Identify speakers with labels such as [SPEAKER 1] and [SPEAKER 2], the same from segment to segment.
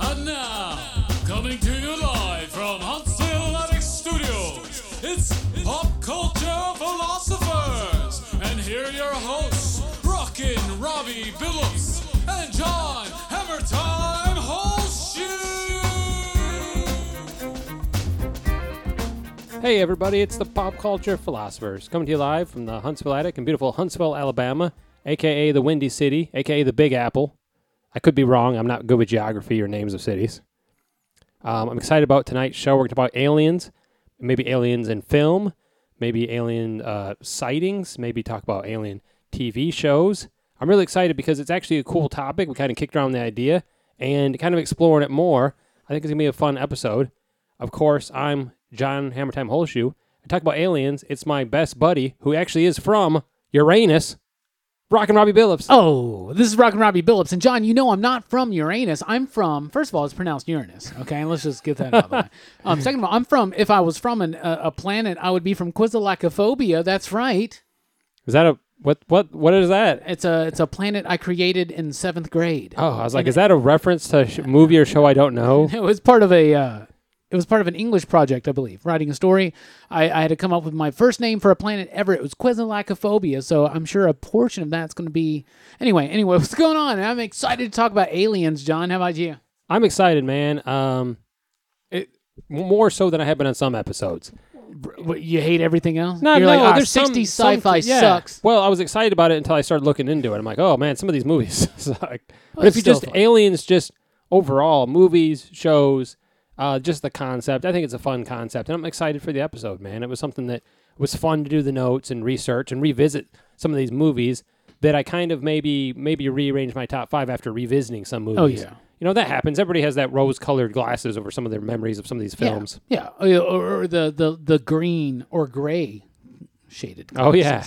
[SPEAKER 1] And now, coming to you live from Huntsville Attic Studios, it's Pop Culture Philosophers. And here are your hosts, Rockin' Robbie Billups and John Hammertime Holshoe.
[SPEAKER 2] Hey, everybody, it's the Pop Culture Philosophers coming to you live from the Huntsville Attic in beautiful Huntsville, Alabama, aka the Windy City, aka the Big Apple. I could be wrong, I'm not good with geography or names of cities. Um, I'm excited about tonight's show. We're going to talk about aliens, maybe aliens in film, maybe alien uh, sightings, maybe talk about alien TV shows. I'm really excited because it's actually a cool topic. We kind of kicked around the idea and kind of exploring it more. I think it's going to be a fun episode. Of course, I'm John Hammertime Holshoe. I talk about aliens. It's my best buddy who actually is from Uranus, Rockin' Robbie Billups.
[SPEAKER 3] Oh, this is Rock and Robbie Billups. And John, you know I'm not from Uranus. I'm from, first of all, it's pronounced Uranus. Okay, and let's just get that out of the way. Um, second of all, I'm from, if I was from an, uh, a planet, I would be from Quizalacophobia. That's right.
[SPEAKER 2] Is that a what? What? What is that?
[SPEAKER 3] It's a it's a planet I created in seventh grade.
[SPEAKER 2] Oh, I was like, is that a reference to a sh- movie or show I don't know?
[SPEAKER 3] It was part of a. Uh, it was part of an English project, I believe, writing a story. I, I had to come up with my first name for a planet ever. It was Quizalacophobia, so I'm sure a portion of that's going to be. Anyway, anyway, what's going on? I'm excited to talk about aliens, John. How about you?
[SPEAKER 2] I'm excited, man. Um, it more so than I have been on some episodes.
[SPEAKER 3] What, you hate everything else?
[SPEAKER 2] No,
[SPEAKER 3] You're
[SPEAKER 2] no,
[SPEAKER 3] like, "Ah,
[SPEAKER 2] there's
[SPEAKER 3] 60s
[SPEAKER 2] some,
[SPEAKER 3] sci-fi
[SPEAKER 2] some- yeah.
[SPEAKER 3] sucks.
[SPEAKER 2] Well, I was excited about it until I started looking into it. I'm like, oh man, some of these movies suck. But if
[SPEAKER 3] it's
[SPEAKER 2] you
[SPEAKER 3] still
[SPEAKER 2] just
[SPEAKER 3] fun.
[SPEAKER 2] aliens, just overall movies, shows, uh, just the concept. I think it's a fun concept, and I'm excited for the episode, man. It was something that was fun to do the notes and research and revisit some of these movies that I kind of maybe maybe rearrange my top five after revisiting some movies.
[SPEAKER 3] Oh, yeah.
[SPEAKER 2] You know that happens. Everybody has that rose-colored glasses over some of their memories of some of these films.
[SPEAKER 3] Yeah, yeah. Or, or the, the the green or gray shaded.
[SPEAKER 2] Oh yeah,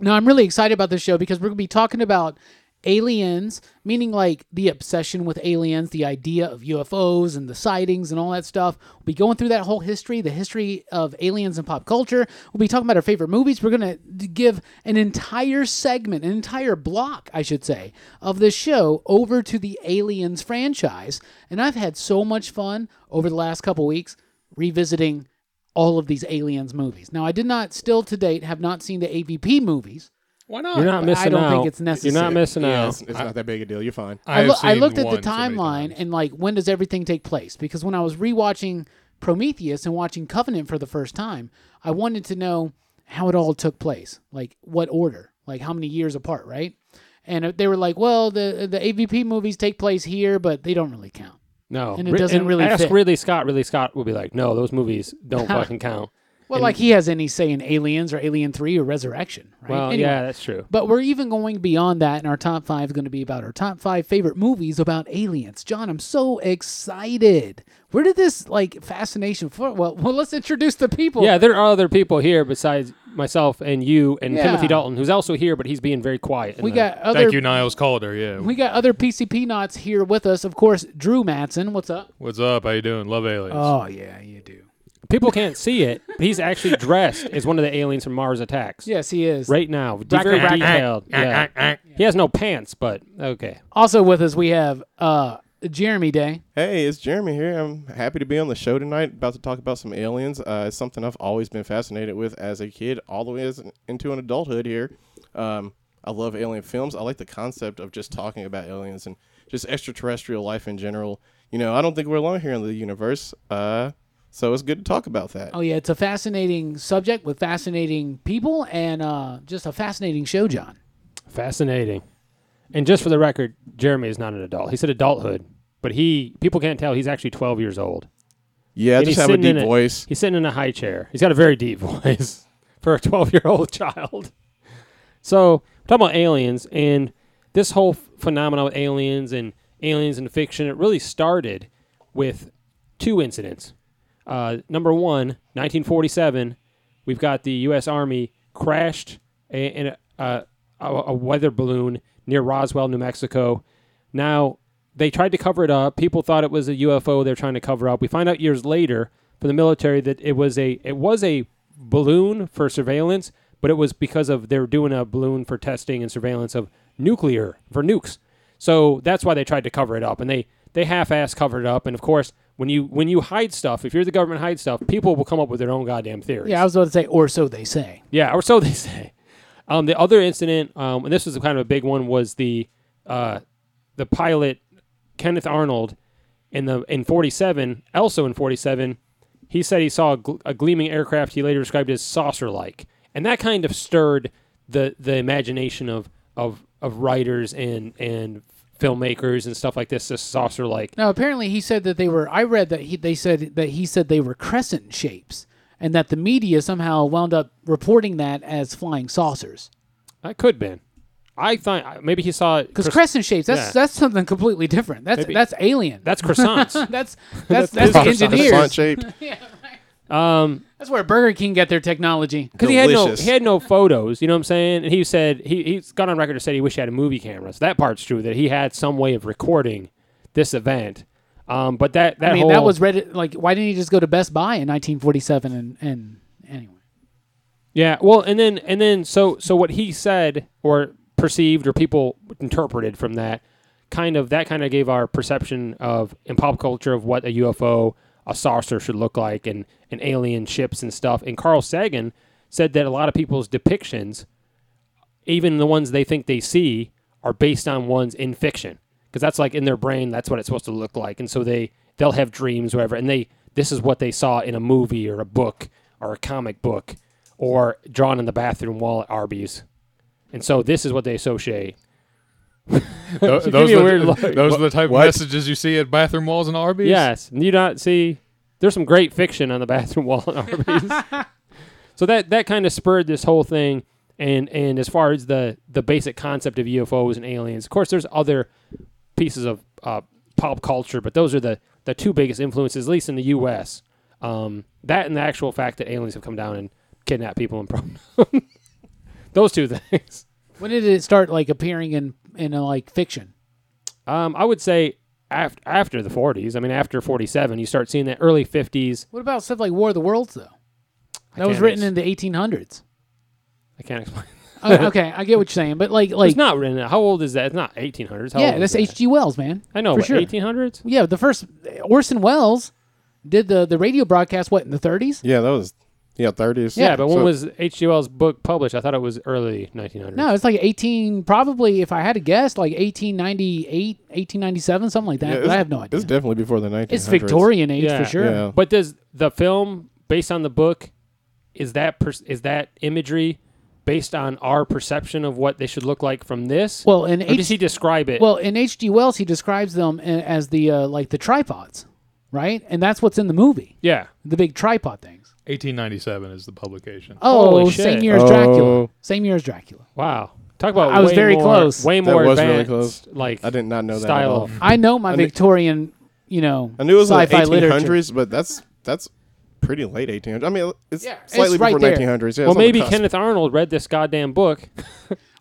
[SPEAKER 3] No, I'm really excited about this show because we're going to be talking about aliens, meaning like the obsession with aliens, the idea of UFOs and the sightings and all that stuff. We'll be going through that whole history, the history of aliens and pop culture. We'll be talking about our favorite movies. We're going to give an entire segment, an entire block, I should say, of this show over to the aliens franchise. And I've had so much fun over the last couple weeks revisiting all of these aliens movies. Now, I did not, still to date, have not seen the AVP movies. Why not?
[SPEAKER 2] you're not missing
[SPEAKER 3] I don't
[SPEAKER 2] out.
[SPEAKER 3] think it's necessary.
[SPEAKER 2] You're not missing
[SPEAKER 4] Yeah,
[SPEAKER 2] out.
[SPEAKER 4] it's, it's not that big a deal. You're fine.
[SPEAKER 3] I,
[SPEAKER 5] have
[SPEAKER 3] loo- I
[SPEAKER 5] seen
[SPEAKER 3] looked at the
[SPEAKER 5] one so many
[SPEAKER 3] timeline
[SPEAKER 5] times.
[SPEAKER 3] and like when does everything take place? Because when I was rewatching Prometheus and watching Covenant for the first time, I wanted to know how it all took place, like what order, like how many years apart, right? And uh, they were like, "Well, the the AVP movies take place here, but they don't really count."
[SPEAKER 2] No,
[SPEAKER 3] And it
[SPEAKER 2] Ri-
[SPEAKER 3] doesn't really
[SPEAKER 2] ask
[SPEAKER 3] fit.
[SPEAKER 2] Ridley Scott. Ridley Scott will be like, "No, those movies don't fucking count."
[SPEAKER 3] Well, like he has any say in Aliens or Alien Three or Resurrection, right?
[SPEAKER 2] Well,
[SPEAKER 3] Anyway.
[SPEAKER 2] yeah, that's true.
[SPEAKER 3] But we're even going beyond that, and our top five is going to be about our top five favorite movies about aliens. John, I'm so excited. Where did this like fascination for? Well, well, let's introduce the people.
[SPEAKER 2] Yeah, there are other people here besides myself and you and
[SPEAKER 3] Yeah.
[SPEAKER 2] Timothy Dalton, who's also here, but he's being very quiet. in
[SPEAKER 3] we
[SPEAKER 2] the-
[SPEAKER 3] got other.
[SPEAKER 5] Thank you, Niles Calder. Yeah.
[SPEAKER 3] We got other PCP knots here with us. Of course, Drew Matson. What's up?
[SPEAKER 5] What's up? How you doing? Love aliens.
[SPEAKER 4] Uh,
[SPEAKER 3] Oh yeah, you do.
[SPEAKER 2] people can't see it. But he's actually dressed as one of the aliens from Mars Attacks.
[SPEAKER 3] Yes, he is.
[SPEAKER 2] right now, de-
[SPEAKER 3] Racker,
[SPEAKER 2] very
[SPEAKER 3] racker.
[SPEAKER 2] detailed. yeah. he has no pants, but okay.
[SPEAKER 3] Also with us, we have uh Jeremy Day.
[SPEAKER 4] Hey, it's Jeremy here. I'm happy to be on the show tonight. About to talk about some aliens. Uh, it's something I've always been fascinated with as a kid, all the way as into an adulthood. Here, um, I love alien films. I like the concept of just talking about aliens and just extraterrestrial life in general. You know, I don't think we're alone here in the universe. Uh, so it's good to talk about that.
[SPEAKER 3] Oh yeah, it's a fascinating subject with fascinating people and uh just a fascinating show, John.
[SPEAKER 2] Fascinating. And just for the record, Jeremy is not an adult. He said adulthood, but he people can't tell he's actually 12 years old.
[SPEAKER 4] yeah, I
[SPEAKER 2] And
[SPEAKER 4] just
[SPEAKER 2] he's
[SPEAKER 4] have a
[SPEAKER 2] sitting in
[SPEAKER 4] deep voice.
[SPEAKER 2] He's sitting in a high chair. He's got a very deep voice for a 12 year old child. So, we're talking about aliens and this whole f- phenomenon with aliens and aliens in fiction, it really started with two incidents. Uh, number one, 1947, we've got the U.S. Army crashed a, in a, a, a a weather balloon near Roswell, New Mexico. Now, they tried to cover it up. People thought it was a UFO they're trying to cover up. We find out years later from the military that it was a it was a balloon for surveillance, but it was because of they were doing a balloon for testing and surveillance of nuclear for nukes. So that's why they tried to cover it up, and they they half-ass covered it up. And of course, when you when you hide stuff, if you're the government hide stuff, people will come up with their own goddamn theories.
[SPEAKER 3] Yeah, I was about to say, or so they say.
[SPEAKER 2] Yeah, or so they say. Um, the other incident, um, and this was kind of a big one, was the uh, the pilot Kenneth Arnold in the in 47, also in 47. He said he saw a, gl- a gleaming aircraft. He later described as saucer-like, and that kind of stirred the the imagination of of of writers and and filmmakers and stuff like this. This saucer-like.
[SPEAKER 3] Now, apparently, he said that they were. I read that he they said that he said they were crescent shapes, and that the media somehow wound up reporting that as flying saucers.
[SPEAKER 2] That could been. I thought maybe he saw it.
[SPEAKER 3] Because crescent shapes, that's
[SPEAKER 2] yeah.
[SPEAKER 3] that's something completely different. That's
[SPEAKER 2] Maybe-
[SPEAKER 3] that's alien.
[SPEAKER 2] that's croissants.
[SPEAKER 3] that's that's that's,
[SPEAKER 4] Croissant- croissant
[SPEAKER 3] engineers.
[SPEAKER 4] shaped.
[SPEAKER 3] That's where Burger King got their technology.
[SPEAKER 2] because he had no
[SPEAKER 4] Delicious.
[SPEAKER 2] he had no photos. You know what I'm saying? And he said he he's gone on record to say he wished he had a movie camera. So that part's true that he had some way of recording this event. Um, but that that
[SPEAKER 3] I mean,
[SPEAKER 2] whole,
[SPEAKER 3] that was read. Like, why didn't he just go to Best Buy in 1947? And and anyway,
[SPEAKER 2] yeah. Well, and then and then so so what he said or perceived or people interpreted from that kind of that kind of gave our perception of in pop culture of what a UFO a saucer should look like and and alien ships and stuff. And Carl Sagan said that a lot of people's depictions even the ones they think they see are based on ones in fiction because that's like in their brain that's what it's supposed to look like and so they they'll have dreams whatever and they this is what they saw in a movie or a book or a comic book or drawn in the bathroom wall at arby's and so this is what they associate
[SPEAKER 5] Tho-
[SPEAKER 2] She gave
[SPEAKER 5] those
[SPEAKER 2] me a
[SPEAKER 5] are
[SPEAKER 2] weird
[SPEAKER 5] the,
[SPEAKER 2] look.
[SPEAKER 5] those are the type
[SPEAKER 4] What?
[SPEAKER 5] of messages you see at bathroom walls and Arby's.
[SPEAKER 2] yes and you not see there's some great fiction on the bathroom wall at arby's so that that kind of spurred this whole thing and and as far as the the basic concept of ufos and aliens of course there's other pieces of uh, pop culture, but those are the, the two biggest influences, at least in the U.S. Um, that and the actual fact that aliens have come down and kidnapped people and brought those two things.
[SPEAKER 3] when did it start like appearing in in uh, like fiction?
[SPEAKER 2] Um, I would say after after the 40s. I mean, after 47, you start seeing that early 50s.
[SPEAKER 3] What about stuff like War of the Worlds though? That was
[SPEAKER 2] can't
[SPEAKER 3] written
[SPEAKER 2] ex-
[SPEAKER 3] in the 1800s.
[SPEAKER 2] I can't explain.
[SPEAKER 3] Oh, okay, I get what you're saying, but like like
[SPEAKER 2] It's not written. How old is that? It's not 1800s. How
[SPEAKER 3] yeah,
[SPEAKER 2] old
[SPEAKER 3] that's
[SPEAKER 2] is that?
[SPEAKER 3] H.G. Wells, man.
[SPEAKER 2] I know,
[SPEAKER 3] for
[SPEAKER 2] but
[SPEAKER 3] sure.
[SPEAKER 2] 1800s.
[SPEAKER 3] Yeah, the first Orson Welles did the the radio broadcast. What in the 30s?
[SPEAKER 4] Yeah, that was yeah thirties.
[SPEAKER 2] Yeah, but when
[SPEAKER 4] So-
[SPEAKER 2] was H.G. Wells' book published? I thought it was early 1900s.
[SPEAKER 3] No, it's like 18, probably, if I had to guess, like 1898, 1897, something like
[SPEAKER 4] yeah,
[SPEAKER 3] that. but
[SPEAKER 4] it's-
[SPEAKER 3] I have no idea.
[SPEAKER 4] It's definitely before the nineteen.
[SPEAKER 3] It's Victorian age for sure.
[SPEAKER 4] Yeah.
[SPEAKER 2] But does the film based on the book is that pers- is that imagery based on our perception of what they should look like from this?
[SPEAKER 3] Well, in
[SPEAKER 2] or does
[SPEAKER 3] H-
[SPEAKER 2] he describe it?
[SPEAKER 3] well in H.G. Wells, he describes them a- as the uh, like the tripods, right? And that's what's in the movie,
[SPEAKER 2] yeah,
[SPEAKER 3] the big tripod things.
[SPEAKER 5] 1897 is the publication.
[SPEAKER 3] Oh,
[SPEAKER 2] Holy
[SPEAKER 3] same
[SPEAKER 2] shit.
[SPEAKER 3] year as Dracula.
[SPEAKER 4] Oh.
[SPEAKER 3] Same year as Dracula.
[SPEAKER 2] wow. Talk about
[SPEAKER 3] I was
[SPEAKER 2] way
[SPEAKER 3] very
[SPEAKER 2] more-
[SPEAKER 3] close.
[SPEAKER 2] Way
[SPEAKER 4] That
[SPEAKER 2] more
[SPEAKER 4] was really
[SPEAKER 2] advanced.
[SPEAKER 4] close.
[SPEAKER 2] Like
[SPEAKER 4] I did not know that at
[SPEAKER 2] style
[SPEAKER 4] all.
[SPEAKER 2] of-
[SPEAKER 3] I know my
[SPEAKER 4] knew-
[SPEAKER 3] Victorian, you know,
[SPEAKER 4] I knew it was like
[SPEAKER 3] sci-fi
[SPEAKER 4] eighteen
[SPEAKER 3] literature.
[SPEAKER 4] hundreds, but that's that's pretty late eighteen hundreds. I mean, it's
[SPEAKER 3] Yeah, it's
[SPEAKER 4] slightly
[SPEAKER 3] right
[SPEAKER 4] before
[SPEAKER 3] there.
[SPEAKER 4] nineteen hundreds. Yeah,
[SPEAKER 2] well,
[SPEAKER 4] it's on the
[SPEAKER 2] maybe
[SPEAKER 4] cusp.
[SPEAKER 2] Kenneth Arnold read this goddamn book.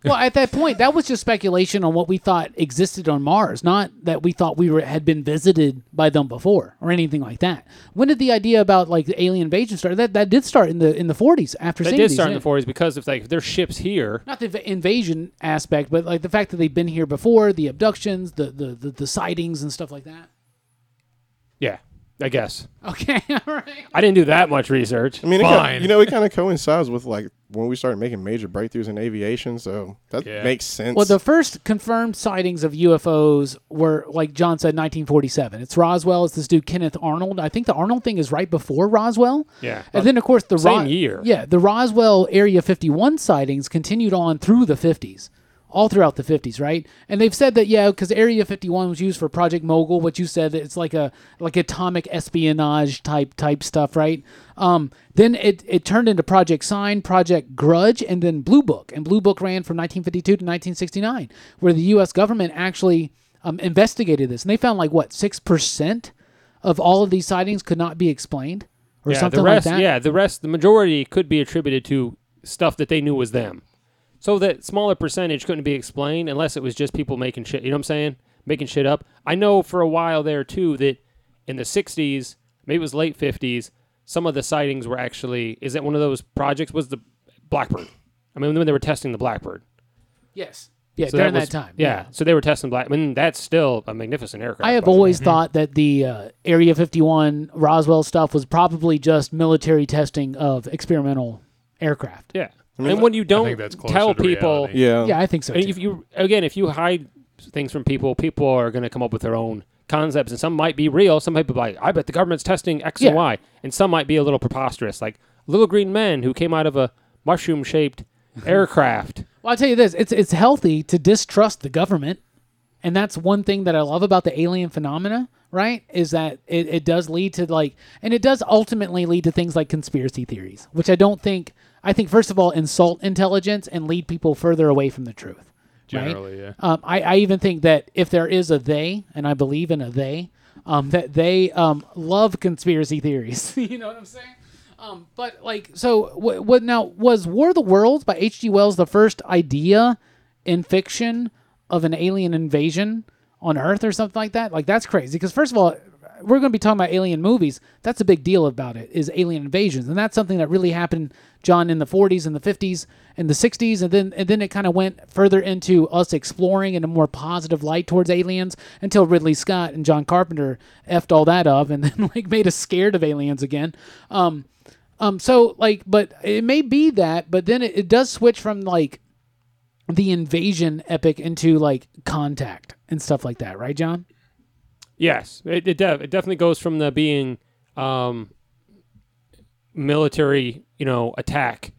[SPEAKER 3] Well, at that point, that was just speculation on what we thought existed on Mars, not that we thought we were, had been visited by them before or anything like that. When did the idea about like the alien invasion start? That that did start in the in the forties after
[SPEAKER 2] They
[SPEAKER 3] seeing
[SPEAKER 2] did
[SPEAKER 3] these,
[SPEAKER 2] start in
[SPEAKER 3] yeah.
[SPEAKER 2] the 40s because if like if there's ships here,
[SPEAKER 3] Not the v- invasion aspect, but like the fact that they've been here before, the abductions, the the the, the sightings and stuff like that.
[SPEAKER 2] yeah, I guess.
[SPEAKER 3] Okay, all right.
[SPEAKER 2] I didn't do that much research.
[SPEAKER 4] I mean, it kinda,
[SPEAKER 5] Fine.
[SPEAKER 4] you know, it kind of coincides with like when we started making major breakthroughs in aviation, so that
[SPEAKER 5] Yeah.
[SPEAKER 4] makes sense.
[SPEAKER 3] Well, the first confirmed sightings of UFOs were, like John said, 1947. It's Roswell. It's this dude Kenneth Arnold. I think the Arnold thing is right before Roswell.
[SPEAKER 2] Yeah.
[SPEAKER 3] And then, of course, the
[SPEAKER 2] Same year.
[SPEAKER 3] Yeah, the Roswell Area 51 sightings continued on through the 50s, all throughout the 50s, right? And they've said that yeah, because Area 51 was used for Project Mogul, what you said, it's like a like atomic espionage type type stuff, right? Um, then it it turned into Project Sign, Project Grudge, and then Blue Book. And Blue Book ran from 1952 to 1969, where the U.S. government actually um, investigated this, and they found like what six percent of all of these sightings could not be explained. Or
[SPEAKER 2] yeah,
[SPEAKER 3] something
[SPEAKER 2] the rest,
[SPEAKER 3] like that.
[SPEAKER 2] Yeah, the rest, the majority could be attributed to stuff that they knew was them. So that smaller percentage couldn't be explained unless it was just people making shit. You know what I'm saying? Making shit up. I know for a while there too that in the 60s, maybe it was late 50s, some of the sightings were actually. Is that one of those projects? Was the Blackbird? I mean, when they were testing the Blackbird,
[SPEAKER 3] Yes. Yeah,
[SPEAKER 2] So
[SPEAKER 3] during that,
[SPEAKER 2] was-
[SPEAKER 3] time.
[SPEAKER 2] Yeah. So they were testing black. I mean, that's still a magnificent aircraft.
[SPEAKER 3] I have
[SPEAKER 2] by the way.
[SPEAKER 3] always thought that the uh, Area 51 Roswell stuff was probably just military testing of experimental aircraft.
[SPEAKER 2] Yeah.
[SPEAKER 4] mean,
[SPEAKER 2] and when you don't
[SPEAKER 5] think that's closer
[SPEAKER 2] tell
[SPEAKER 5] to
[SPEAKER 2] people,
[SPEAKER 5] reality.
[SPEAKER 4] Yeah.
[SPEAKER 3] Yeah, I think so.
[SPEAKER 2] and
[SPEAKER 3] too.
[SPEAKER 2] if you again, if you hide things from people, people are going to come up with their own concepts, and some might be real. Some might be like, "I bet the government's testing X
[SPEAKER 3] Yeah.
[SPEAKER 2] and Y," and some might be a little preposterous, like little green men who came out of a mushroom-shaped aircraft.
[SPEAKER 3] Well, I'll tell you this: it's it's healthy to distrust the government, and that's one thing that I love about the alien phenomena. Right? Is that it, it does lead to like, and it does ultimately lead to things like conspiracy theories, which I don't think. I think first of all, insult intelligence and lead people further away from the truth. right?
[SPEAKER 5] Generally, yeah.
[SPEAKER 3] Um, I, I even think that if there is a they, and I believe in a they, um, that they um, love conspiracy theories. you know what I'm saying? Um, but like, so what? What now was War of the Worlds by H.G. Wells the first idea in fiction of an alien invasion on Earth or something like that? Like that's crazy because first of all. We're going to be talking about alien movies. That's a big deal about it is alien invasions, and that's something that really happened, John, in the 40s and the 50s and the 60s, and then and then it kind of went further into us exploring in a more positive light towards aliens until Ridley Scott and John Carpenter effed all that up, and then like made us scared of aliens again. Um, um, so like, but it may be that, but then it, it does switch from like the invasion epic into like contact and stuff like that, right, John?
[SPEAKER 2] Yes, it it, def- it definitely goes from the being um, military, you know, attack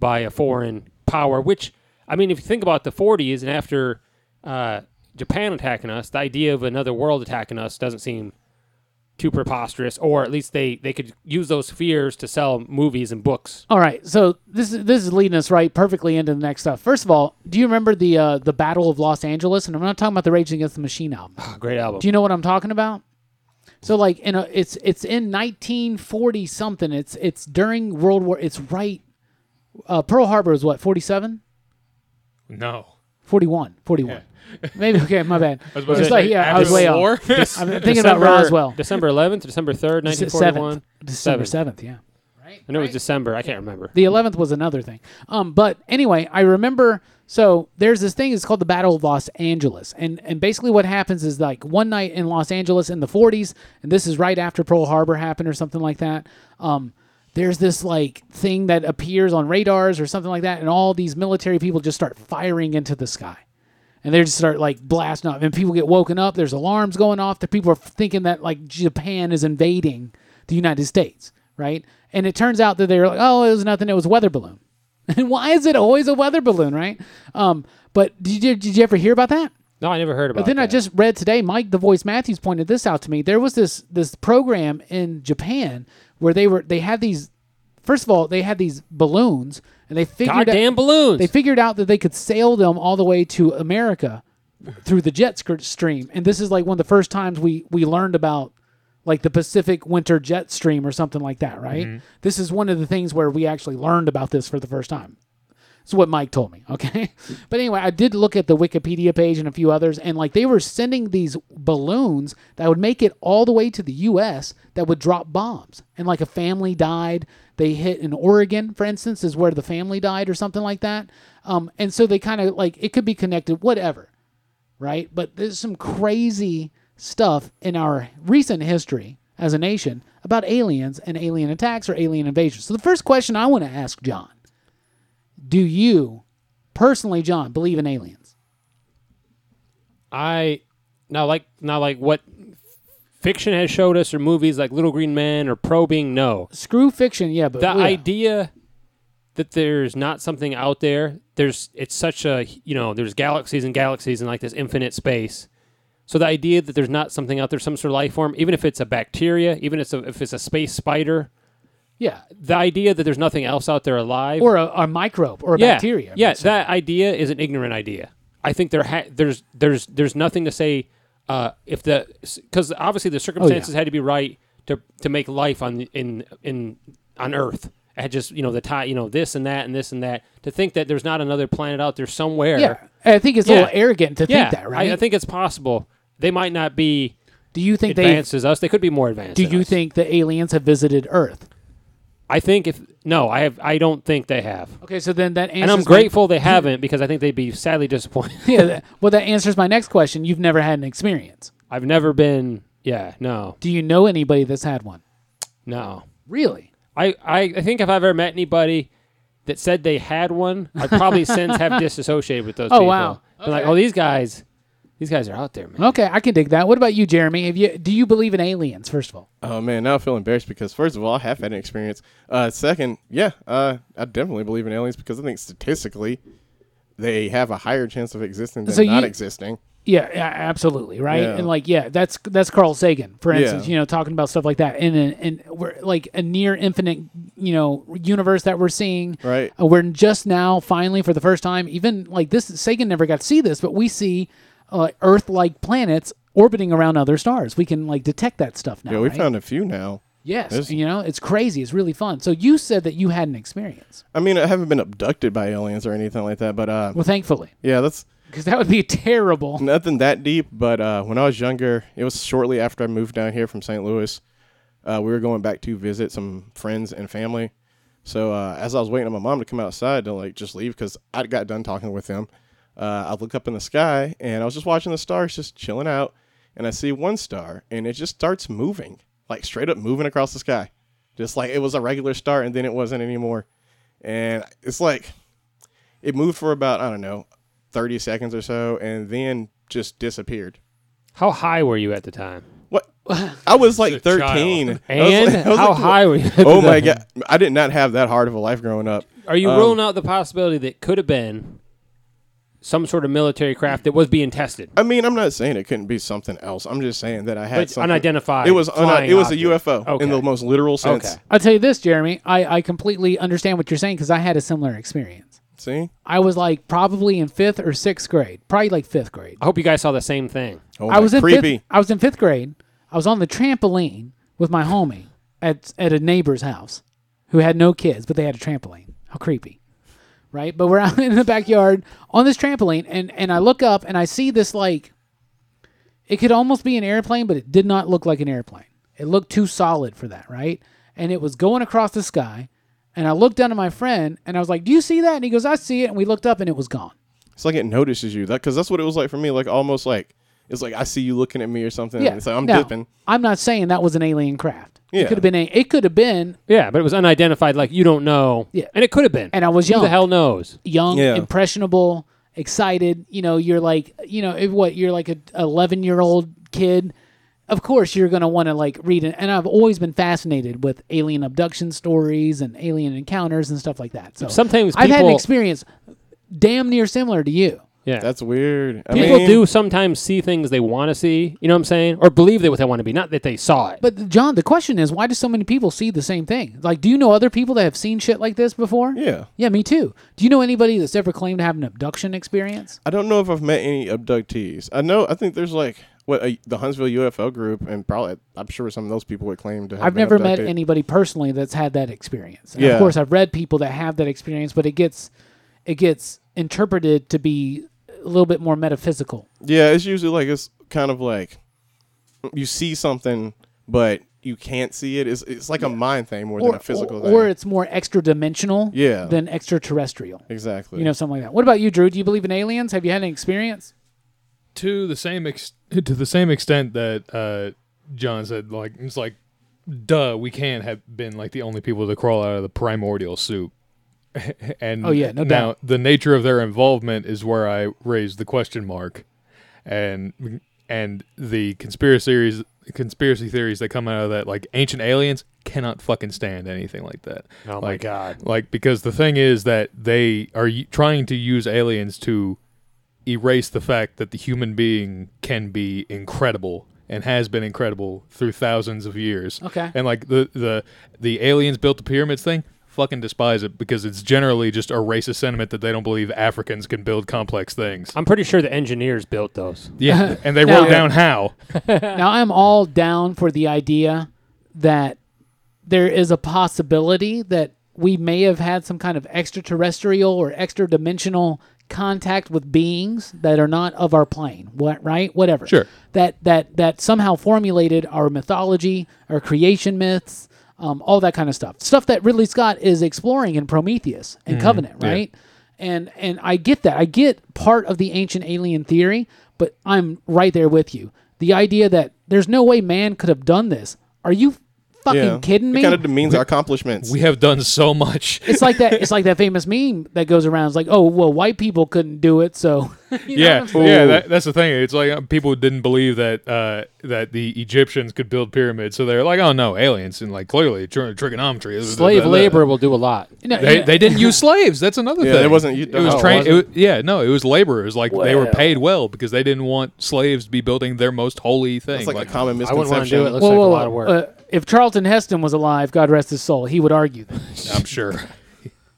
[SPEAKER 2] by a foreign power. Which I mean, if you think about the '40s and after uh, Japan attacking us, the idea of another world attacking us doesn't seem too preposterous. Or at least they they could use those fears to sell movies and books.
[SPEAKER 3] All right, so this is this is leading us right perfectly into the next stuff. First of all, do you remember the uh, the Battle of Los Angeles? And I'm not talking about the Rage Against the Machine album.
[SPEAKER 2] Ah, great album.
[SPEAKER 3] Do you know what I'm talking about? So like in a it's it's in 1940 something. It's it's during World War. It's right. Uh, Pearl Harbor is what 47,
[SPEAKER 5] No.
[SPEAKER 3] 41, 41. Maybe okay, my bad.
[SPEAKER 5] I was about to
[SPEAKER 3] It's
[SPEAKER 5] say,
[SPEAKER 3] like, yeah, I
[SPEAKER 5] after
[SPEAKER 3] was
[SPEAKER 5] the
[SPEAKER 3] way
[SPEAKER 5] war?
[SPEAKER 3] off. I'm thinking about
[SPEAKER 2] December-
[SPEAKER 3] Roswell.
[SPEAKER 2] December 11th, December 3rd, 1941.
[SPEAKER 3] Seventh, December
[SPEAKER 2] Seven.
[SPEAKER 3] seventh. Yeah.
[SPEAKER 2] I know it was December. I can't remember.
[SPEAKER 3] The eleventh was another thing. Um, but anyway, I remember. So there's this thing. It's called the Battle of Los Angeles, and and basically what happens is like one night in Los Angeles in the 40s, and this is right after Pearl Harbor happened or something like that. Um, there's this like thing that appears on radars or something like that, and all these military people just start firing into the sky and they just start like blasting off and people get woken up there's alarms going off the people are thinking that like japan is invading the united states right and it turns out that they're like oh it was nothing it was a weather balloon and why is it always a weather balloon right um but did you, did you ever hear about that
[SPEAKER 2] No, I never heard about
[SPEAKER 3] but then I
[SPEAKER 2] that.
[SPEAKER 3] just read today, Mike the Voice Matthews pointed this out to me. There was this this program in Japan where they were they had these first of all, they had these balloons and they figured
[SPEAKER 2] Goddamn
[SPEAKER 3] out,
[SPEAKER 2] balloons.
[SPEAKER 3] They figured out that they could sail them all the way to America through the jet sk- stream. And this is like one of the first times we we learned about like the Pacific winter jet stream or something like that, right? This is one of the things where we actually learned about this for the first time. It's what Mike told me. Okay. But anyway, I did look at the Wikipedia page and a few others, and like they were sending these balloons that would make it all the way to the US that would drop bombs. And like a family died. They hit in Oregon, for instance, is where the family died or something like that. Um, and so they kind of like it could be connected, whatever. Right. But there's some crazy stuff in our recent history as a nation about aliens and alien attacks or alien invasions. So the first question I want to ask John do you personally, John, believe in aliens?
[SPEAKER 2] I now like now like what fiction has showed us or movies like Little Green Man or probing. No,
[SPEAKER 3] Screw fiction, yeah, but
[SPEAKER 2] the
[SPEAKER 3] yeah.
[SPEAKER 2] idea that there's not something out there. There's it's such a you know there's galaxies and galaxies and like this infinite space. So the idea that there's not something out there, some sort of life form, even if it's a bacteria, even if it's a, if it's a space spider,
[SPEAKER 3] yeah,
[SPEAKER 2] the idea that there's nothing else out there alive
[SPEAKER 3] or a, a microbe or a
[SPEAKER 2] yeah,
[SPEAKER 3] bacteria.
[SPEAKER 2] Yeah,
[SPEAKER 3] So-
[SPEAKER 2] that idea is an ignorant idea. I think there ha- there's there's there's nothing to say uh, if the because obviously
[SPEAKER 3] Oh,
[SPEAKER 2] the circumstances had to be right to to make life on in in on Earth. I had just you know the tie you know this and that and this and that to think that there's not another planet out there somewhere.
[SPEAKER 3] yeah. I think it's a
[SPEAKER 2] Yeah.
[SPEAKER 3] little arrogant to
[SPEAKER 2] yeah,
[SPEAKER 3] think that,
[SPEAKER 2] I-
[SPEAKER 3] right?
[SPEAKER 2] I, think it's possible they might not be
[SPEAKER 3] do you think they?
[SPEAKER 2] advanced as us. They could be more advanced.
[SPEAKER 3] Do
[SPEAKER 2] than
[SPEAKER 3] you
[SPEAKER 2] us.
[SPEAKER 3] think the aliens have visited Earth?
[SPEAKER 2] I think if no, I have. I don't think they have.
[SPEAKER 3] Okay, so then that answers.
[SPEAKER 2] And I'm
[SPEAKER 3] my-
[SPEAKER 2] grateful they haven't because I think they'd be sadly disappointed.
[SPEAKER 3] yeah, that, well, that answers my next question. You've never had an experience.
[SPEAKER 2] I've never been. Yeah, no,
[SPEAKER 3] Do you know anybody that's had one?
[SPEAKER 2] no.
[SPEAKER 3] Really?
[SPEAKER 2] I, I, I think if I've ever met anybody that said they had one, I probably since have disassociated with those
[SPEAKER 3] Oh,
[SPEAKER 2] people.
[SPEAKER 3] wow.
[SPEAKER 2] Been like,
[SPEAKER 3] Okay.
[SPEAKER 2] oh, these guys, these guys are out there, man.
[SPEAKER 3] Okay, I can dig that. What about you, Jeremy? Have you do you believe in aliens? First of all,
[SPEAKER 4] Oh man, now I feel embarrassed because first of all, I have had an experience. Uh, second, yeah, uh, I definitely believe in aliens because I think statistically, they have a higher chance of existing than
[SPEAKER 3] So you-
[SPEAKER 4] not existing.
[SPEAKER 3] yeah, yeah absolutely, right?
[SPEAKER 4] Yeah.
[SPEAKER 3] And like, yeah, that's that's Carl Sagan, for
[SPEAKER 4] Yeah.
[SPEAKER 3] instance. You know, talking about stuff like that, and and, and we're like a near infinite, you know, universe that we're seeing.
[SPEAKER 4] Right.
[SPEAKER 3] Uh, we're just now, finally, for the first time, even like this. Sagan never got to see this, but we see uh, Earth-like planets orbiting around other stars. We can like detect that stuff now.
[SPEAKER 4] Yeah, we
[SPEAKER 3] right?
[SPEAKER 4] found a few now.
[SPEAKER 3] Yes,
[SPEAKER 4] There's-
[SPEAKER 3] you know, it's crazy. It's really fun. So you said that you had an experience.
[SPEAKER 4] I mean, I haven't been abducted by aliens or anything like that, but uh,
[SPEAKER 3] Well, thankfully,
[SPEAKER 4] yeah, that's
[SPEAKER 3] because that would be terrible.
[SPEAKER 4] nothing that deep. But uh, when I was younger, it was shortly after I moved down here from St. Louis. Uh, we were going back to visit some friends and family. So uh, as I was waiting on my mom to come outside to like just leave because I got done talking with them, uh, I look up in the sky and I was just watching the stars, just chilling out, and I see one star and it just starts moving, like straight up moving across the sky, just like it was a regular star and then it wasn't anymore, and it's like it moved for about I don't know, thirty seconds or so, and then just disappeared.
[SPEAKER 2] How high were you at the time?
[SPEAKER 4] What? I was like
[SPEAKER 5] As a child.
[SPEAKER 4] thirteen. I was
[SPEAKER 2] And
[SPEAKER 4] like- I was
[SPEAKER 2] how
[SPEAKER 4] like,
[SPEAKER 2] high were you? At
[SPEAKER 4] Oh
[SPEAKER 2] the
[SPEAKER 4] my
[SPEAKER 2] time?
[SPEAKER 4] god! Um, I did not have that hard of a life growing up.
[SPEAKER 2] Are you ruling out the possibility that could have been some sort of military craft that was being tested?
[SPEAKER 4] I mean, I'm not saying it couldn't be something else. I'm just saying that I had
[SPEAKER 2] But
[SPEAKER 4] something-
[SPEAKER 2] unidentified
[SPEAKER 4] It was
[SPEAKER 2] flying
[SPEAKER 4] it was a
[SPEAKER 2] object.
[SPEAKER 4] UFO in the
[SPEAKER 2] Okay.
[SPEAKER 4] most literal sense.
[SPEAKER 2] Okay.
[SPEAKER 3] I'll tell you this, Jeremy. I, I completely understand what you're saying because I had a similar experience.
[SPEAKER 4] See?
[SPEAKER 3] I was like probably in fifth or sixth grade, probably like fifth grade.
[SPEAKER 2] I hope you guys saw the same thing.
[SPEAKER 4] Oh,
[SPEAKER 3] I was in
[SPEAKER 4] creepy.
[SPEAKER 3] Fifth, I was in fifth grade. I was on the trampoline with my homie at at a neighbor's house, who had no kids, but they had a trampoline. How creepy, right? But we're out in the backyard on this trampoline, and and I look up and I see this like, it could almost be an airplane, but it did not look like an airplane. It looked too solid for that, right? And it was going across the sky, and I looked down at my friend and I was like, "Do you see that?" And he goes, "I see it." And we looked up and it was gone.
[SPEAKER 4] It's like it notices you. That because that's what it was like for me. Like almost like it's like I see you looking at me or something.
[SPEAKER 3] Yeah,
[SPEAKER 4] and it's like I'm
[SPEAKER 3] now,
[SPEAKER 4] dipping.
[SPEAKER 3] I'm not saying that was an alien craft.
[SPEAKER 4] Yeah.
[SPEAKER 3] It could have been a. It could have been
[SPEAKER 2] Yeah, but it was unidentified. Like you don't know.
[SPEAKER 3] Yeah.
[SPEAKER 2] and it could have been.
[SPEAKER 3] And I was
[SPEAKER 2] Who
[SPEAKER 3] young.
[SPEAKER 2] the hell knows?
[SPEAKER 3] young,
[SPEAKER 4] Yeah.
[SPEAKER 3] impressionable, excited. You know, you're like, you know, if what you're like a 11 year old kid. Of course, you're gonna want to like read it, and I've always been fascinated with alien abduction stories and alien encounters and stuff like that. So
[SPEAKER 2] Sometimes
[SPEAKER 3] I've had an
[SPEAKER 2] people-
[SPEAKER 3] experience damn near similar to you.
[SPEAKER 2] Yeah,
[SPEAKER 4] That's weird. I
[SPEAKER 2] People
[SPEAKER 4] mean,
[SPEAKER 2] do sometimes see things they want to see, you know what I'm saying? Or believe that what they want to be, not that they saw it.
[SPEAKER 3] But John, the question is, why do so many people see the same thing? Like, do you know other people that have seen shit like this before?
[SPEAKER 4] Yeah.
[SPEAKER 3] Yeah, me too. Do you know anybody that's ever claimed to have an abduction experience?
[SPEAKER 4] I don't know if I've met any abductees. I know. I think there's like what a, the Huntsville UFO group, and probably I'm sure some of those people would claim to. Have
[SPEAKER 3] I've
[SPEAKER 4] been
[SPEAKER 3] never
[SPEAKER 4] abducted.
[SPEAKER 3] met anybody personally that's had that experience. And Of
[SPEAKER 4] Yeah.
[SPEAKER 3] course, I've read people that have that experience, but it gets it gets interpreted to be a little bit more metaphysical.
[SPEAKER 4] Yeah, it's usually like it's kind of like you see something, but you can't see it. It's it's like a mind thing more
[SPEAKER 3] Or,
[SPEAKER 4] than a physical
[SPEAKER 3] or, or
[SPEAKER 4] thing.
[SPEAKER 3] it's more extra dimensional
[SPEAKER 4] Yeah.
[SPEAKER 3] than extraterrestrial.
[SPEAKER 4] exactly.
[SPEAKER 3] You know, something like that. What about you, Drew? Do you believe in aliens? Have you had an experience?
[SPEAKER 5] to the same ex- to the same extent that uh, John said, like it's like, duh, we can't have been like the only people to crawl out of the primordial soup. and
[SPEAKER 3] Oh, yeah, no
[SPEAKER 5] now
[SPEAKER 3] doubt.
[SPEAKER 5] the nature of their involvement is where I raised the question mark, and and the conspiracies conspiracy theories that come out of that like ancient aliens cannot fucking stand anything like that.
[SPEAKER 2] Oh, my
[SPEAKER 5] Like-
[SPEAKER 2] God.
[SPEAKER 5] Like because the thing is that they are y- trying to use aliens to erase the fact that the human being can be incredible and has been incredible through thousands of years.
[SPEAKER 3] Okay.
[SPEAKER 5] And like the the the aliens built the pyramids thing, fucking despise it because it's generally just a racist sentiment that they don't believe Africans can build complex things.
[SPEAKER 2] I'm pretty sure the engineers built those.
[SPEAKER 5] Yeah. and they
[SPEAKER 3] Now-
[SPEAKER 5] wrote down how.
[SPEAKER 3] now I'm all down for the idea that there is a possibility that we may have had some kind of extraterrestrial or extra dimensional contact with beings that are not of our plane. What right? Whatever.
[SPEAKER 5] Sure.
[SPEAKER 3] That that that somehow formulated our mythology, our creation myths, um, all that kind of stuff. Stuff that Ridley Scott is exploring in Prometheus and Covenant,
[SPEAKER 5] Mm-hmm. yeah.
[SPEAKER 3] right? And and I get that. I get part of the ancient alien theory, but I'm right there with you. The idea that there's no way man could have done this. Are you fucking
[SPEAKER 4] yeah.
[SPEAKER 3] kidding me?
[SPEAKER 4] It kind of demeans our accomplishments.
[SPEAKER 5] We have done so much.
[SPEAKER 3] it's like that. It's like that famous meme that goes around. It's like, oh well, white people couldn't do it, so you know what
[SPEAKER 5] yeah,
[SPEAKER 3] I'm saying?
[SPEAKER 5] yeah. That, that's the thing. It's like uh, people didn't believe that uh, that the Egyptians could build pyramids, so they're like, "Oh no, aliens!" And like clearly, tr- trigonometry,
[SPEAKER 2] Slave labor will do a lot.
[SPEAKER 3] No,
[SPEAKER 5] They,
[SPEAKER 3] yeah.
[SPEAKER 5] they didn't use slaves. That's another
[SPEAKER 4] Yeah,
[SPEAKER 5] thing.
[SPEAKER 4] it wasn't u-
[SPEAKER 5] It was
[SPEAKER 4] oh, it
[SPEAKER 5] trained.
[SPEAKER 4] wasn't?
[SPEAKER 5] yeah, no, it was laborers. Like they were
[SPEAKER 6] Wow.
[SPEAKER 5] paid well because they didn't want slaves to be building their most holy thing.
[SPEAKER 4] It's like, a common
[SPEAKER 2] I wouldn't want to do it. It
[SPEAKER 4] misconception.
[SPEAKER 2] looks like a lot of work.
[SPEAKER 3] Uh, if Charlton Heston was alive, God rest his soul, he would argue. That.
[SPEAKER 5] I'm sure.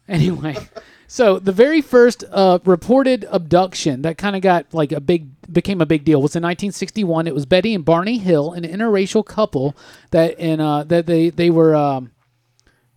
[SPEAKER 3] Anyway, so the very first uh, reported abduction that kind of got like a big became a big deal was in 1961. It was Betty and Barney Hill, an interracial couple that in uh, that they they were um,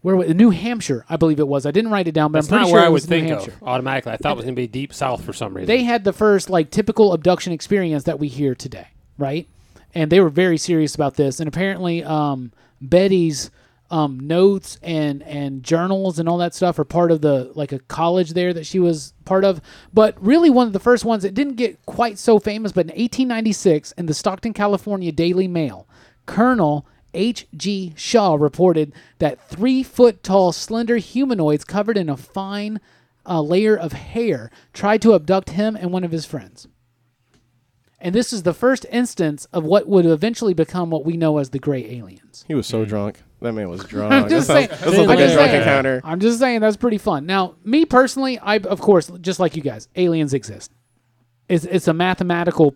[SPEAKER 3] where was New Hampshire, I believe it was. I didn't write it down, but
[SPEAKER 2] That's
[SPEAKER 3] I'm pretty
[SPEAKER 2] not
[SPEAKER 3] sure
[SPEAKER 2] where I
[SPEAKER 3] it
[SPEAKER 2] would
[SPEAKER 3] was New
[SPEAKER 2] think
[SPEAKER 3] Hampshire.
[SPEAKER 2] of automatically. I thought it was going to be deep south for some reason.
[SPEAKER 3] They had the first like typical abduction experience that we hear today, right? And they were very serious about this. And apparently, um, Betty's um, notes and and journals and all that stuff are part of the like a college there that she was part of. But really, one of the first ones that didn't get quite so famous, but in 1896 in the Stockton, California Daily Mail, Colonel H.G. Shaw reported that three foot tall, slender humanoids covered in a fine uh, layer of hair tried to abduct him and one of his friends. And this is the first instance of what would eventually become what we know as the Gray Aliens.
[SPEAKER 4] He was so drunk. That man was drunk.
[SPEAKER 3] I'm just saying-
[SPEAKER 4] that sounds- that sounds like
[SPEAKER 3] I'm
[SPEAKER 4] Oh, a
[SPEAKER 3] just
[SPEAKER 4] drunk
[SPEAKER 3] saying.
[SPEAKER 4] encounter.
[SPEAKER 3] I'm just saying that's pretty fun. Now, me personally, I of course, just like you guys, aliens exist. It's it's a mathematical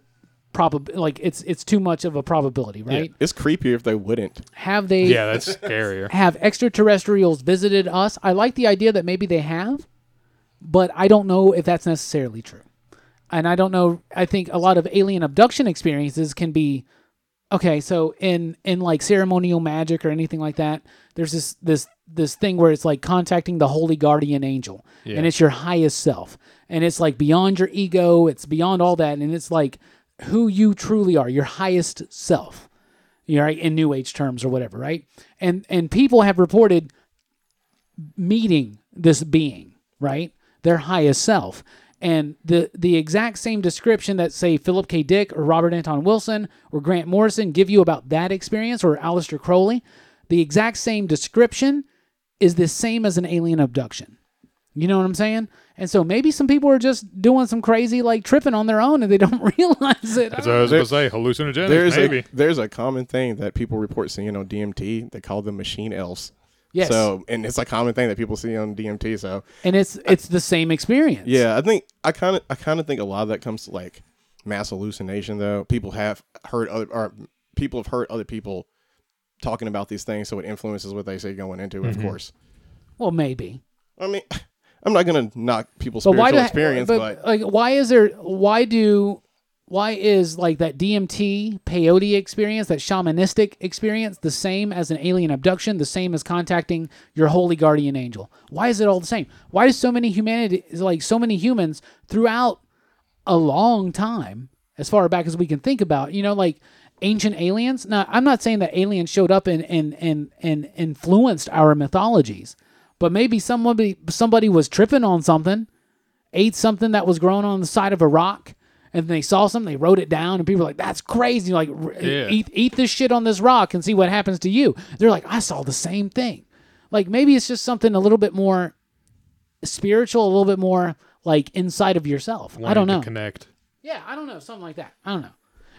[SPEAKER 3] probab like it's it's too much of a probability, right?
[SPEAKER 4] It's creepier if they wouldn't.
[SPEAKER 3] Have they
[SPEAKER 5] Yeah, that's scarier.
[SPEAKER 3] have extraterrestrials visited us? I like the idea that maybe they have, but I don't know if that's necessarily true. And I don't know. I think a lot of alien abduction experiences can be okay. So in in like ceremonial magic or anything like that, there's this this this thing where it's like contacting the holy guardian angel, and it's your highest self, and it's like beyond your ego, it's beyond all that, and it's like who you truly are, your highest self you know, right, in new age terms or whatever, right? And and people have reported meeting this being, right? Their highest self. And the the exact same description that say Philip K. Dick or Robert Anton Wilson or Grant Morrison give you about that experience or Aleister Crowley, the exact same description is the same as an alien abduction. You know what I'm saying? And so maybe some people are just doing some crazy like tripping on their own and they don't realize it. I
[SPEAKER 5] So I was
[SPEAKER 4] There-
[SPEAKER 5] gonna say hallucinogenic.
[SPEAKER 4] There's
[SPEAKER 5] maybe.
[SPEAKER 4] a there's a common thing that people report seeing on DMT. They call them machine elves.
[SPEAKER 3] Yes.
[SPEAKER 4] So and it's a common thing that people see on DMT. So
[SPEAKER 3] and it's it's the same experience.
[SPEAKER 4] yeah, I think I kind of I kind of think a lot of that comes to like mass hallucination though. People have heard other or people have heard other people talking about these things, so it influences what they say going into it. Of course.
[SPEAKER 3] Well, maybe.
[SPEAKER 4] I mean, I'm not gonna knock people's
[SPEAKER 3] But
[SPEAKER 4] spiritual
[SPEAKER 3] why do
[SPEAKER 4] experience,
[SPEAKER 3] but,
[SPEAKER 4] but,
[SPEAKER 3] like why is there why do why is like that DMT peyote experience, that shamanistic experience, the same as an alien abduction, the same as contacting your holy guardian angel? Why is it all the same? Why do so many humanity is like so many humans throughout a long time, as far back as we can think about, you know, like ancient aliens. Now, I'm not saying that aliens showed up and and and and influenced our mythologies, but maybe somebody somebody was tripping on something ate something that was grown on the side of a rock and they saw something they wrote it down and people were like that's crazy like r-
[SPEAKER 5] Yeah.
[SPEAKER 3] eat, eat this shit on this rock and see what happens to you they're like i saw the same thing like maybe it's just something a little bit more spiritual a little bit more like inside of yourself i don't
[SPEAKER 5] Wanting to
[SPEAKER 3] know
[SPEAKER 5] Connect.
[SPEAKER 3] yeah, I don't know, something like that. I don't know.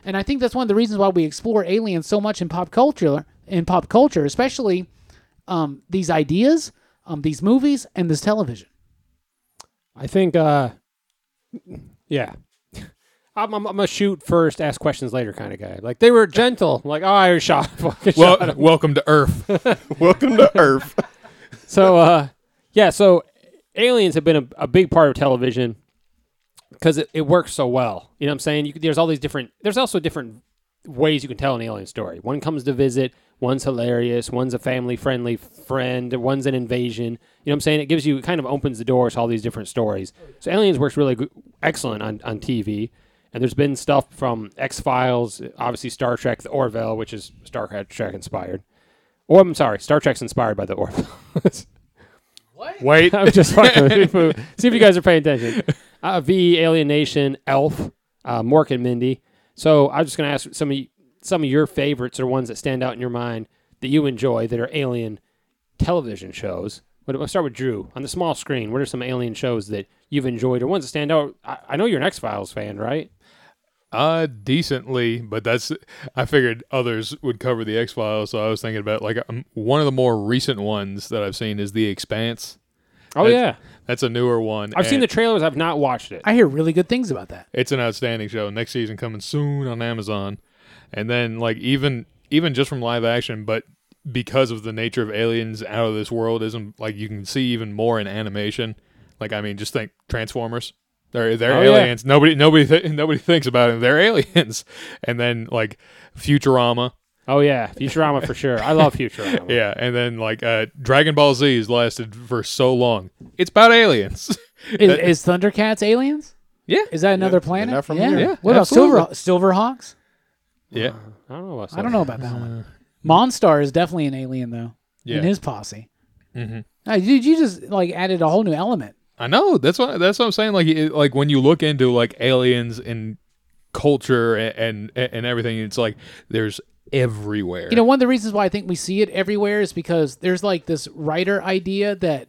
[SPEAKER 3] And I think that's one of the reasons why we explore aliens so much in pop culture, in pop culture, especially um, these ideas, um, these movies, and this television.
[SPEAKER 2] I think, uh, yeah. I'm, I'm, I'm a shoot first, ask questions later kind of guy. Like, they were gentle. like, oh, I shot. fucking shot
[SPEAKER 5] Well, welcome to Earth.
[SPEAKER 4] welcome to Earth.
[SPEAKER 2] so uh yeah so aliens have been a, a big part of television because it, it works so well you know what i'm saying you, could- there's all these different there's also different ways you can tell an alien story one comes to visit one's hilarious one's a family friendly friend one's an invasion you know what i'm saying it gives you it kind of opens the doors to all these different stories so aliens works really good, excellent on, on tv and there's been stuff from x-files obviously star trek the orville which is star trek inspired Or I'm sorry, Star Trek's inspired by the Orb.
[SPEAKER 5] Wait,
[SPEAKER 2] I'm just fucking with you. See if you guys are paying attention. Uh, v Alienation, Elf, uh, Mork and Mindy. So I'm just gonna ask some of y- some of your favorites or ones that stand out in your mind that you enjoy that are alien television shows. But I'll start with Drew on the small screen. What are some alien shows that you've enjoyed or ones that stand out? I, I know you're an X Files fan, right?
[SPEAKER 5] uh, decently, but that's. I figured others would cover the X Files, so I was thinking about like um, one of the more recent ones that I've seen is The Expanse.
[SPEAKER 2] Oh yeah,
[SPEAKER 5] That's a newer one.
[SPEAKER 2] I've seen
[SPEAKER 5] and
[SPEAKER 2] the trailers. I've not watched it.
[SPEAKER 3] I hear really good things about that.
[SPEAKER 5] It's an outstanding show. Next season coming soon on Amazon, and then like even even just from live action, but because of the nature of aliens out of this world, isn't like you can see even more in animation. Like I mean, just think Transformers. They're they're
[SPEAKER 2] Oh, yeah.
[SPEAKER 5] aliens. Nobody nobody th- nobody thinks about it. They're aliens. And then like Futurama.
[SPEAKER 2] oh yeah, Futurama for sure. I love Futurama.
[SPEAKER 5] Yeah, and then like uh, Dragon Ball Z has lasted for so long. It's about aliens.
[SPEAKER 3] Is, is Thundercats aliens?
[SPEAKER 5] yeah,
[SPEAKER 3] Is that another planet?
[SPEAKER 4] not from
[SPEAKER 3] yeah.
[SPEAKER 4] here.
[SPEAKER 5] Yeah,
[SPEAKER 3] What about Silver
[SPEAKER 5] absolutely.
[SPEAKER 3] Silverhawks?
[SPEAKER 5] yeah.
[SPEAKER 2] I don't know. What
[SPEAKER 3] I don't know about that one. Monstar is definitely an alien though.
[SPEAKER 5] Uh, Yeah.
[SPEAKER 3] In his posse. Mm-hmm. dude, you just like added a whole new element.
[SPEAKER 5] I know. That's what that's what I'm saying. Like it, like when you look into like aliens and culture and and, and everything, it's like there's everywhere.
[SPEAKER 3] You know, one of the reasons why I think we see it everywhere is because there's like this writer idea that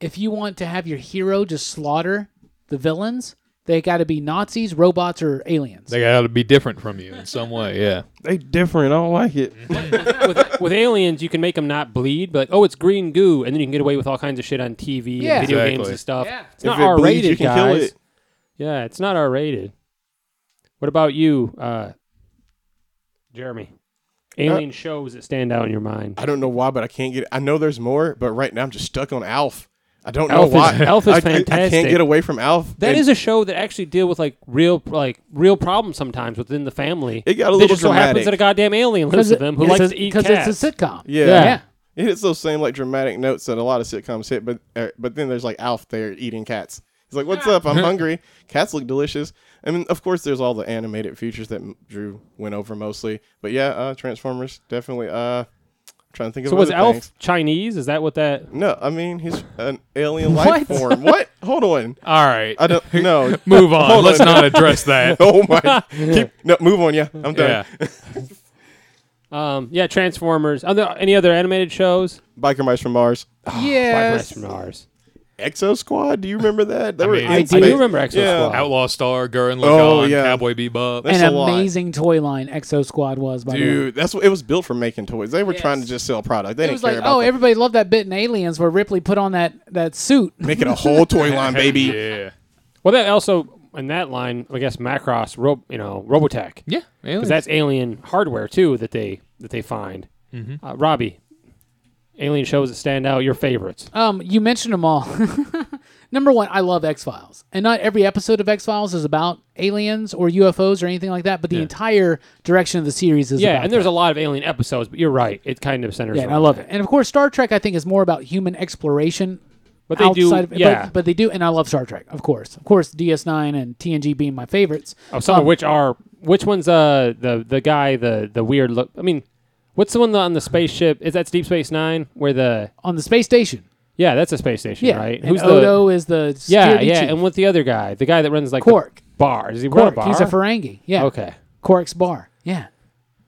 [SPEAKER 3] if you want to have your hero just slaughter the villains, they got to be Nazis, robots, or aliens.
[SPEAKER 5] they got to be different from you in some way. Yeah.
[SPEAKER 4] They different. I don't like it.
[SPEAKER 2] with, with aliens, you can make them not bleed, but like, oh, it's green goo, and then you can get away with all kinds of shit on TV
[SPEAKER 3] Yeah.
[SPEAKER 2] and video
[SPEAKER 5] Exactly.
[SPEAKER 2] games and stuff.
[SPEAKER 3] Yeah.
[SPEAKER 2] It's not
[SPEAKER 4] If it
[SPEAKER 2] R
[SPEAKER 4] bleeds,
[SPEAKER 2] rated,
[SPEAKER 4] you can kill
[SPEAKER 2] guys.
[SPEAKER 4] it.
[SPEAKER 2] Yeah, it's not R rated. What about you, uh, Jeremy? Alien shows that stand out in your mind.
[SPEAKER 4] I don't know why, but I can't get. I know there's more, but right now I'm just stuck on Alf. I don't know
[SPEAKER 2] Alf is-
[SPEAKER 4] why.
[SPEAKER 2] Alf is
[SPEAKER 4] I, I- I
[SPEAKER 2] fantastic.
[SPEAKER 4] can't get away from Alf.
[SPEAKER 2] That
[SPEAKER 4] And
[SPEAKER 2] is a show that actually deal with like real, like real problems sometimes within the family.
[SPEAKER 4] It got a
[SPEAKER 2] They
[SPEAKER 4] little
[SPEAKER 2] just so happens
[SPEAKER 4] dramatic.
[SPEAKER 2] that a goddamn alien lives with them who likes to eat
[SPEAKER 3] because
[SPEAKER 2] cats.
[SPEAKER 3] it's a sitcom.
[SPEAKER 4] Yeah.
[SPEAKER 3] yeah.
[SPEAKER 4] It hits those same like dramatic notes that a lot of sitcoms hit, but uh, but then there's like Alf there eating cats. He's like, "What's up? I'm hungry. Cats look delicious." I mean, of course, there's all the animated features that m- Drew went over mostly, but yeah, uh, Transformers definitely. Uh, trying to think of
[SPEAKER 2] so was
[SPEAKER 4] other
[SPEAKER 2] Elf
[SPEAKER 4] things.
[SPEAKER 2] Chinese? Is that what that?
[SPEAKER 4] No, I mean he's an alien
[SPEAKER 3] What?
[SPEAKER 4] life form. What? Hold on.
[SPEAKER 5] All right.
[SPEAKER 4] I don't know.
[SPEAKER 5] Move on.
[SPEAKER 4] Hold
[SPEAKER 5] Let's
[SPEAKER 4] on.
[SPEAKER 5] not address that.
[SPEAKER 4] Oh my! Keep, no, move on. Yeah, I'm done.
[SPEAKER 5] yeah.
[SPEAKER 2] Um, yeah, Transformers. Are there any other animated shows?
[SPEAKER 4] Biker Mice from Mars.
[SPEAKER 2] Yes.
[SPEAKER 3] Yes.
[SPEAKER 2] from Mars.
[SPEAKER 4] Exo Squad. Do you remember that? They were
[SPEAKER 5] mean-
[SPEAKER 4] in
[SPEAKER 5] I
[SPEAKER 2] do
[SPEAKER 4] space.
[SPEAKER 2] remember Exo
[SPEAKER 4] Yeah.
[SPEAKER 2] Squad.
[SPEAKER 5] Outlaw Star, Gurren Lagann,
[SPEAKER 4] Oh, yeah.
[SPEAKER 5] Cowboy Bebop.
[SPEAKER 4] That's
[SPEAKER 3] An
[SPEAKER 4] a lot.
[SPEAKER 3] amazing toy line Exo Squad was by the way.
[SPEAKER 4] Dude, that's what it was built for making toys. They were trying to just sell product.
[SPEAKER 3] It
[SPEAKER 4] They didn't
[SPEAKER 3] was
[SPEAKER 4] care
[SPEAKER 3] like,
[SPEAKER 4] about
[SPEAKER 3] oh,
[SPEAKER 4] the-
[SPEAKER 3] everybody loved that bit in Aliens where Ripley put on that that suit.
[SPEAKER 4] making a whole toy line, baby.
[SPEAKER 5] Yeah.
[SPEAKER 2] Well, that also in that line, I guess Macross, ro- you know, Robotech,
[SPEAKER 5] Yeah.
[SPEAKER 2] because
[SPEAKER 5] Aliens.
[SPEAKER 2] that's alien hardware too that they that they find.
[SPEAKER 3] Mm-hmm.
[SPEAKER 2] Uh, Robbie, alien shows that stand out, your favorites.
[SPEAKER 3] Um, you mentioned them all. Number one, I love X Files, and not every episode of X Files is about aliens or UFOs or anything like that. But the entire direction of the series is
[SPEAKER 2] yeah,
[SPEAKER 3] about
[SPEAKER 2] and there's
[SPEAKER 3] that.
[SPEAKER 2] a lot of alien episodes, but you're right, it kind of centers.
[SPEAKER 3] yeah, and I
[SPEAKER 2] around
[SPEAKER 3] love
[SPEAKER 2] that.
[SPEAKER 3] it. And of course, Star Trek I think is more about human exploration.
[SPEAKER 2] But they do-
[SPEAKER 3] outside of,
[SPEAKER 2] yeah.
[SPEAKER 3] but, but they do, and I love Star Trek, of course, of course. DS9 and TNG being my favorites. Um,
[SPEAKER 2] Oh, some of which are which one's uh the the guy the the weird look? I mean, what's the one on the spaceship? Is that Deep Space Nine where the
[SPEAKER 3] On the space station,
[SPEAKER 2] yeah that's a space station
[SPEAKER 3] yeah,
[SPEAKER 2] right?
[SPEAKER 3] and Odo
[SPEAKER 2] the
[SPEAKER 3] is the
[SPEAKER 2] yeah
[SPEAKER 3] security
[SPEAKER 2] yeah
[SPEAKER 3] chief.
[SPEAKER 2] and what's the other guy? The guy that runs like the
[SPEAKER 3] Quark.
[SPEAKER 2] bar is he run
[SPEAKER 3] Quark,
[SPEAKER 2] a bar?
[SPEAKER 3] he's a Ferengi. Yeah,
[SPEAKER 2] okay.
[SPEAKER 3] Quark's bar. Yeah,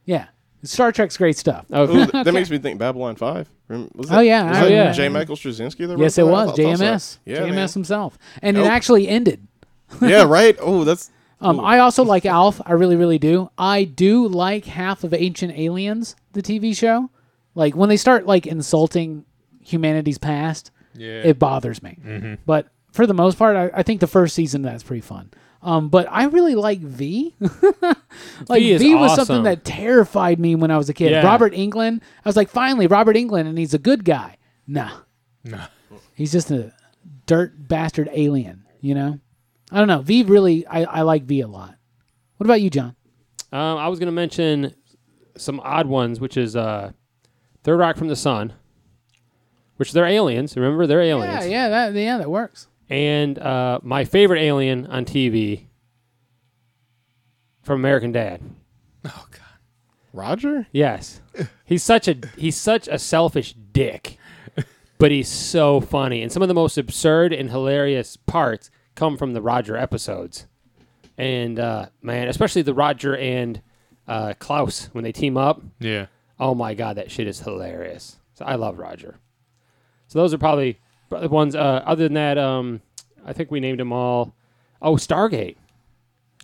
[SPEAKER 3] yeah. Star Trek's great stuff.
[SPEAKER 2] Okay.
[SPEAKER 4] Ooh, that makes me think Babylon Five. Remember- was that-
[SPEAKER 3] Oh, yeah,
[SPEAKER 4] was
[SPEAKER 3] I
[SPEAKER 4] that
[SPEAKER 2] remember.
[SPEAKER 4] J. Michael Straczynski. That
[SPEAKER 3] Yes, it
[SPEAKER 4] wrote that? I
[SPEAKER 3] was
[SPEAKER 4] thought so.
[SPEAKER 3] JMS.
[SPEAKER 4] Yeah,
[SPEAKER 3] JMS
[SPEAKER 4] man.
[SPEAKER 3] himself, and it
[SPEAKER 4] Nope.
[SPEAKER 3] actually ended.
[SPEAKER 4] yeah, right. Oh, that's
[SPEAKER 3] Um, I also like Alf. I really, really do. I do like half of Ancient Aliens, the TV show. Like when they start like insulting humanity's past,
[SPEAKER 5] Yeah.
[SPEAKER 3] it bothers me.
[SPEAKER 4] Mm-hmm.
[SPEAKER 3] But for the most part, I, I think the first season of that's pretty fun. Um, but I really like V. like
[SPEAKER 2] V is
[SPEAKER 3] was
[SPEAKER 2] awesome.
[SPEAKER 3] something that terrified me when I was a kid.
[SPEAKER 2] Yeah.
[SPEAKER 3] Robert England. I was like, finally, Robert England, and he's a good guy. Nah, nah. He's just a dirt bastard alien. You know. I don't know. V really, I, I like V a lot. What about you, John?
[SPEAKER 2] Um, I was going to mention some odd ones, which is uh, Third Rock from the Sun, which they're aliens. Remember, they're aliens.
[SPEAKER 3] Yeah, yeah, that yeah, that works.
[SPEAKER 2] And uh, my favorite alien on TV from American Dad.
[SPEAKER 5] oh god.
[SPEAKER 4] Roger?
[SPEAKER 2] Yes. He's such a he's such a selfish dick. But he's so funny. And some of the most absurd and hilarious parts come from the Roger episodes. And uh, man, especially the Roger and uh, Klaus when they team up.
[SPEAKER 5] Yeah.
[SPEAKER 2] Oh my god, that shit is hilarious. So I love Roger. So those are probably the ones uh, other than that um, I think we named them all. Oh, Stargate.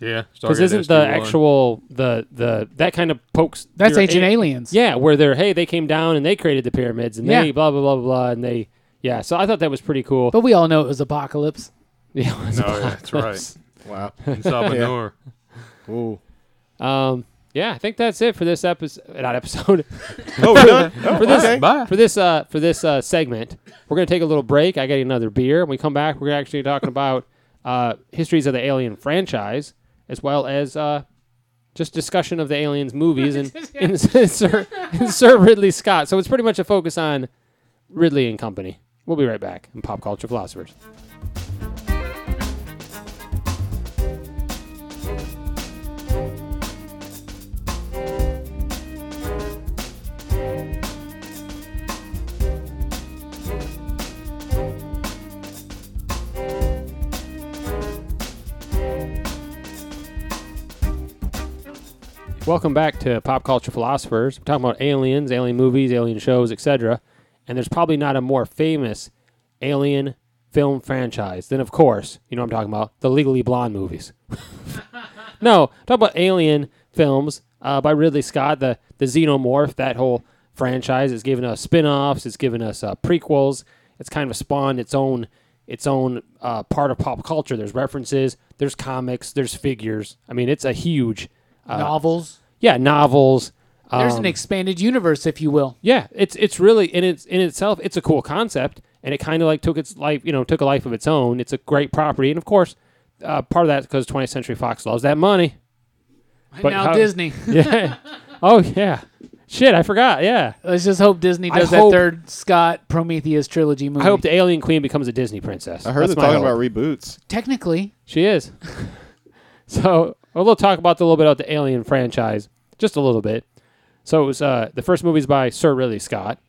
[SPEAKER 5] Yeah.
[SPEAKER 2] Because isn't the actual the the that kind of pokes
[SPEAKER 3] That's
[SPEAKER 2] your
[SPEAKER 3] Ancient
[SPEAKER 2] a-
[SPEAKER 3] Aliens.
[SPEAKER 2] yeah, where they're hey, they came down and they created the pyramids and
[SPEAKER 3] Yeah. Oh.
[SPEAKER 2] they blah blah blah blah blah and they yeah. So I thought that was pretty cool.
[SPEAKER 3] But we all know it was Apocalypse.
[SPEAKER 2] yeah, it was
[SPEAKER 5] No, yeah, that's
[SPEAKER 2] apocalypse.
[SPEAKER 4] Wow.
[SPEAKER 5] In Salvador.
[SPEAKER 4] Ooh.
[SPEAKER 2] Um, yeah, I think that's it for this episode. Not episode
[SPEAKER 4] Oh, we're done.
[SPEAKER 2] for this
[SPEAKER 4] okay.
[SPEAKER 5] Bye.
[SPEAKER 2] for this uh for this uh segment. We're gonna take a little break. I got another beer. When we come back, we're actually talking about uh histories of the Alien franchise as well as uh. Just discussion of the aliens movies and, and, Sir, and Sir Ridley Scott. So it's pretty much a focus on Ridley and Company. We'll be right back in Pop Culture Philosophers. Welcome back to Pop Culture Philosophers. We're talking about aliens, alien movies, alien shows, etc. And there's probably not a more famous alien film franchise than, of course, you know what I'm talking about, the Legally Blonde movies. no, talk about alien films uh, by Ridley Scott, the, the Xenomorph, that whole franchise. It's given us spin offs, it's given us uh, prequels, it's kind of spawned its own. Its own uh, part of pop culture. There's references, there's comics, there's figures. I mean, it's a huge uh,
[SPEAKER 3] Novels.
[SPEAKER 2] yeah, novels.
[SPEAKER 3] There's
[SPEAKER 2] um,
[SPEAKER 3] an expanded universe, if you will.
[SPEAKER 2] yeah, it's it's really in its in itself, it's a cool concept, and it kind of like took its life, you know, took a life of its own. It's a great property, and of course, uh, part of that because 20th Century Fox loves that money.
[SPEAKER 3] And
[SPEAKER 2] But
[SPEAKER 3] now
[SPEAKER 2] how-
[SPEAKER 3] Disney.
[SPEAKER 2] Yeah. oh yeah. Shit, I forgot. Yeah.
[SPEAKER 3] Let's just hope Disney
[SPEAKER 2] I
[SPEAKER 3] does that
[SPEAKER 2] hope-
[SPEAKER 3] third Scott Prometheus trilogy movie.
[SPEAKER 2] I hope the Alien Queen becomes a Disney princess.
[SPEAKER 4] I heard
[SPEAKER 2] That's
[SPEAKER 4] they're
[SPEAKER 2] my
[SPEAKER 4] talking
[SPEAKER 2] hope.
[SPEAKER 4] about reboots.
[SPEAKER 3] Technically,
[SPEAKER 2] She is. so we'll talk about the, a little bit about the Alien franchise, just a little bit. So it was uh, the first movie's by Sir Ridley Scott,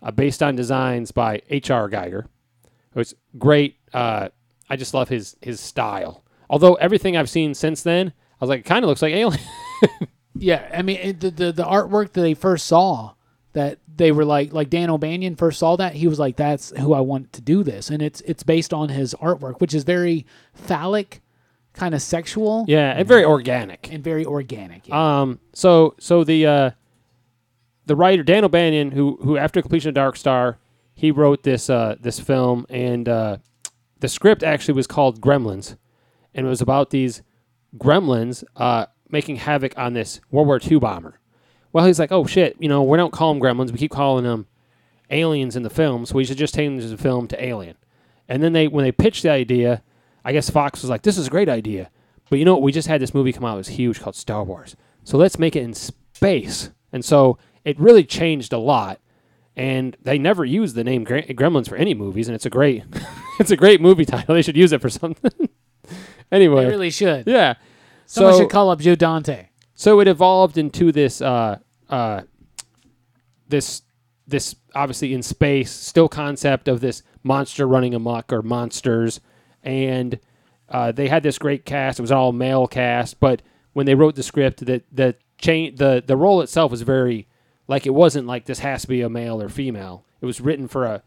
[SPEAKER 2] uh, based on designs by H.R. Geiger. It was great. Uh, I just love his his style. Although everything I've seen since then, I was like, it kind of looks like Alien.
[SPEAKER 3] yeah. I mean, it, the, the the artwork that they first saw, that they were like, like Dan O'Banion first saw that, he was like, "That's who I want to do this," and it's it's based on his artwork, which is very phallic, kind of sexual,
[SPEAKER 2] yeah, and very organic.
[SPEAKER 3] and very organic. yeah.
[SPEAKER 2] Um. So so the uh, the writer Dan O'Bannon, who who after completion of Dark Star, he wrote this uh this film, and uh, the script actually was called Gremlins, and it was about these gremlins uh making havoc on this World War II bomber. Well, he's like, oh shit, you know, we don't call them gremlins, we keep calling them aliens in the film, so we should just change the film to Alien. And then they, when they pitched the idea, I guess Fox was like, "This is a great idea," but you know what? We just had this movie come out; it was huge, called Star Wars. So let's make it in space. And so it really changed a lot. And they never used the name Gre- Gremlins for any movies, and it's a great, it's a great movie title. They should use it for something. anyway,
[SPEAKER 3] they really should.
[SPEAKER 2] yeah.
[SPEAKER 3] Someone
[SPEAKER 2] so
[SPEAKER 3] should call up Joe Dante.
[SPEAKER 2] so it evolved into this uh uh this this obviously in space still concept of this monster running amok or monsters and uh, they had this great cast it was an all male cast but when they wrote the script the the chain the the role itself was very like it wasn't like this has to be a male or female it was written for a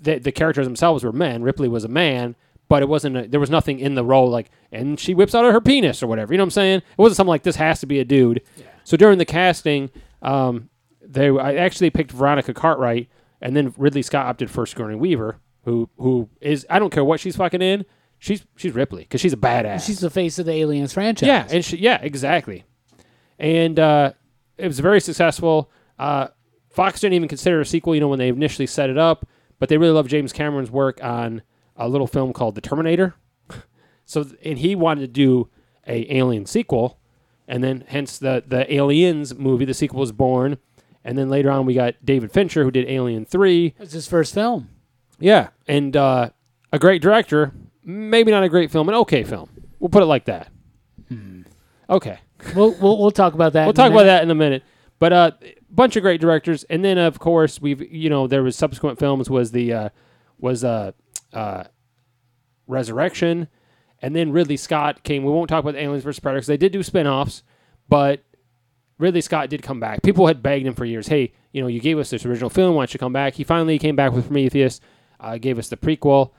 [SPEAKER 2] the, the characters themselves were men ripley was a man but it wasn't a, there was nothing in the role like and she whips out her penis or whatever you know what i'm saying it wasn't something like this has to be a dude so during the casting um, they I actually picked Veronica Cartwright, and then Ridley Scott opted for Sigourney Weaver, who who is I don't care what she's fucking in, she's she's Ripley because she's a badass.
[SPEAKER 3] She's the face of the Aliens franchise.
[SPEAKER 2] yeah, and she, yeah, exactly. And uh, it was very successful. Uh, Fox didn't even consider a sequel, you know, when they initially set it up, but they really love James Cameron's work on a little film called The Terminator. so th- and he wanted to do a Alien sequel, and then hence the the Aliens movie, the sequel was born. And then later on, we got David Fincher who did Alien Three.
[SPEAKER 3] It's his first film.
[SPEAKER 2] Yeah, and uh, a great director, maybe not a great film, an okay film. We'll put it like that. Okay,
[SPEAKER 3] We'll, we'll, we'll talk about that.
[SPEAKER 2] we'll talk about that in a minute. But a uh, bunch of great directors, and then of course we've you know there was subsequent films was the uh, was uh, uh, Resurrection, and then Ridley Scott came. We won't talk about Aliens vs Predator 'cause they did do spin-offs, but Ridley Scott did come back. People had begged him for years. Hey, you know, you gave us this original film. Why don't you come back? He finally came back with Prometheus, uh, gave us the prequel,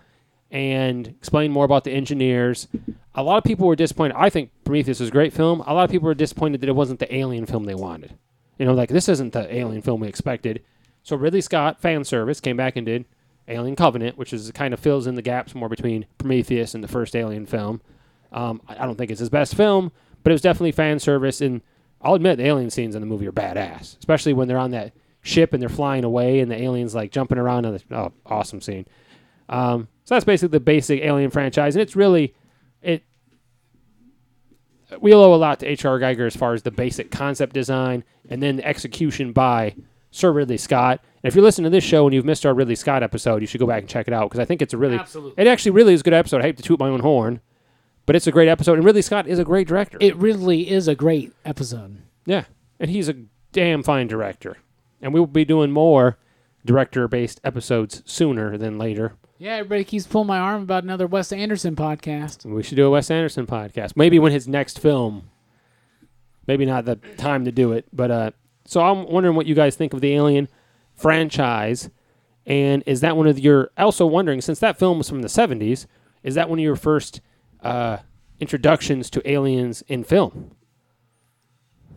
[SPEAKER 2] and explained more about the engineers. A lot of people were disappointed. I think Prometheus was a great film. A lot of people were disappointed that it wasn't the alien film they wanted. You know, like this isn't the alien film we expected. So Ridley Scott fan service came back and did Alien Covenant, which is kind of fills in the gaps more between Prometheus and the first Alien film. Um, I I don't think it's his best film, but it was definitely fan service. And I'll admit, the alien scenes in the movie are badass, especially when they're on that ship and they're flying away and the aliens like jumping around. On the, oh, awesome scene. Um, so that's basically the basic Alien franchise, and it's really it. We owe a lot to H.R. Geiger as far as the basic concept design and then the execution by Sir Ridley Scott. And if you're listening to this show and you've missed our Ridley Scott episode, you should go back and check it out because I think it's a really,
[SPEAKER 3] Absolutely.
[SPEAKER 2] it actually really is a good episode. I hate to toot my own horn, but it's a great episode, and Ridley Scott is a great director.
[SPEAKER 3] It really is a great episode.
[SPEAKER 2] Yeah, and he's a damn fine director, and we will be doing more director-based episodes sooner than later.
[SPEAKER 3] Yeah, everybody keeps pulling my arm about another Wes Anderson podcast.
[SPEAKER 2] We should do a Wes Anderson podcast. Maybe when his next film. Maybe not the time to do it, but uh, so I'm wondering what you guys think of the Alien franchise, and is that one of your? Also wondering since that film was from the '70s, is that one of your first uh, introductions to aliens in film?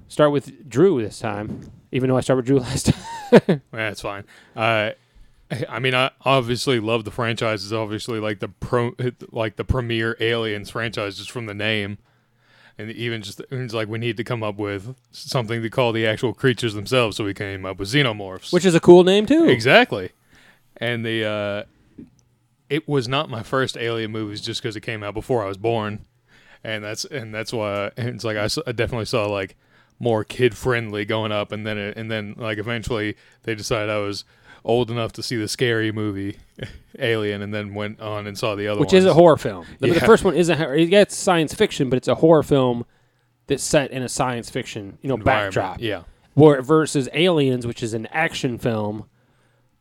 [SPEAKER 2] Start with Drew this time, even though I started with Drew last time.
[SPEAKER 5] That's fine. Uh, I mean, I obviously love the franchise. Is obviously like the pro, like the premier Aliens franchise just from the name, and even just it's like we need to come up with something to call the actual creatures themselves. So we came up with xenomorphs,
[SPEAKER 2] Which is a cool name too.
[SPEAKER 5] exactly. And the uh, it was not my first Alien movies just because it came out before I was born, and that's and that's why and it's like I, s- I definitely saw like more kid friendly going up, and then it, and then like eventually they decided I was old enough to see the scary movie Alien, and then went on and saw the other
[SPEAKER 2] which
[SPEAKER 5] ones.
[SPEAKER 2] is a horror film. The, the
[SPEAKER 5] Yeah.
[SPEAKER 2] first one isn't. hor- Yeah, it's science fiction, but it's a horror film that's set in a science fiction, you know,
[SPEAKER 5] Environment,
[SPEAKER 2] backdrop.
[SPEAKER 5] Yeah,
[SPEAKER 2] Where versus Aliens, which is an action film,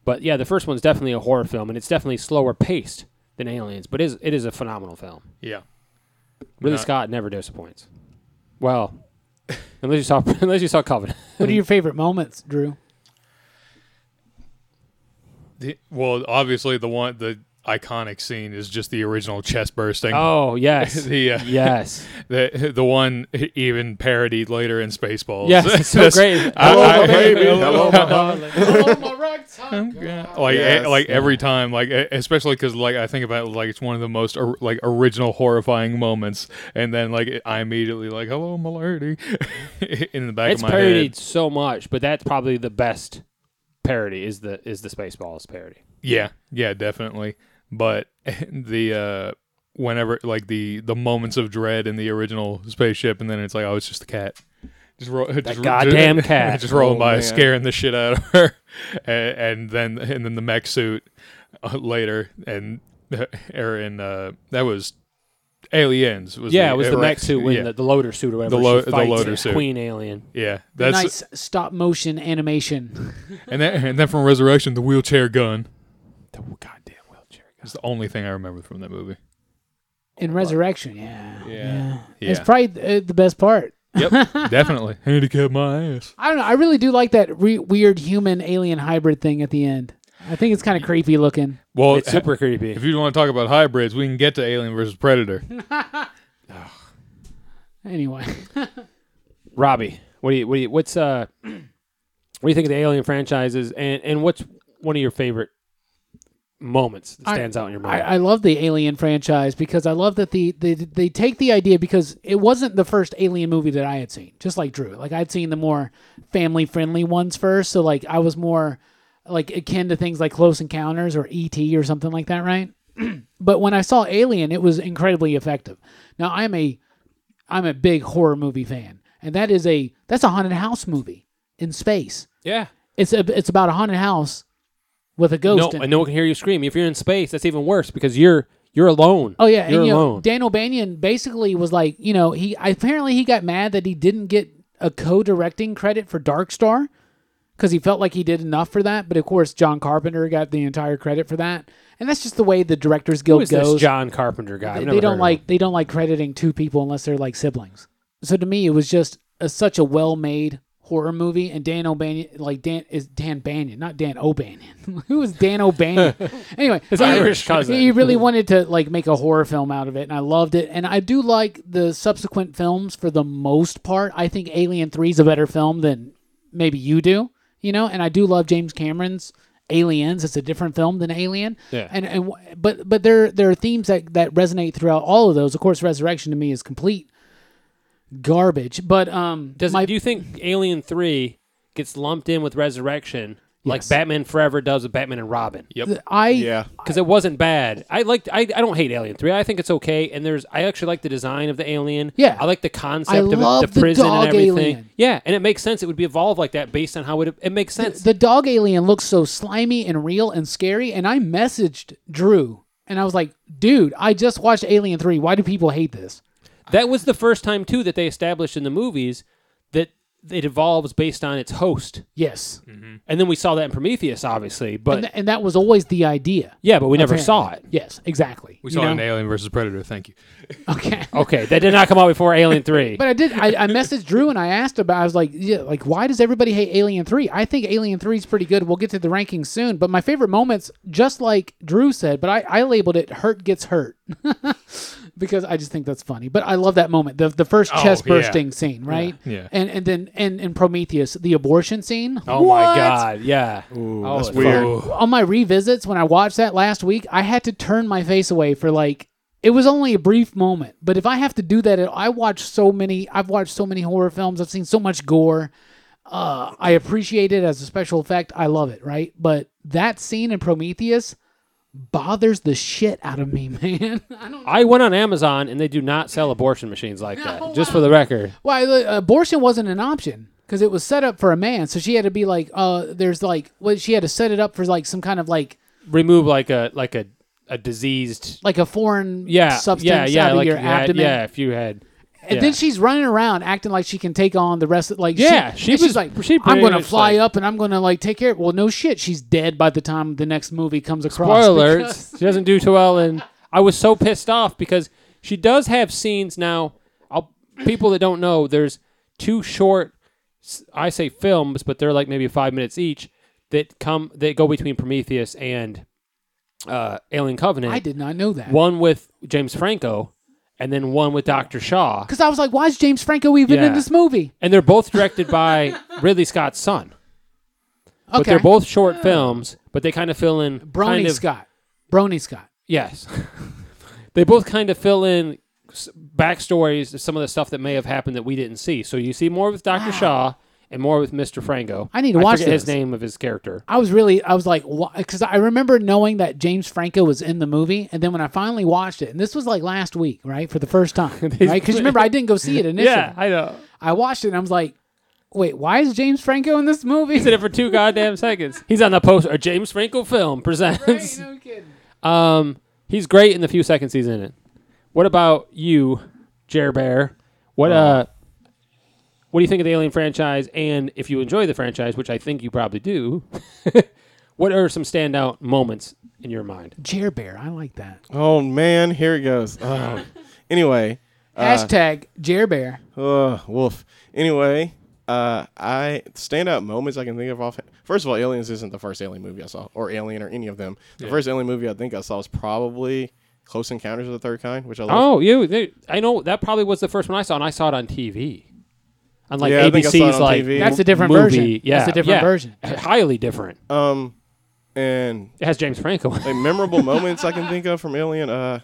[SPEAKER 2] but yeah, the first one's definitely a horror film, and it's definitely slower paced than Aliens, but is it is a phenomenal film.
[SPEAKER 5] yeah.
[SPEAKER 2] Ridley
[SPEAKER 5] Not-
[SPEAKER 2] Scott never disappoints. Well, unless you saw unless you saw Covenant.
[SPEAKER 3] What are your favorite moments, Drew?
[SPEAKER 5] The, well, obviously the one the iconic scene is just the original chest bursting.
[SPEAKER 2] Oh yes,
[SPEAKER 5] The, uh,
[SPEAKER 2] yes,
[SPEAKER 5] The the one even parodied later in Spaceballs.
[SPEAKER 2] yes. It's so
[SPEAKER 5] That's-
[SPEAKER 2] great.
[SPEAKER 5] I-
[SPEAKER 4] Hello,
[SPEAKER 5] I-
[SPEAKER 4] my baby.
[SPEAKER 5] I-
[SPEAKER 4] Hello, my darling.
[SPEAKER 3] Oh,
[SPEAKER 5] like
[SPEAKER 4] Yes.
[SPEAKER 5] eh, like every time, like eh, especially because like I think about it, like it's one of the most or, like original horrifying moments, and then like it- I immediately like hello my lady in the back
[SPEAKER 2] it's
[SPEAKER 5] of my
[SPEAKER 2] parodied
[SPEAKER 5] head.
[SPEAKER 2] so much, but that's probably the best parody is the is the Spaceballs parody.
[SPEAKER 5] Yeah, yeah, definitely. But the uh whenever like the the moments of dread in the original spaceship, and then it's like oh it's just the cat. Just roll, that
[SPEAKER 2] goddamn cat.
[SPEAKER 5] just rolling
[SPEAKER 4] Oh,
[SPEAKER 5] by,
[SPEAKER 4] man.
[SPEAKER 5] scaring the shit out of her, and, and then and then the mech suit uh, later, and Aaron. Uh, that was Aliens. Was
[SPEAKER 2] yeah, it was the
[SPEAKER 5] right.
[SPEAKER 2] mech suit, when
[SPEAKER 5] Yeah,
[SPEAKER 2] the, the loader suit or whatever.
[SPEAKER 5] The lo-
[SPEAKER 2] she
[SPEAKER 5] the
[SPEAKER 2] fights
[SPEAKER 5] loader suit.
[SPEAKER 2] Queen alien.
[SPEAKER 5] yeah.
[SPEAKER 3] The
[SPEAKER 5] That's
[SPEAKER 3] nice stop motion animation.
[SPEAKER 5] and then and then from Resurrection, the wheelchair gun. The goddamn wheelchair gun. It's the only thing I remember from that movie.
[SPEAKER 3] In Resurrection, yeah.
[SPEAKER 5] Yeah.
[SPEAKER 3] It's
[SPEAKER 5] Yeah.
[SPEAKER 3] probably uh, the best part.
[SPEAKER 5] Yep, definitely handicap my ass.
[SPEAKER 3] I don't know. I really do like that re- weird human alien hybrid thing at the end. I think it's kind of creepy looking.
[SPEAKER 5] Well,
[SPEAKER 2] It's super creepy.
[SPEAKER 5] if you want to talk about hybrids, we can get to Alien versus Predator.
[SPEAKER 3] Anyway,
[SPEAKER 2] Robbie, what do you what do you what's uh what do you think of the alien franchises and and what's one of your favorite moments that
[SPEAKER 3] I-
[SPEAKER 2] stands out in your
[SPEAKER 3] I,
[SPEAKER 2] mind?
[SPEAKER 3] I love the Alien franchise because I love that the they, they take the idea because it wasn't the first Alien movie that I had seen. Just like Drew, like I'd seen the more family friendly ones first, so like I was more like akin to things like Close Encounters or ET or something like that, right? but when I saw Alien, it was incredibly effective. Now I'm a I'm a big horror movie fan, and that is a that's a haunted house movie in space.
[SPEAKER 2] yeah.
[SPEAKER 3] It's a, it's about a haunted house with a
[SPEAKER 2] No,
[SPEAKER 3] ghost. in it.
[SPEAKER 2] and no one can hear you scream. If you're in space, that's even worse because you're you're alone.
[SPEAKER 3] Oh yeah,
[SPEAKER 2] you're
[SPEAKER 3] and, you know,
[SPEAKER 2] alone.
[SPEAKER 3] Dan O'Banion basically was like, you know, he apparently he got mad that he didn't get a co-directing credit for Dark Star because he felt like he did enough for that. But of course, John Carpenter got the entire credit for that, and that's just the way the Directors Guild
[SPEAKER 2] Who is
[SPEAKER 3] goes.
[SPEAKER 2] this John Carpenter guy? I've
[SPEAKER 3] they,
[SPEAKER 2] never
[SPEAKER 3] they
[SPEAKER 2] heard of
[SPEAKER 3] don't
[SPEAKER 2] him.
[SPEAKER 3] like they don't like crediting two people unless they're like siblings. So to me, it was just a, such a well-made horror movie. And Dan O'Banion, like Dan is Dan Banyan, not Dan O'Banion. Who is Dan O'Banion? anyway,
[SPEAKER 2] His
[SPEAKER 3] he-
[SPEAKER 2] Irish cousin.
[SPEAKER 3] He really wanted to like make a horror film out of it, and I loved it. And I do like the subsequent films for the most part. I think Alien Three is a better film than maybe you do. You know, and I do love James Cameron's Aliens. It's a different film than Alien.
[SPEAKER 2] Yeah.
[SPEAKER 3] And and w- but but there there are themes that that resonate throughout all of those. Of course, Resurrection to me is complete garbage. But um,
[SPEAKER 2] Does
[SPEAKER 3] my-
[SPEAKER 2] do you think Alien Three gets lumped in with Resurrection like
[SPEAKER 3] Yes.
[SPEAKER 2] Batman Forever does with Batman and Robin?
[SPEAKER 3] I
[SPEAKER 4] Yeah.
[SPEAKER 2] Because it wasn't bad. I liked. I, I don't hate Alien Three. I think it's okay. And there's. I actually like the design of the alien.
[SPEAKER 3] Yeah.
[SPEAKER 2] I like the concept
[SPEAKER 3] I
[SPEAKER 2] of it,
[SPEAKER 3] love
[SPEAKER 2] the
[SPEAKER 3] the
[SPEAKER 2] prison
[SPEAKER 3] dog
[SPEAKER 2] and everything.
[SPEAKER 3] alien.
[SPEAKER 2] Yeah, and it makes sense. It would be evolved like that based on how it. It makes sense.
[SPEAKER 3] the dog alien looks so slimy and real and scary. And I messaged Drew and I was like, dude, I just watched Alien 3. Why do people hate this?
[SPEAKER 2] that was the first time too that they established in the movies that it evolves based on its host.
[SPEAKER 3] Yes.
[SPEAKER 5] Mm.
[SPEAKER 2] And then we saw that in Prometheus, obviously. But
[SPEAKER 3] And, th- and that was always the idea.
[SPEAKER 2] yeah, but we never
[SPEAKER 3] apparently.
[SPEAKER 2] saw it.
[SPEAKER 3] Yes, exactly.
[SPEAKER 5] We
[SPEAKER 3] You
[SPEAKER 5] saw
[SPEAKER 3] know?
[SPEAKER 5] an Alien versus Predator. Thank you.
[SPEAKER 3] Okay.
[SPEAKER 2] Okay, that did not come out before Alien Three.
[SPEAKER 3] But I did. I, I messaged Drew and I asked about. I was like, yeah, like why does everybody hate Alien Three? I think Alien Three is pretty good. We'll get to the rankings soon. But my favorite moments, just like Drew said, but I, I labeled it "Hurt Gets Hurt" because I just think that's funny. But I love that moment, the the first
[SPEAKER 5] Oh,
[SPEAKER 3] chest
[SPEAKER 5] yeah.
[SPEAKER 3] bursting scene, right?
[SPEAKER 5] Yeah.
[SPEAKER 3] And and then and in Prometheus, the abortion scene.
[SPEAKER 2] oh my God! Yeah. oh,
[SPEAKER 4] that's
[SPEAKER 2] it's
[SPEAKER 4] weird.
[SPEAKER 2] fun.
[SPEAKER 3] on my revisits when I watched that last week, I had to turn my face away for like it was only a brief moment. But if I have to do that, I watch so many. I've watched so many horror films. I've seen so much gore. Uh, I appreciate it as a special effect. I love it, right? But that scene in Prometheus bothers the shit out of me, man. I don't.
[SPEAKER 2] I went on Amazon and they do not sell abortion machines like that. Just for the record.
[SPEAKER 3] Why the abortion wasn't an option because it was set up for a man, so she had to be like, uh, there's like, well, she had to set it up for like some kind of like
[SPEAKER 2] Remove like a like a, a diseased
[SPEAKER 3] like a foreign
[SPEAKER 2] yeah
[SPEAKER 3] substance
[SPEAKER 2] yeah yeah
[SPEAKER 3] out of
[SPEAKER 2] like
[SPEAKER 3] your
[SPEAKER 2] if you had-
[SPEAKER 3] abdomen.
[SPEAKER 2] yeah if you had
[SPEAKER 3] And
[SPEAKER 2] yeah.
[SPEAKER 3] then she's running around acting like she can take on the rest of like
[SPEAKER 2] Yeah, she
[SPEAKER 3] she, and she's
[SPEAKER 2] was-
[SPEAKER 3] like
[SPEAKER 2] she
[SPEAKER 3] I'm
[SPEAKER 2] pretty
[SPEAKER 3] gonna
[SPEAKER 2] much,
[SPEAKER 3] fly
[SPEAKER 2] like-
[SPEAKER 3] up and I'm gonna like take care of well no shit she's dead by the time the next movie comes across
[SPEAKER 2] spoiler
[SPEAKER 3] because-
[SPEAKER 2] alert she doesn't do too well and I was so pissed off because she does have scenes now. I'll, people that don't know, there's two short s- I say films, but they're like maybe five minutes each that come that go between Prometheus and uh, Alien Covenant.
[SPEAKER 3] I did not know that
[SPEAKER 2] one with James Franco, and then one with Dr. Shaw.
[SPEAKER 3] because I was like why is James Franco even
[SPEAKER 2] Yeah.
[SPEAKER 3] in this movie
[SPEAKER 2] And they're both directed by Ridley Scott's son. But
[SPEAKER 3] okay
[SPEAKER 2] they're both short films, but they kind of fill in.
[SPEAKER 3] Brony
[SPEAKER 2] kind of,
[SPEAKER 3] Scott Brony Scott
[SPEAKER 2] Yes. they both kind of fill in s- backstories of some of the stuff that may have happened that we didn't see. So you see more with Dr. Shaw and more with Mr. Franco.
[SPEAKER 3] I need to watch
[SPEAKER 2] forget his
[SPEAKER 3] this.
[SPEAKER 2] name of his character.
[SPEAKER 3] I was really, I was like, because I remember knowing that James Franco was in the movie, and then when I finally watched it, and this was like last week, right, for the first time, right? Because remember, I didn't go see it initially.
[SPEAKER 2] I know.
[SPEAKER 3] I watched it, and I was like, wait, why is James Franco in this movie?
[SPEAKER 2] Did it for two goddamn seconds. He's on the poster. A James Franco film presents.
[SPEAKER 3] No kidding.
[SPEAKER 2] Um, he's great in the few seconds he's in it. What about you, Jer Bear? What uh, what do you think of the Alien franchise? And if you enjoy the franchise, which I think you probably do, what are some standout moments in your mind?
[SPEAKER 3] Jer Bear, I like that.
[SPEAKER 4] Oh man, here it goes. Oh. anyway,
[SPEAKER 3] Hashtag Jer Bear.
[SPEAKER 4] Ugh, wolf. Anyway, uh, I standout moments I can think of off. First of all, Aliens isn't the first Alien movie I saw, or Alien, or any of them. The first Alien movie I think I saw was probably Close Encounters of the Third Kind, which I love.
[SPEAKER 2] Oh, you, they- I know that probably was the first one I saw, and I saw it on TV. On like
[SPEAKER 4] Yeah, I think I saw it
[SPEAKER 2] ABC's
[SPEAKER 4] on
[SPEAKER 2] like
[SPEAKER 4] TV.
[SPEAKER 3] That's a different
[SPEAKER 2] movie.
[SPEAKER 3] version.
[SPEAKER 2] Yeah,
[SPEAKER 3] That's a
[SPEAKER 2] yeah.
[SPEAKER 3] different version.
[SPEAKER 2] Highly different.
[SPEAKER 4] Um, and
[SPEAKER 2] It has James Franco. in it.
[SPEAKER 4] like memorable moments I can think of from Alien. Uh,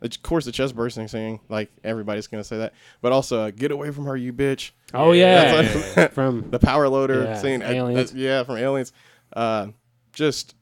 [SPEAKER 4] of course, the chest bursting scene. Like everybody's gonna say that, but also uh, get away from her, you bitch.
[SPEAKER 2] oh yeah,
[SPEAKER 4] That's what-
[SPEAKER 2] from
[SPEAKER 4] the power loader
[SPEAKER 2] Yeah,
[SPEAKER 4] scene. I- I-
[SPEAKER 2] Aliens.
[SPEAKER 4] yeah, from Aliens. Uh, just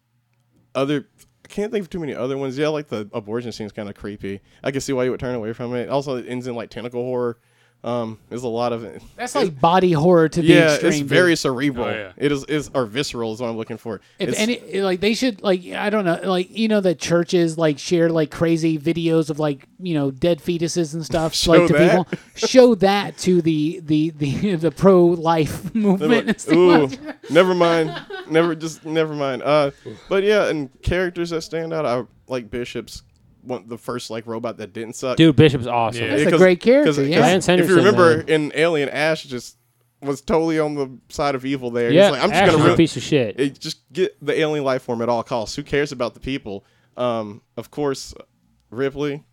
[SPEAKER 4] other. I can't think of too many other ones. Yeah, like the abortion scene's kind of creepy. I can see why you would turn away from it. Also, it ends in like tentacle horror. Um, there's a lot of
[SPEAKER 3] That's like body horror to the
[SPEAKER 4] yeah,
[SPEAKER 3] extreme.
[SPEAKER 4] it's
[SPEAKER 3] dude.
[SPEAKER 4] very cerebral.
[SPEAKER 5] Oh, yeah.
[SPEAKER 4] It is is or visceral is what I'm looking for.
[SPEAKER 3] If
[SPEAKER 4] It's-
[SPEAKER 3] any, like they should, like I don't know, like you know that churches like share like crazy videos of like you know dead fetuses and stuff,
[SPEAKER 4] Show
[SPEAKER 3] like to
[SPEAKER 4] that.
[SPEAKER 3] people. Show that to the the the the pro life
[SPEAKER 4] I'm
[SPEAKER 3] movement.
[SPEAKER 4] like,
[SPEAKER 3] and stuff.
[SPEAKER 4] Ooh, never mind. Never just never mind. Uh, but yeah, and characters that stand out, I like Bishop's one the first like robot that didn't suck.
[SPEAKER 2] Dude, Bishop's awesome.
[SPEAKER 5] Yeah.
[SPEAKER 3] That's a
[SPEAKER 4] 'cause-
[SPEAKER 3] great character,
[SPEAKER 4] 'cause-
[SPEAKER 3] yeah.
[SPEAKER 2] Lance
[SPEAKER 4] 'cause if
[SPEAKER 2] Henderson,
[SPEAKER 4] you remember
[SPEAKER 2] man.
[SPEAKER 4] in Alien, Ash just was totally on the side of evil. There, He's
[SPEAKER 2] Yeah,
[SPEAKER 4] like, I'm just
[SPEAKER 2] Ash
[SPEAKER 4] gonna
[SPEAKER 2] is a
[SPEAKER 4] ruin-
[SPEAKER 2] piece of shit.
[SPEAKER 4] it, just get the alien life form at all costs. Who cares about the people? Um, of course, Ripley.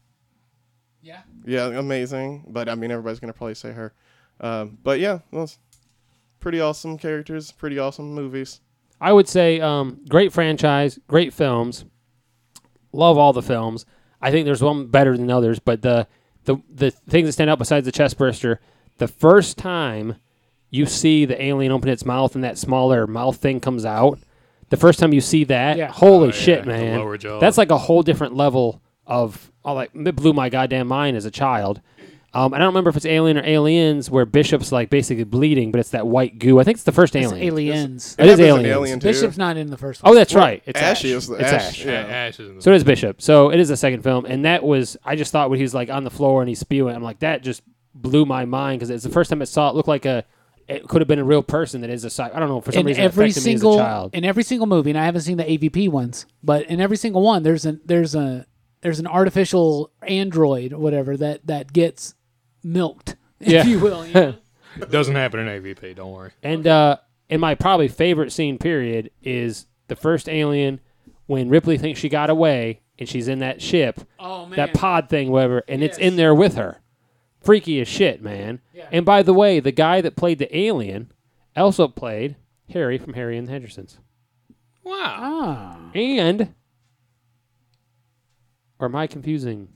[SPEAKER 3] Yeah.
[SPEAKER 4] Yeah, amazing. But I mean, everybody's gonna probably say her. Um, but yeah, those pretty awesome characters, pretty awesome movies.
[SPEAKER 2] I would say um, great franchise, great films. Love all the films. I think there's one better than others, but the the the things that stand out besides the chest burster, the first time you see the alien open its mouth and that smaller mouth thing comes out, the first time you see that,
[SPEAKER 3] Yeah.
[SPEAKER 2] holy
[SPEAKER 5] Oh,
[SPEAKER 2] shit,
[SPEAKER 5] yeah, the
[SPEAKER 2] man,
[SPEAKER 5] lower jaw.
[SPEAKER 2] that's like a whole different level of oh, like it blew my goddamn mind as a child. Um, and I don't remember if it's Alien or Aliens where Bishop's like basically bleeding, but it's that white goo. I think it's the first
[SPEAKER 3] It's
[SPEAKER 2] Alien.
[SPEAKER 3] aliens.
[SPEAKER 2] It is
[SPEAKER 4] happens in
[SPEAKER 2] aliens.
[SPEAKER 4] Alien too.
[SPEAKER 3] Bishop's not in the first one.
[SPEAKER 2] Oh, that's right. It's
[SPEAKER 4] Ash
[SPEAKER 2] Ash.
[SPEAKER 4] is the
[SPEAKER 2] it's
[SPEAKER 4] Ash.
[SPEAKER 2] Ash.
[SPEAKER 4] Yeah.
[SPEAKER 5] Ash is in the
[SPEAKER 2] So it is Bishop. So it is the second film, and that was I just thought when he was like on the floor and he's spewing, I'm like that just blew my mind because it's the first time I saw it looked like a it could have been a real person that is a psych. I don't know for some
[SPEAKER 3] in
[SPEAKER 2] reason it
[SPEAKER 3] every
[SPEAKER 2] affected
[SPEAKER 3] single
[SPEAKER 2] me as a child.
[SPEAKER 3] in every single movie, and I haven't seen the AVP ones, but in every single one, there's an there's a there's an artificial android or whatever that that gets milked, if
[SPEAKER 2] Yeah.
[SPEAKER 3] you will. you know?
[SPEAKER 5] Doesn't happen in AVP. Don't worry.
[SPEAKER 2] And uh, and my probably favorite scene period is the first Alien when Ripley thinks she got away and she's in that ship,
[SPEAKER 3] Oh, man.
[SPEAKER 2] that pod thing, whatever, and it's
[SPEAKER 3] Yes.
[SPEAKER 2] in there with her. Freaky as shit, man. And by the way, the guy that played the alien also played Harry from Harry and the Hendersons.
[SPEAKER 5] Wow.
[SPEAKER 3] Ah,
[SPEAKER 2] And or am I confusing?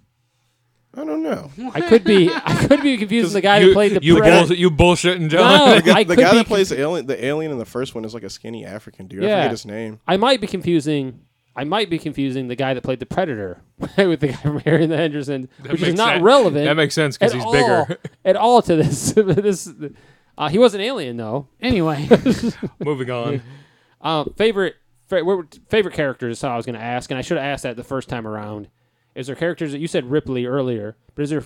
[SPEAKER 4] I don't know.
[SPEAKER 2] I could be. I could be confusing the guy
[SPEAKER 5] you,
[SPEAKER 2] that played the
[SPEAKER 5] you,
[SPEAKER 2] pre-
[SPEAKER 5] bullshit, you bullshitting John.
[SPEAKER 2] No, I
[SPEAKER 4] the
[SPEAKER 2] could
[SPEAKER 4] guy
[SPEAKER 2] be
[SPEAKER 4] that plays the alien, the alien in the first one is like a skinny African dude. I
[SPEAKER 2] Yeah.
[SPEAKER 4] forget his name.
[SPEAKER 2] I might be confusing. I might be confusing the guy that played the Predator with the guy from Harry and the Henderson, which is
[SPEAKER 5] makes
[SPEAKER 2] not
[SPEAKER 5] sen-
[SPEAKER 2] relevant.
[SPEAKER 5] that makes sense 'cause
[SPEAKER 2] at
[SPEAKER 5] he's
[SPEAKER 2] all-
[SPEAKER 5] bigger.
[SPEAKER 2] at all to this. this uh, he was an alien though.
[SPEAKER 3] anyway,
[SPEAKER 5] Moving on.
[SPEAKER 2] Uh, favorite fa- what were- favorite characters is how I was going to ask, and I should have asked that the first time around. Is there characters that you said Ripley earlier? But is there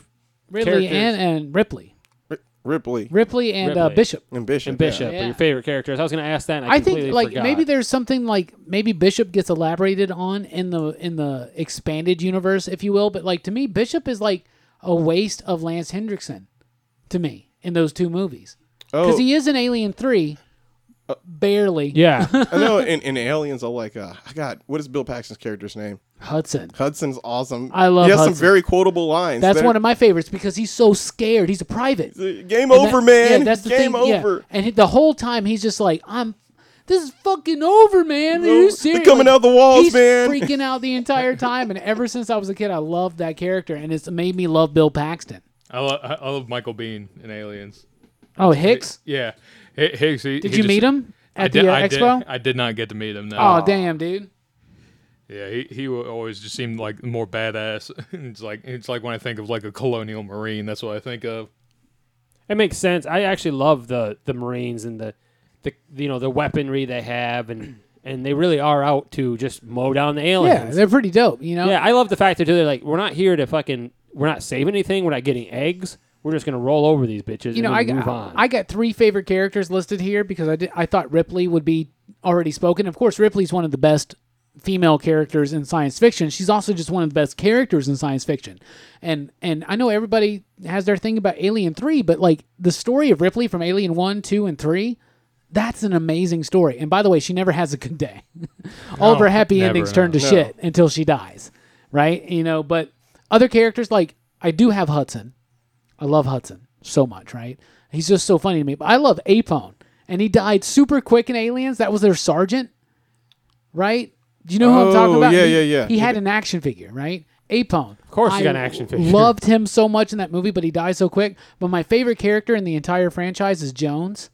[SPEAKER 3] Ridley
[SPEAKER 2] characters-
[SPEAKER 3] and, and Ripley,
[SPEAKER 4] R- Ripley
[SPEAKER 3] Ripley and Uh,
[SPEAKER 2] Ripley.
[SPEAKER 3] Bishop.
[SPEAKER 4] and Bishop.
[SPEAKER 2] and Bishop
[SPEAKER 3] Yeah.
[SPEAKER 2] are your favorite characters? I was going to ask that. And I,
[SPEAKER 3] I think
[SPEAKER 2] completely
[SPEAKER 3] like
[SPEAKER 2] forgot.
[SPEAKER 3] maybe there's something like maybe Bishop gets elaborated on in the in the expanded universe, if you will. But like to me, Bishop is like a waste of Lance Hendrickson to me in those two movies
[SPEAKER 4] Yeah.
[SPEAKER 3] because
[SPEAKER 4] Oh, Uh,
[SPEAKER 3] he is an Alien Three, barely.
[SPEAKER 2] yeah.
[SPEAKER 4] I know. In, in Aliens, I like. Uh, I got what is Bill Paxton's character's name?
[SPEAKER 3] Hudson.
[SPEAKER 4] Hudson's awesome.
[SPEAKER 3] I love
[SPEAKER 4] He has some
[SPEAKER 3] Hudson.
[SPEAKER 4] very quotable lines.
[SPEAKER 3] That's one of my favorites because he's so scared. He's a private. And
[SPEAKER 4] Game over,
[SPEAKER 3] that-
[SPEAKER 4] man.
[SPEAKER 3] Yeah, that's the
[SPEAKER 4] Game
[SPEAKER 3] thing. yeah.
[SPEAKER 4] over.
[SPEAKER 3] And he- the whole time he's just like, I'm. This is fucking over, man. Are
[SPEAKER 4] Over. They're
[SPEAKER 3] you serious?
[SPEAKER 4] coming out the walls,
[SPEAKER 3] he's
[SPEAKER 4] man.
[SPEAKER 3] Freaking out the entire time, and ever since I was a kid, I loved that character, and it's made me love Bill Paxton.
[SPEAKER 5] I, lo- I I love Michael Bean in Aliens.
[SPEAKER 3] Oh, Hicks,
[SPEAKER 5] Yeah. H- Higgs. He,
[SPEAKER 3] did you meet him at
[SPEAKER 5] I did,
[SPEAKER 3] the uh,
[SPEAKER 5] I did-
[SPEAKER 3] expo?
[SPEAKER 5] I did not get to meet him. No.
[SPEAKER 3] Oh, damn, dude.
[SPEAKER 5] Yeah, he he wa- always just seemed like more badass. it's like it's like when I think of like a colonial marine, that's what I think of.
[SPEAKER 2] It makes sense. I actually love the the Marines and the the you know the weaponry they have and and they really are out to just mow down the
[SPEAKER 4] Oh,
[SPEAKER 3] Yeah,
[SPEAKER 2] aliens.
[SPEAKER 3] they're pretty dope. You know.
[SPEAKER 2] Yeah, I love the fact that too, they're like we're not here to fucking we're not saving anything. We're not getting eggs. We're just gonna roll over these bitches.
[SPEAKER 3] You know,
[SPEAKER 2] and
[SPEAKER 3] I
[SPEAKER 2] then move
[SPEAKER 3] got
[SPEAKER 2] on.
[SPEAKER 3] I got three favorite characters listed here because I did, I thought Ripley would be already spoken. Of course, Ripley's one of the best female characters in science fiction. She's also just one of the best characters in science fiction. And and I know everybody has their thing about Alien 3, but like the story of Ripley from Alien 1, 2 and 3, that's an amazing story. And by the way, she never has a good day. All of her happy
[SPEAKER 5] never,
[SPEAKER 3] endings turn to
[SPEAKER 4] no.
[SPEAKER 3] shit until she dies. Right? You know, but other characters like I do have Hudson. I love Hudson so much, right? He's just so funny to me. But I love Apone. And he died super quick in Aliens. That was their sergeant, right? Do you know who I'm talking
[SPEAKER 4] Oh,
[SPEAKER 3] about?
[SPEAKER 4] yeah,
[SPEAKER 3] He-
[SPEAKER 4] yeah, yeah.
[SPEAKER 3] He had an action figure, right? Apone. Of
[SPEAKER 2] course he got an action figure.
[SPEAKER 3] Loved him so much in that movie, but he died so quick. But my favorite character in the entire franchise is Jones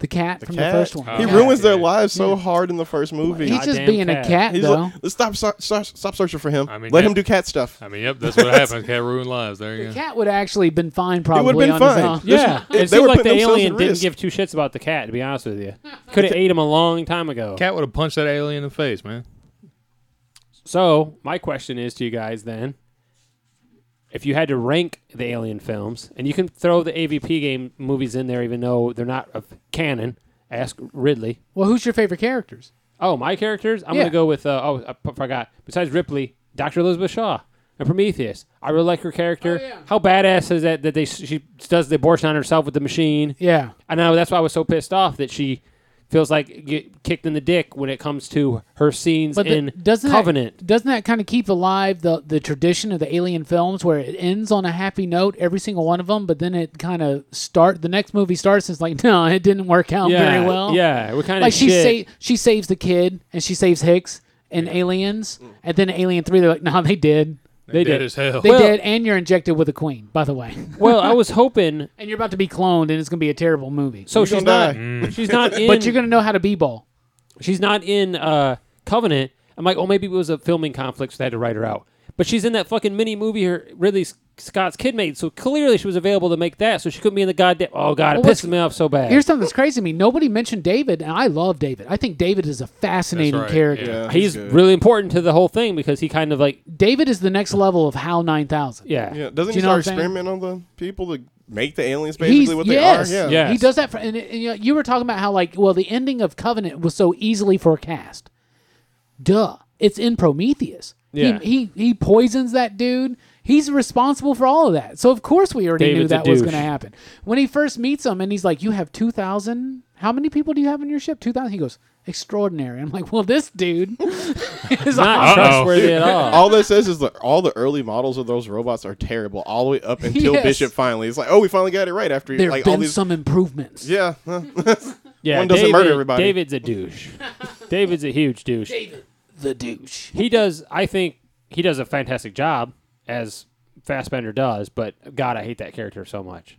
[SPEAKER 3] The cat from
[SPEAKER 4] Cat.
[SPEAKER 3] the first one.
[SPEAKER 4] He
[SPEAKER 3] Yeah.
[SPEAKER 4] ruins their lives so hard in the first movie.
[SPEAKER 3] He's just
[SPEAKER 2] Goddamn
[SPEAKER 3] being
[SPEAKER 2] cat.
[SPEAKER 3] a cat,
[SPEAKER 4] He's
[SPEAKER 3] though.
[SPEAKER 4] like, "Let's stop, stop, stop, stop searching for him.
[SPEAKER 5] I mean,
[SPEAKER 4] Let
[SPEAKER 5] yeah.
[SPEAKER 4] him do cat stuff.
[SPEAKER 5] I mean, yep, that's what happens. Cat ruined lives. There you
[SPEAKER 3] the
[SPEAKER 5] go.
[SPEAKER 3] cat would have actually been fine,
[SPEAKER 4] It would
[SPEAKER 3] probably.
[SPEAKER 4] have
[SPEAKER 3] on
[SPEAKER 4] been
[SPEAKER 3] his
[SPEAKER 4] fine.
[SPEAKER 3] own.
[SPEAKER 4] This-
[SPEAKER 2] Yeah,
[SPEAKER 4] they-
[SPEAKER 2] it
[SPEAKER 4] they
[SPEAKER 2] seemed
[SPEAKER 4] were
[SPEAKER 2] like the
[SPEAKER 4] putting themselves
[SPEAKER 2] alien
[SPEAKER 4] at
[SPEAKER 2] didn't
[SPEAKER 4] risk.
[SPEAKER 2] give two shits about the cat. To be honest with you, could have ate him a long time ago.
[SPEAKER 5] Cat would have punched that alien in the face, man.
[SPEAKER 2] So my question is to you guys then: if you had to rank the Alien films, and you can throw the AVP game movies in there, even though they're not of canon, ask Ridley.
[SPEAKER 3] Well, who's your favorite characters?
[SPEAKER 2] Oh, my characters? I'm
[SPEAKER 3] Yeah.
[SPEAKER 2] gonna go with uh, oh I p- forgot. Besides Ripley, Dr. Elizabeth Shaw and Prometheus. I really like her character.
[SPEAKER 3] Oh, yeah.
[SPEAKER 2] How badass is that? That they she does the abortion on herself with the machine.
[SPEAKER 3] Yeah.
[SPEAKER 2] I know that's why I was so pissed off that she feels like get kicked in the dick when it comes to her scenes
[SPEAKER 3] But the-
[SPEAKER 2] in
[SPEAKER 3] doesn't
[SPEAKER 2] Covenant.
[SPEAKER 3] That, doesn't that kind of keep alive the, the tradition of the alien films where it ends on a happy note, every single one of them, but then it kind of start the next movie starts and it's like, no, it didn't work out
[SPEAKER 2] yeah,
[SPEAKER 3] very well.
[SPEAKER 2] Yeah, what kind
[SPEAKER 3] Like
[SPEAKER 2] of
[SPEAKER 3] she
[SPEAKER 2] shit?
[SPEAKER 3] sa- she saves the kid and she saves Hicks and Aliens,
[SPEAKER 5] Mm.
[SPEAKER 3] and then Alien Three, they're like, no, they did,
[SPEAKER 2] they
[SPEAKER 5] Dead
[SPEAKER 2] did.
[SPEAKER 5] as hell.
[SPEAKER 3] they
[SPEAKER 2] Well-
[SPEAKER 3] did, and you're injected with a queen, by the way,
[SPEAKER 2] well, I was hoping
[SPEAKER 3] and you're about to be cloned, and it's gonna be a terrible movie.
[SPEAKER 2] so.
[SPEAKER 4] You're
[SPEAKER 2] she's
[SPEAKER 4] gonna
[SPEAKER 2] not.
[SPEAKER 4] die.
[SPEAKER 5] Mm.
[SPEAKER 2] She's not in.
[SPEAKER 3] but you're gonna know how to b-ball.
[SPEAKER 2] She's not in uh, Covenant. I'm like, oh, maybe it was a filming conflict, so they had to write her out. But she's in that fucking mini movie her Ridley S- Scott's kid made, so clearly she was available to make that, so she couldn't be in the goddamn. Oh god, it
[SPEAKER 3] Well,
[SPEAKER 2] pisses me off so bad.
[SPEAKER 3] Here's something that's crazy to me. Nobody mentioned David, and I love David. I think David is a fascinating
[SPEAKER 5] right,
[SPEAKER 3] character.
[SPEAKER 5] yeah.
[SPEAKER 4] Yeah,
[SPEAKER 2] He's
[SPEAKER 4] good.
[SPEAKER 2] really important to the whole thing because he kind of like,
[SPEAKER 3] David is the next level of HAL 9000.
[SPEAKER 2] yeah,
[SPEAKER 4] Yeah, doesn't
[SPEAKER 3] Do you
[SPEAKER 4] he
[SPEAKER 3] know what
[SPEAKER 4] start
[SPEAKER 3] I'm saying?
[SPEAKER 4] experimenting on the people to make the aliens basically
[SPEAKER 3] He's,
[SPEAKER 4] what they
[SPEAKER 3] yes,
[SPEAKER 4] are?
[SPEAKER 2] Yeah.
[SPEAKER 3] he does that. For, and, and, you, know, you were talking about how, like, well, the ending of Covenant was so easily forecast. Duh. It's in Prometheus.
[SPEAKER 2] Yeah.
[SPEAKER 3] He, he, he poisons that dude. He's responsible for all of that. So, of course, we already
[SPEAKER 2] David's a
[SPEAKER 3] knew that was
[SPEAKER 2] douche.
[SPEAKER 3] going to happen. When he first meets him and he's like, You have 2,000. How many people do you have on your ship? 2,000. He goes, Extraordinary. I'm like, Well, this dude is
[SPEAKER 2] not
[SPEAKER 5] Uh-oh.
[SPEAKER 2] trustworthy at all.
[SPEAKER 4] All that says is that all the early models of those robots are terrible, all the way up until
[SPEAKER 3] Yes.
[SPEAKER 4] Bishop finally. It's like, oh, we finally got it right after
[SPEAKER 3] there have
[SPEAKER 4] like all
[SPEAKER 3] been
[SPEAKER 4] these.
[SPEAKER 3] some improvements.
[SPEAKER 4] yeah, huh.
[SPEAKER 2] Yeah,
[SPEAKER 4] One doesn't
[SPEAKER 2] David-
[SPEAKER 4] murder everybody.
[SPEAKER 2] David's a douche. David's a huge douche.
[SPEAKER 3] The douche.
[SPEAKER 2] He does. I think he does a fantastic job as Fassbender does, but God, I hate that character so much.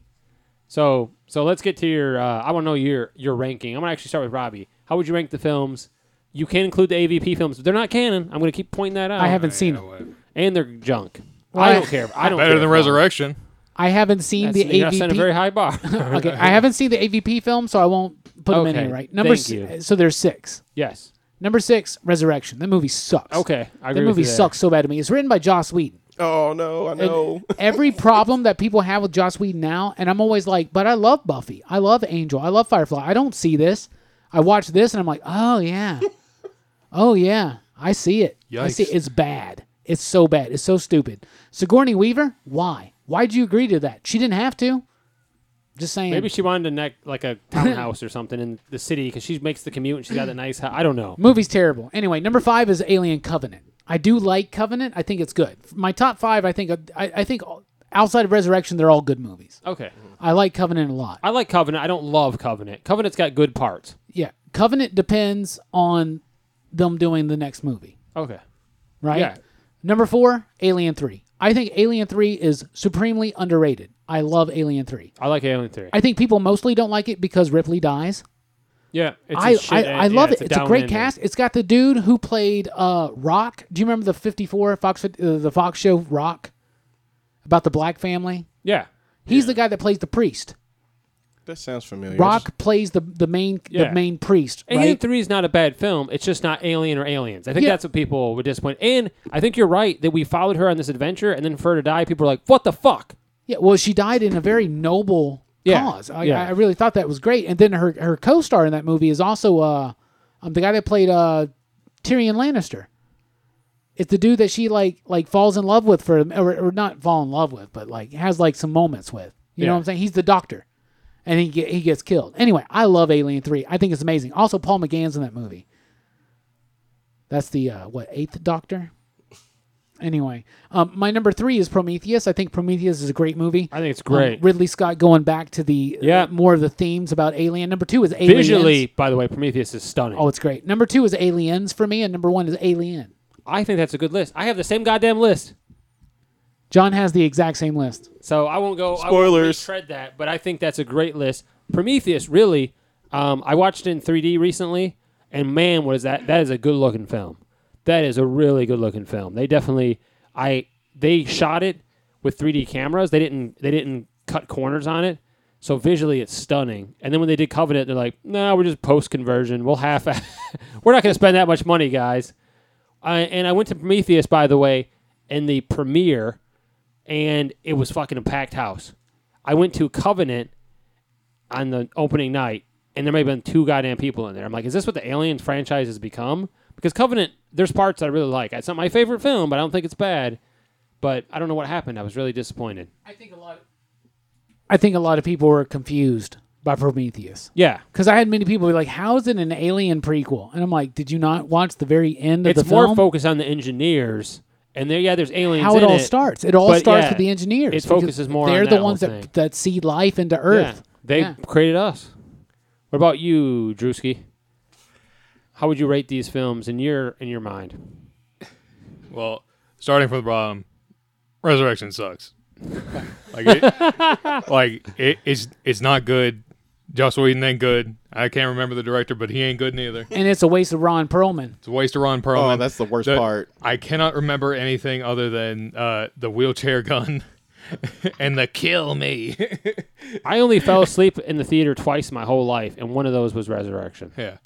[SPEAKER 2] So, so let's get to your. Uh, I want to know your your ranking. I'm gonna actually start with Robbie. How would you rank the films? You can include the AVP films, but they're not canon. I'm gonna keep pointing that out.
[SPEAKER 3] I haven't seen
[SPEAKER 5] Yeah,
[SPEAKER 3] it.
[SPEAKER 5] whatever.
[SPEAKER 2] and they're junk. I
[SPEAKER 3] Why?
[SPEAKER 2] don't care. I don't
[SPEAKER 5] Better
[SPEAKER 2] care
[SPEAKER 5] than
[SPEAKER 2] if-
[SPEAKER 5] Resurrection.
[SPEAKER 3] I haven't seen
[SPEAKER 2] That's,
[SPEAKER 3] the
[SPEAKER 2] you're not setting a
[SPEAKER 3] AVP.
[SPEAKER 2] very high bar.
[SPEAKER 3] okay, I haven't seen the AVP film, so I won't put them in
[SPEAKER 2] Okay,
[SPEAKER 3] here. Right, number
[SPEAKER 2] thank
[SPEAKER 3] si-
[SPEAKER 2] you.
[SPEAKER 3] so there's six.
[SPEAKER 2] yes.
[SPEAKER 3] Number six, Resurrection. That movie sucks.
[SPEAKER 2] Okay. I
[SPEAKER 3] that
[SPEAKER 2] agree with
[SPEAKER 3] movie
[SPEAKER 2] you there.
[SPEAKER 3] sucks so bad to me. It's written by Joss Whedon.
[SPEAKER 4] oh no, I know.
[SPEAKER 3] Every problem that people have with Joss Whedon now, and I'm always like, but I love Buffy. I love Angel. I love Firefly. I don't see this. I watch this, and I'm like, oh yeah, oh yeah, I see it. I see it.
[SPEAKER 5] Yikes.
[SPEAKER 3] it's bad. It's so bad. It's so stupid. Sigourney Weaver. Why? Why'd you agree to that? She didn't have to. Just saying.
[SPEAKER 2] Maybe she wanted to neck like a townhouse or something in the city because she makes the commute and she's got the nice house. I don't know.
[SPEAKER 3] Movie's terrible. Anyway, number five is Alien Covenant. I do like Covenant. I think it's good. My top five, I think, uh, I, I think outside of Resurrection, they're all good movies.
[SPEAKER 2] Okay.
[SPEAKER 3] I like Covenant a lot.
[SPEAKER 2] I like Covenant. I don't love Covenant. Covenant's got good parts.
[SPEAKER 3] Yeah, Covenant depends on them doing the next movie,
[SPEAKER 2] Okay.
[SPEAKER 3] right?
[SPEAKER 2] Yeah.
[SPEAKER 3] Number four, Alien Three. I think Alien Three is supremely underrated. I love Alien Three.
[SPEAKER 2] I like Alien 3.
[SPEAKER 3] I think people mostly don't like it because Ripley dies.
[SPEAKER 2] yeah. It's
[SPEAKER 3] I,
[SPEAKER 2] a shit
[SPEAKER 3] I,
[SPEAKER 2] end.
[SPEAKER 3] I love
[SPEAKER 2] Yeah,
[SPEAKER 3] it. It's a great
[SPEAKER 2] down
[SPEAKER 3] cast. It's got the dude who played uh, Rock. Do you remember the '54 Fox, uh, the Fox show Rock, about the black family?
[SPEAKER 2] ending.
[SPEAKER 3] He's the guy that plays the priest.
[SPEAKER 4] that sounds familiar.
[SPEAKER 3] Rock plays the the main
[SPEAKER 2] Yeah.
[SPEAKER 3] the main priest,
[SPEAKER 2] Yeah. Alien
[SPEAKER 3] right?
[SPEAKER 2] 3 is not a bad film. It's just not Alien or Aliens. I think
[SPEAKER 3] Yeah.
[SPEAKER 2] that's what people were disappointed. And I think you're right that we followed her on this adventure and then for her to die, people were like, what the fuck?
[SPEAKER 3] yeah. Well, she died in a very noble
[SPEAKER 2] Yeah.
[SPEAKER 3] cause. I,
[SPEAKER 2] Yeah.
[SPEAKER 3] I really thought that was great. And then her her co-star in that movie is also uh, um, the guy that played uh, Tyrion Lannister. It's the dude that she like like falls in love with for or, or not fall in love with, but like has like some moments with. You know
[SPEAKER 2] Yeah.
[SPEAKER 3] what I'm saying? He's the doctor, and he get, he gets killed. Anyway, I love Alien Three. I think it's amazing. Also, Paul McGann's in that movie. That's the uh, what eighth Doctor. Anyway, um, my number three is Prometheus. I think Prometheus is a great movie.
[SPEAKER 2] I think it's
[SPEAKER 3] Um,
[SPEAKER 2] great.
[SPEAKER 3] Ridley Scott going back to the uh,
[SPEAKER 2] Yeah.
[SPEAKER 3] more of the themes about Alien. Number two is Aliens.
[SPEAKER 2] Visually, by the way, Prometheus is stunning.
[SPEAKER 3] oh, it's great. Number two is Aliens for me, and number one is Alien.
[SPEAKER 2] I think that's a good list. I have the same goddamn list.
[SPEAKER 3] John has the exact same list.
[SPEAKER 2] So I won't go I won't
[SPEAKER 4] Spoilers.
[SPEAKER 2] retread that, but I think that's a great list. Prometheus, really, Um, I watched it in 3D recently, and man, was that that is a good looking film. That is a really good looking film. They definitely, I they shot it with 3D cameras. They didn't they didn't cut corners on it, so visually it's stunning. And then when they did Covenant, they're like, no, we're just post conversion. We'll half, we're not going to spend that much money, guys. I, and I went to Prometheus, by the way, in the premiere, and it was fucking a packed house. I went to Covenant on the opening night, and there may have been two goddamn people in there. I'm like, is this what the Alien franchise has become? Because Covenant, there's parts I really like. It's not my favorite film, but I don't think it's bad. But I don't know what happened. I was really disappointed.
[SPEAKER 3] I think a lot. I think a lot of people were confused by Prometheus
[SPEAKER 2] Yeah,
[SPEAKER 3] because I had many people be like, "How is it an alien prequel?" And I'm like, "Did you not watch the very end of
[SPEAKER 2] it's
[SPEAKER 3] the
[SPEAKER 2] more
[SPEAKER 3] film?
[SPEAKER 2] focused on the engineers, and there, yeah, there's aliens.
[SPEAKER 3] How it
[SPEAKER 2] in
[SPEAKER 3] all starts? It all
[SPEAKER 2] but
[SPEAKER 3] starts
[SPEAKER 2] yeah,
[SPEAKER 3] with the engineers.
[SPEAKER 2] it
[SPEAKER 3] because
[SPEAKER 2] focuses more on
[SPEAKER 3] They're
[SPEAKER 2] that
[SPEAKER 3] the
[SPEAKER 2] whole
[SPEAKER 3] ones
[SPEAKER 2] thing.
[SPEAKER 3] that that see life into
[SPEAKER 2] Yeah,
[SPEAKER 3] Earth.
[SPEAKER 2] they
[SPEAKER 3] Yeah.
[SPEAKER 2] created us. What about you, Drewski? How would you rate these films in your in your mind?
[SPEAKER 5] Well, starting from the bottom, Resurrection sucks. like, it, like it, it's it's not good. Joss Whedon ain't good. I can't remember the director, but he ain't good neither.
[SPEAKER 3] And it's a waste of Ron Perlman.
[SPEAKER 5] It's a waste of Ron Perlman.
[SPEAKER 4] Oh, that's the worst
[SPEAKER 5] The-
[SPEAKER 4] part.
[SPEAKER 5] I cannot remember anything other than uh, the wheelchair gun and the kill me.
[SPEAKER 2] I only fell asleep in the theater twice my whole life, and one of those was Resurrection.
[SPEAKER 5] yeah.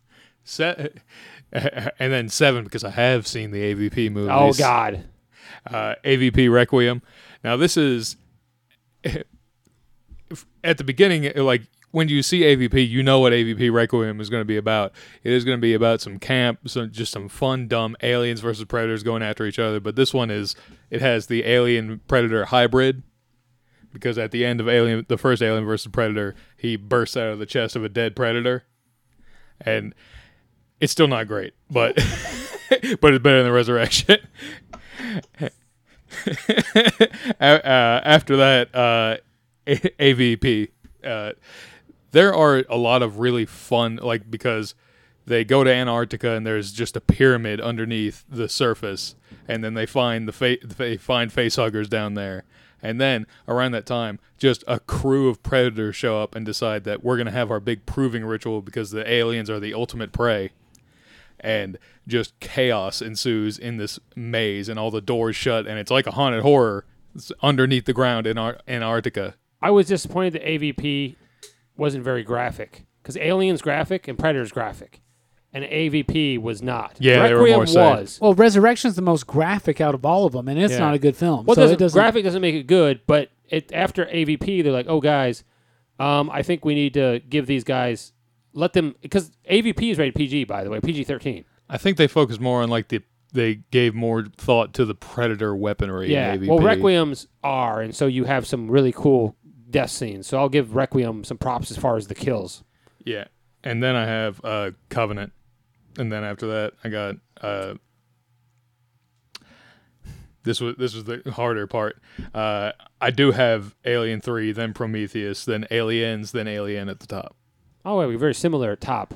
[SPEAKER 5] Se- and then seven because I have seen the AVP movies.
[SPEAKER 2] Oh God,
[SPEAKER 5] uh, AVP Requiem. Now this is at the beginning, like when you see AVP, you know what AVP Requiem is going to be about. It is going to be about some camp, some just some fun, dumb aliens versus predators going after each other. But this one is it has the alien predator hybrid because at the end of Alien, the first Alien versus Predator, he bursts out of the chest of a dead predator, and it's still not great, but but it's better than Resurrection. A- uh, after that, uh, A- AVP. Uh, there are a lot of really fun, like because they go to Antarctica and there's just a pyramid underneath the surface, and then they find the fa- they find facehuggers down there, and then around that time, just a crew of predators show up and decide that we're gonna have our big proving ritual because the aliens are the ultimate prey and just chaos ensues in this maze and all the doors shut and it's like a haunted horror it's underneath the ground in Ar- Antarctica.
[SPEAKER 2] I was disappointed that AVP wasn't very graphic because Aliens graphic and Predators graphic, and AVP was not.
[SPEAKER 5] Yeah, they were
[SPEAKER 2] Requiem
[SPEAKER 5] more sad.
[SPEAKER 2] was.
[SPEAKER 3] Well, Resurrection's the most graphic out of all of them, and it's
[SPEAKER 2] Yeah.
[SPEAKER 3] not a good film.
[SPEAKER 2] Well,
[SPEAKER 3] so
[SPEAKER 2] doesn't,
[SPEAKER 3] it doesn't.
[SPEAKER 2] graphic doesn't make it good, but it after AVP, they're like, "Oh, guys, um, I think we need to give these guys, let them, because AVP is rated PG, by the way, PG thirteen.
[SPEAKER 5] I think they focused more on like the they gave more thought to the predator weaponry. in
[SPEAKER 2] Yeah.
[SPEAKER 5] AVP.
[SPEAKER 2] Well, Requiems are, and so you have some really cool death scenes. So I'll give Requiem some props as far as the kills.
[SPEAKER 5] Yeah, and then I have uh, Covenant, and then after that I got uh, this was this was the harder part. Uh, I do have Alien Three, then Prometheus, then Aliens, then Alien at the top.
[SPEAKER 2] Oh, wait, we're very similar at top.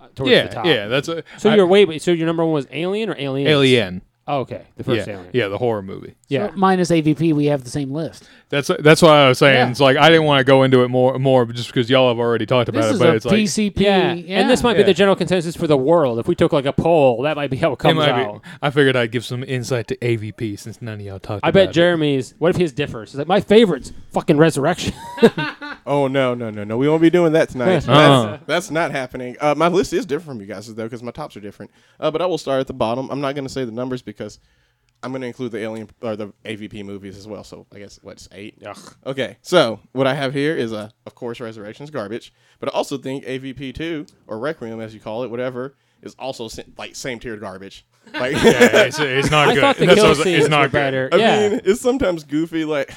[SPEAKER 2] uh, towards
[SPEAKER 5] yeah,
[SPEAKER 2] the top.
[SPEAKER 5] yeah, that's a,
[SPEAKER 2] So
[SPEAKER 5] I-
[SPEAKER 2] your wait, so your number one was Alien or Alien?
[SPEAKER 5] Alien.
[SPEAKER 2] Oh, okay, the first
[SPEAKER 5] yeah,
[SPEAKER 2] Alien.
[SPEAKER 5] yeah, the horror movie.
[SPEAKER 2] Yeah.
[SPEAKER 3] So uh, minus AVP, we have the same list.
[SPEAKER 5] That's that's why I was saying
[SPEAKER 3] Yeah.
[SPEAKER 5] it's like I didn't want to go into it more more just because y'all have already talked about
[SPEAKER 3] This
[SPEAKER 5] it.
[SPEAKER 3] is
[SPEAKER 5] But
[SPEAKER 3] a
[SPEAKER 5] it's like
[SPEAKER 3] PCP.
[SPEAKER 2] Yeah. and this might be
[SPEAKER 5] Yeah.
[SPEAKER 2] the general consensus for the world. If we took like a poll, that might be how it
[SPEAKER 5] it
[SPEAKER 2] comes
[SPEAKER 5] might
[SPEAKER 2] out.
[SPEAKER 5] be, I figured I'd give some insight to AVP since none of y'all talked.
[SPEAKER 2] I
[SPEAKER 5] about
[SPEAKER 2] bet Jeremy's. What if his differs? He's like, my favorite's fucking Resurrection.
[SPEAKER 4] Oh no, no, no, no! We won't be doing that tonight.
[SPEAKER 5] Uh-uh.
[SPEAKER 4] that's, that's not happening. Uh, my list is different from you guys' though, because my tops are different. Uh, but I will start at the bottom. I'm not going to say the numbers because I'm going to include the alien or the AVP movies as well. So I guess what's eight? Okay. So what I have here is uh, of course, Resurrection's garbage, but I also think AVP two or Requiem, as you call it, whatever, is also sa- like same tier garbage. Like
[SPEAKER 5] it. Yeah, it's, it's not
[SPEAKER 2] I
[SPEAKER 5] good.
[SPEAKER 2] thought the
[SPEAKER 5] That's what I
[SPEAKER 2] kill
[SPEAKER 5] was-
[SPEAKER 2] scenes
[SPEAKER 5] it's not
[SPEAKER 2] were
[SPEAKER 5] good.
[SPEAKER 2] better.
[SPEAKER 4] I
[SPEAKER 2] yeah.
[SPEAKER 4] mean, it's sometimes goofy. Like,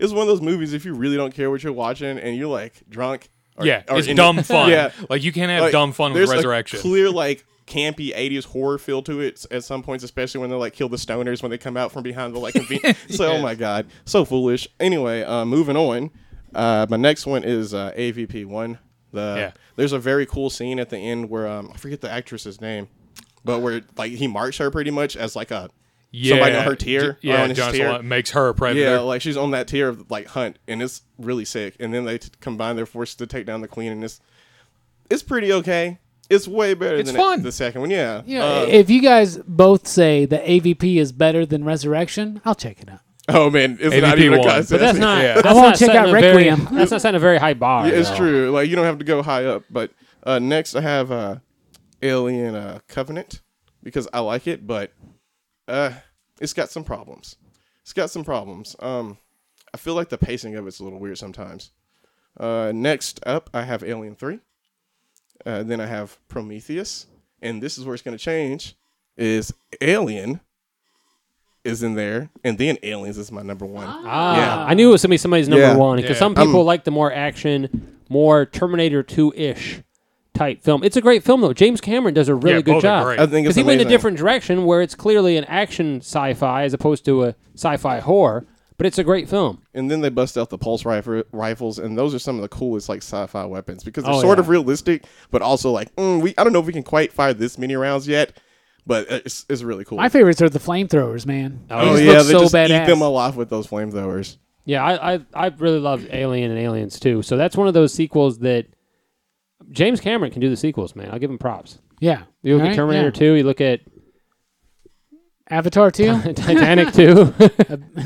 [SPEAKER 4] it's one of those movies if you really don't care what you're watching and you're like drunk. Or,
[SPEAKER 5] Yeah,
[SPEAKER 4] or
[SPEAKER 5] it's
[SPEAKER 4] in-
[SPEAKER 5] dumb fun.
[SPEAKER 4] Yeah,
[SPEAKER 5] like you can't have
[SPEAKER 4] like,
[SPEAKER 5] dumb fun with
[SPEAKER 4] there's a
[SPEAKER 5] Resurrection.
[SPEAKER 4] clear like campy '80s horror feel to it s- at some points, especially when they like kill the stoners when they come out from behind the like. conven- So oh my god, so foolish. Anyway, uh, moving on. Uh, my next one is uh, AVP one. The
[SPEAKER 5] Yeah.
[SPEAKER 4] there's a very cool scene at the end where um, I forget the actress's name, but where like he marks her pretty much as like a
[SPEAKER 5] yeah,
[SPEAKER 4] somebody on her tier.
[SPEAKER 5] J- Yeah,
[SPEAKER 4] on his
[SPEAKER 5] John
[SPEAKER 4] tier.
[SPEAKER 5] Salon makes her a predator.
[SPEAKER 4] Yeah, like she's on that tier of like Hunt, and it's really sick. And then they t- combine their forces to take down the Queen, and it's it's pretty okay. It's way better
[SPEAKER 5] It's
[SPEAKER 4] than
[SPEAKER 5] fun.
[SPEAKER 4] the second one. Yeah.
[SPEAKER 3] You know,
[SPEAKER 4] Uh,
[SPEAKER 3] if you guys both say that AVP is better than Resurrection, I'll check it out.
[SPEAKER 4] oh man, it's not
[SPEAKER 5] AVP
[SPEAKER 4] even a
[SPEAKER 5] won.
[SPEAKER 4] contest.
[SPEAKER 5] But
[SPEAKER 2] That's not.
[SPEAKER 5] Yeah.
[SPEAKER 2] That's
[SPEAKER 3] I wanna
[SPEAKER 2] not
[SPEAKER 3] check
[SPEAKER 2] setting
[SPEAKER 3] out
[SPEAKER 2] a very-
[SPEAKER 3] Requiem.
[SPEAKER 2] that's not setting a very high bar.
[SPEAKER 4] Yeah, it's
[SPEAKER 2] though.
[SPEAKER 4] true. Like you don't have to go high up. But uh, next, I have uh, Alien uh, Covenant because I like it, but uh, it's got some problems. It's got some problems. Um, I feel like the pacing of it's a little weird sometimes. Uh, next up, I have Alien Three. Uh, then I have Prometheus, and this is where it's going to change. Is Alien is in there, and then Aliens is my number one.
[SPEAKER 2] Ah,
[SPEAKER 4] Yeah.
[SPEAKER 2] I knew it was gonna be somebody's number
[SPEAKER 4] Yeah.
[SPEAKER 2] one because
[SPEAKER 5] Yeah.
[SPEAKER 2] some people like the more action, more Terminator Two ish type film. It's a great film though. James Cameron does a really
[SPEAKER 5] Yeah,
[SPEAKER 2] good
[SPEAKER 5] both are
[SPEAKER 2] job.
[SPEAKER 5] great.
[SPEAKER 4] I think
[SPEAKER 2] because
[SPEAKER 4] it's
[SPEAKER 2] he went in a
[SPEAKER 4] amazing.
[SPEAKER 2] different direction where it's clearly an action sci-fi as opposed to a sci-fi horror but it's a great film
[SPEAKER 4] and then they bust out the pulse rifle, rifles, and those are some of the coolest like sci-fi weapons because they're
[SPEAKER 2] Oh,
[SPEAKER 4] sort
[SPEAKER 2] yeah.
[SPEAKER 4] of realistic, but also like mm, we I don't know if we can quite fire this many rounds yet, but it's, it's really cool.
[SPEAKER 3] My favorites are the flamethrowers, man. They
[SPEAKER 2] Oh,
[SPEAKER 3] just
[SPEAKER 4] yeah,
[SPEAKER 3] look
[SPEAKER 4] they
[SPEAKER 3] so
[SPEAKER 4] just
[SPEAKER 3] badass.
[SPEAKER 4] eat them alive with those flamethrowers.
[SPEAKER 2] yeah I, I i really love alien and aliens too so that's one of those sequels that james cameron can do the sequels man i'll give him props
[SPEAKER 3] yeah,
[SPEAKER 2] you look
[SPEAKER 3] Right?
[SPEAKER 2] at terminator 2
[SPEAKER 3] Yeah.
[SPEAKER 2] you look at
[SPEAKER 3] Avatar too.
[SPEAKER 2] titanic 2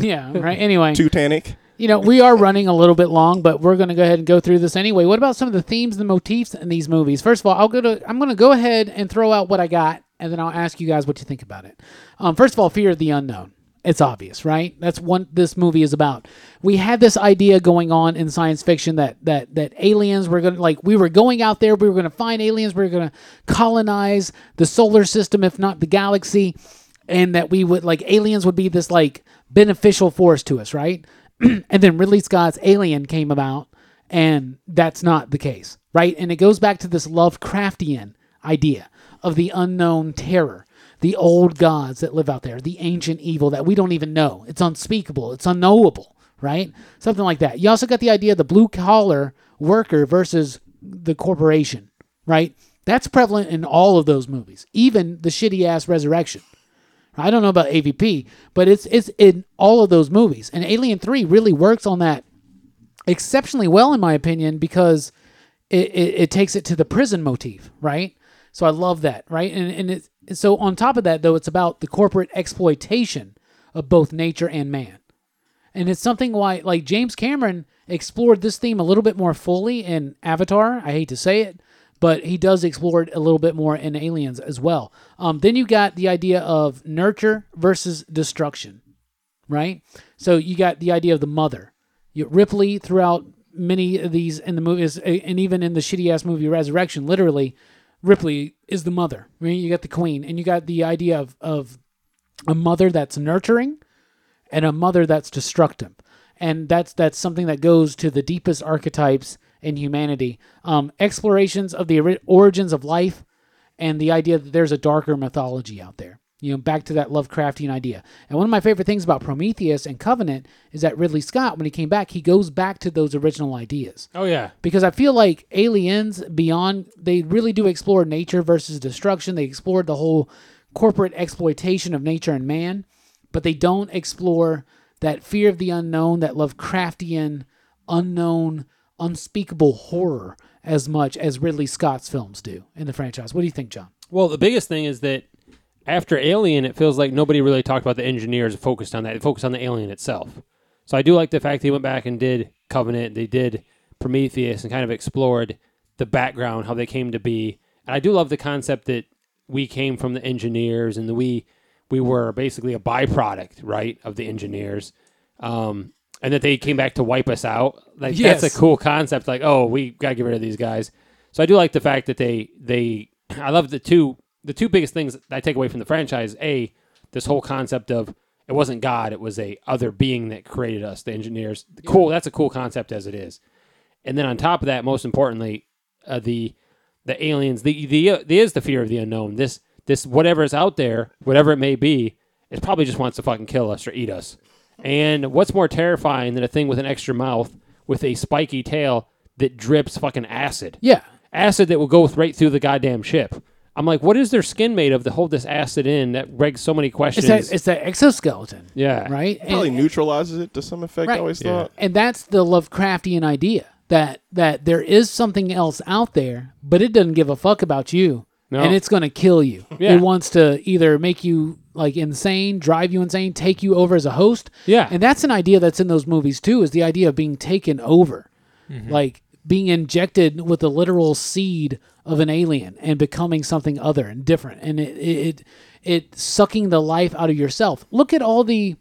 [SPEAKER 3] yeah, right. Anyway,
[SPEAKER 4] Titanic.
[SPEAKER 3] you know we are running a little bit long, but we're going to go ahead and go through this anyway. What about some of the themes and motifs in these movies? First of all, I'll go to. I'm going to go ahead and throw out what I got, and then I'll ask you guys what you think about it. Um, first of all, fear of the unknown. It's obvious, right? That's what this movie is about. We had this idea going on in science fiction that that that aliens were going to like we were going out there, we were going to find aliens, we were going to colonize the solar system, if not the galaxy. and that we would like aliens would be this like beneficial force to us, right? and then Ridley Scott's Alien came about, and that's not the case, right? And it goes back to this Lovecraftian idea of the unknown terror, the old gods that live out there, the ancient evil that we don't even know. It's unspeakable, it's unknowable, right? Something like that. You also got the idea of the blue collar worker versus the corporation, right? That's prevalent in all of those movies, even the shitty ass Resurrection. I don't know about AVP, but it's it's in all of those movies. And Alien Three really works on that exceptionally well, in my opinion, because it, it, it takes it to the prison motif, right? So I love that, right? And and it, so on top of that, though, it's about the corporate exploitation of both nature and man, and it's something why like James Cameron explored this theme a little bit more fully in Avatar. I hate to say it, but he does explore it a little bit more in Aliens as well. Um, then you got the idea of nurture versus destruction right? So you got the idea of the mother. You, Ripley, throughout many of these in the movies, a- and even in the shitty ass movie Resurrection, literally, Ripley is the mother. I mean, you got the queen, and you got the idea of, of a mother that's nurturing and a mother that's destructive. And that's that's something that goes to the deepest archetypes in humanity. Um, explorations of the ori- origins of life and the idea that there's a darker mythology out there. You know, back to that Lovecraftian idea. And one of my favorite things about Prometheus and Covenant is that Ridley Scott, when he came back, he goes back to those original ideas
[SPEAKER 2] oh yeah
[SPEAKER 3] because I feel like Aliens Beyond they really do explore nature versus destruction. They explored the whole corporate exploitation of nature and man, but they don't explore that fear of the unknown, that Lovecraftian, unknown, unspeakable horror as much as Ridley Scott's films do in the franchise. What do you think, John?
[SPEAKER 2] well the biggest thing is that after alien it feels like nobody really talked about the engineers and focused on that it focused on the alien itself so i do like the fact that he went back and did covenant they did prometheus and kind of explored the background how they came to be and i do love the concept that we came from the engineers and we we were basically a byproduct right of the engineers um, and that they came back to wipe us out like
[SPEAKER 3] Yes.
[SPEAKER 2] that's a cool concept like oh we got to get rid of these guys so i do like the fact that they they i love the two the two biggest things that i take away from the franchise a this whole concept of it wasn't god it was a other being that created us the engineers cool that's a cool concept as it is and then on top of that, most importantly, uh, the the aliens, the the uh, there is the fear of the unknown. This this whatever is out there, whatever it may be, it probably just wants to fucking kill us or eat us. And what's more terrifying than a thing with an extra mouth with a spiky tail that drips fucking acid?
[SPEAKER 3] Yeah,
[SPEAKER 2] acid that will go th- right through the goddamn ship. I'm like, what is their skin made of to hold this acid in? That begs so many questions.
[SPEAKER 3] it's that it's that exoskeleton,
[SPEAKER 2] yeah,
[SPEAKER 3] right?
[SPEAKER 4] Probably
[SPEAKER 3] And-
[SPEAKER 4] neutralizes it to some effect. I
[SPEAKER 3] Right.
[SPEAKER 4] always
[SPEAKER 5] Yeah.
[SPEAKER 4] thought.
[SPEAKER 3] and that's the Lovecraftian idea that that there is something else out there, but it doesn't give a fuck about you,
[SPEAKER 2] No.
[SPEAKER 3] and it's gonna kill you.
[SPEAKER 2] Yeah.
[SPEAKER 3] It wants to either make you like insane, drive you insane, take you over as a host.
[SPEAKER 2] Yeah.
[SPEAKER 3] and that's an idea that's in those movies too. Is the idea of being taken over,
[SPEAKER 2] Mm-hmm.
[SPEAKER 3] like being injected with the literal seed of an alien and becoming something other and different, and it it it sucking the life out of yourself. Look at all the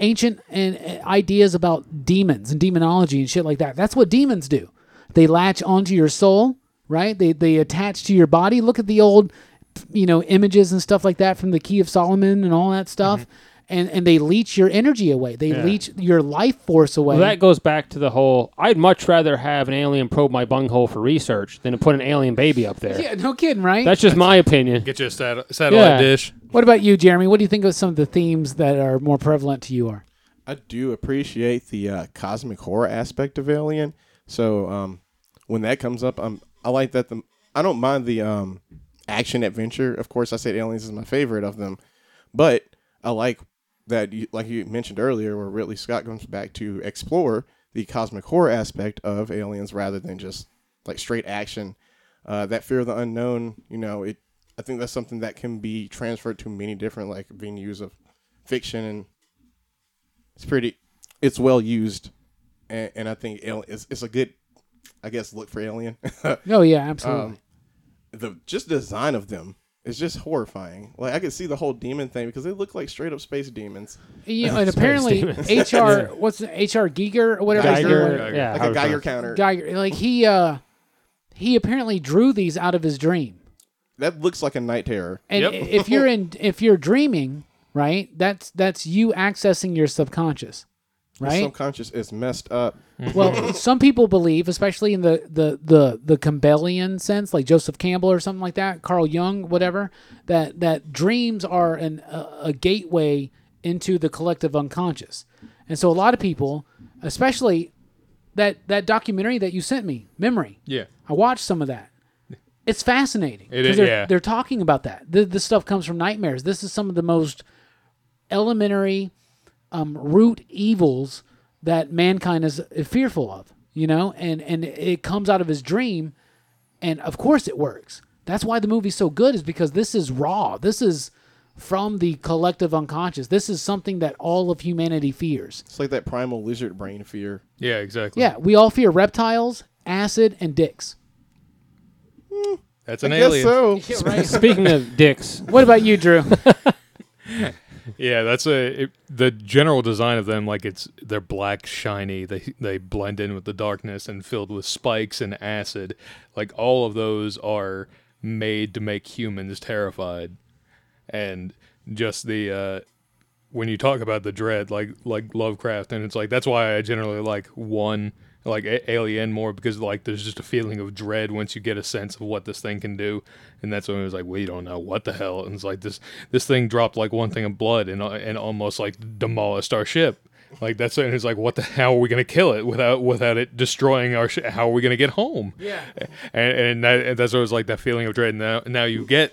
[SPEAKER 3] ancient and uh, ideas about demons and demonology and shit like that. That's what demons do. They latch onto your soul, right? They they attach to your body. Look at the old, you know, images and stuff like that from the Key of Solomon and all that stuff.
[SPEAKER 2] Mm-hmm.
[SPEAKER 3] And and they leech your energy away. They leech your life force away.
[SPEAKER 2] Well, that goes back to the whole. I'd much rather have an alien probe my bunghole for research than to put an alien baby up there.
[SPEAKER 3] yeah, no kidding, right?
[SPEAKER 2] That's just my opinion.
[SPEAKER 5] Get you a sat- satellite
[SPEAKER 2] Yeah.
[SPEAKER 5] dish.
[SPEAKER 3] what about you, Jeremy? What do you think of some of the themes that are more prevalent to you are?
[SPEAKER 4] I do appreciate the uh, cosmic horror aspect of Alien. So um, when that comes up, um, I like that. The I don't mind the um, action adventure. Of course, I said Aliens is my favorite of them, but I like that, you, like you mentioned earlier, where Ridley Scott comes back to explore the cosmic horror aspect of Aliens rather than just like straight action. Uh, that fear of the unknown, you know, it. I think that's something that can be transferred to many different like venues of fiction and it's pretty it's well used and, and i think Al- it's, it's a good i guess look for alien
[SPEAKER 3] Oh yeah, absolutely.
[SPEAKER 2] Um,
[SPEAKER 4] the just design of them is just horrifying like i could see the whole demon thing because they look like straight up space demons
[SPEAKER 3] you know, and apparently HR what's the- HR Giger or whatever his name
[SPEAKER 2] Geiger,
[SPEAKER 3] was?
[SPEAKER 2] yeah,
[SPEAKER 4] like
[SPEAKER 2] how
[SPEAKER 4] a
[SPEAKER 2] it
[SPEAKER 4] geiger
[SPEAKER 2] sounds.
[SPEAKER 4] counter
[SPEAKER 3] Geiger. Like he uh he apparently drew these out of his dream.
[SPEAKER 4] that looks like a night terror
[SPEAKER 3] And
[SPEAKER 5] Yep.
[SPEAKER 3] if you're in if you're dreaming, right? That's that's you accessing your subconscious.
[SPEAKER 4] Your
[SPEAKER 3] Right?
[SPEAKER 4] subconscious is messed up
[SPEAKER 3] well, some people believe, especially in the the the the Campbellian sense, like Joseph Campbell or something like that, Carl Jung, whatever, that that dreams are an a, a gateway into the collective unconscious, and so a lot of people, especially that that documentary that you sent me, Memory,
[SPEAKER 5] Yeah.
[SPEAKER 3] I watched some of that. It's fascinating.
[SPEAKER 5] It
[SPEAKER 3] 'cause
[SPEAKER 5] is,
[SPEAKER 3] they're,
[SPEAKER 5] yeah.
[SPEAKER 3] they're talking about that. Th- this stuff comes from nightmares. This is some of the most elementary um, root evils that mankind is fearful of, you know? And, and it comes out of his dream, and of course it works. That's why the movie's so good, is because this is raw. This is from the collective unconscious. This is something that all of humanity fears.
[SPEAKER 4] it's like that primal lizard brain fear
[SPEAKER 5] Yeah, exactly.
[SPEAKER 3] Yeah, we all fear reptiles, acid, and dicks.
[SPEAKER 5] That's an
[SPEAKER 4] i guess
[SPEAKER 5] alien.
[SPEAKER 4] so
[SPEAKER 2] Speaking of dicks,
[SPEAKER 3] What about you, Drew?
[SPEAKER 5] Yeah, that's a it, the general design of them. Like it's they're black, shiny. They they blend in with the darkness and filled with spikes and acid. Like all of those are made to make humans terrified. And just the uh, when you talk about the dread, like like Lovecraft, and it's like that's why I generally like one like a- Alien more because like there's just a feeling of dread once you get a sense of what this thing can do, and that's when it was like we don't know what the hell, and it's like this this thing dropped like one thing of blood and and almost like demolished our ship. Like that's and it's like what the how are we gonna kill it without without it destroying our ship? How are we gonna get home? Yeah, and and, that, and that's what it was like that feeling of dread. Now now you get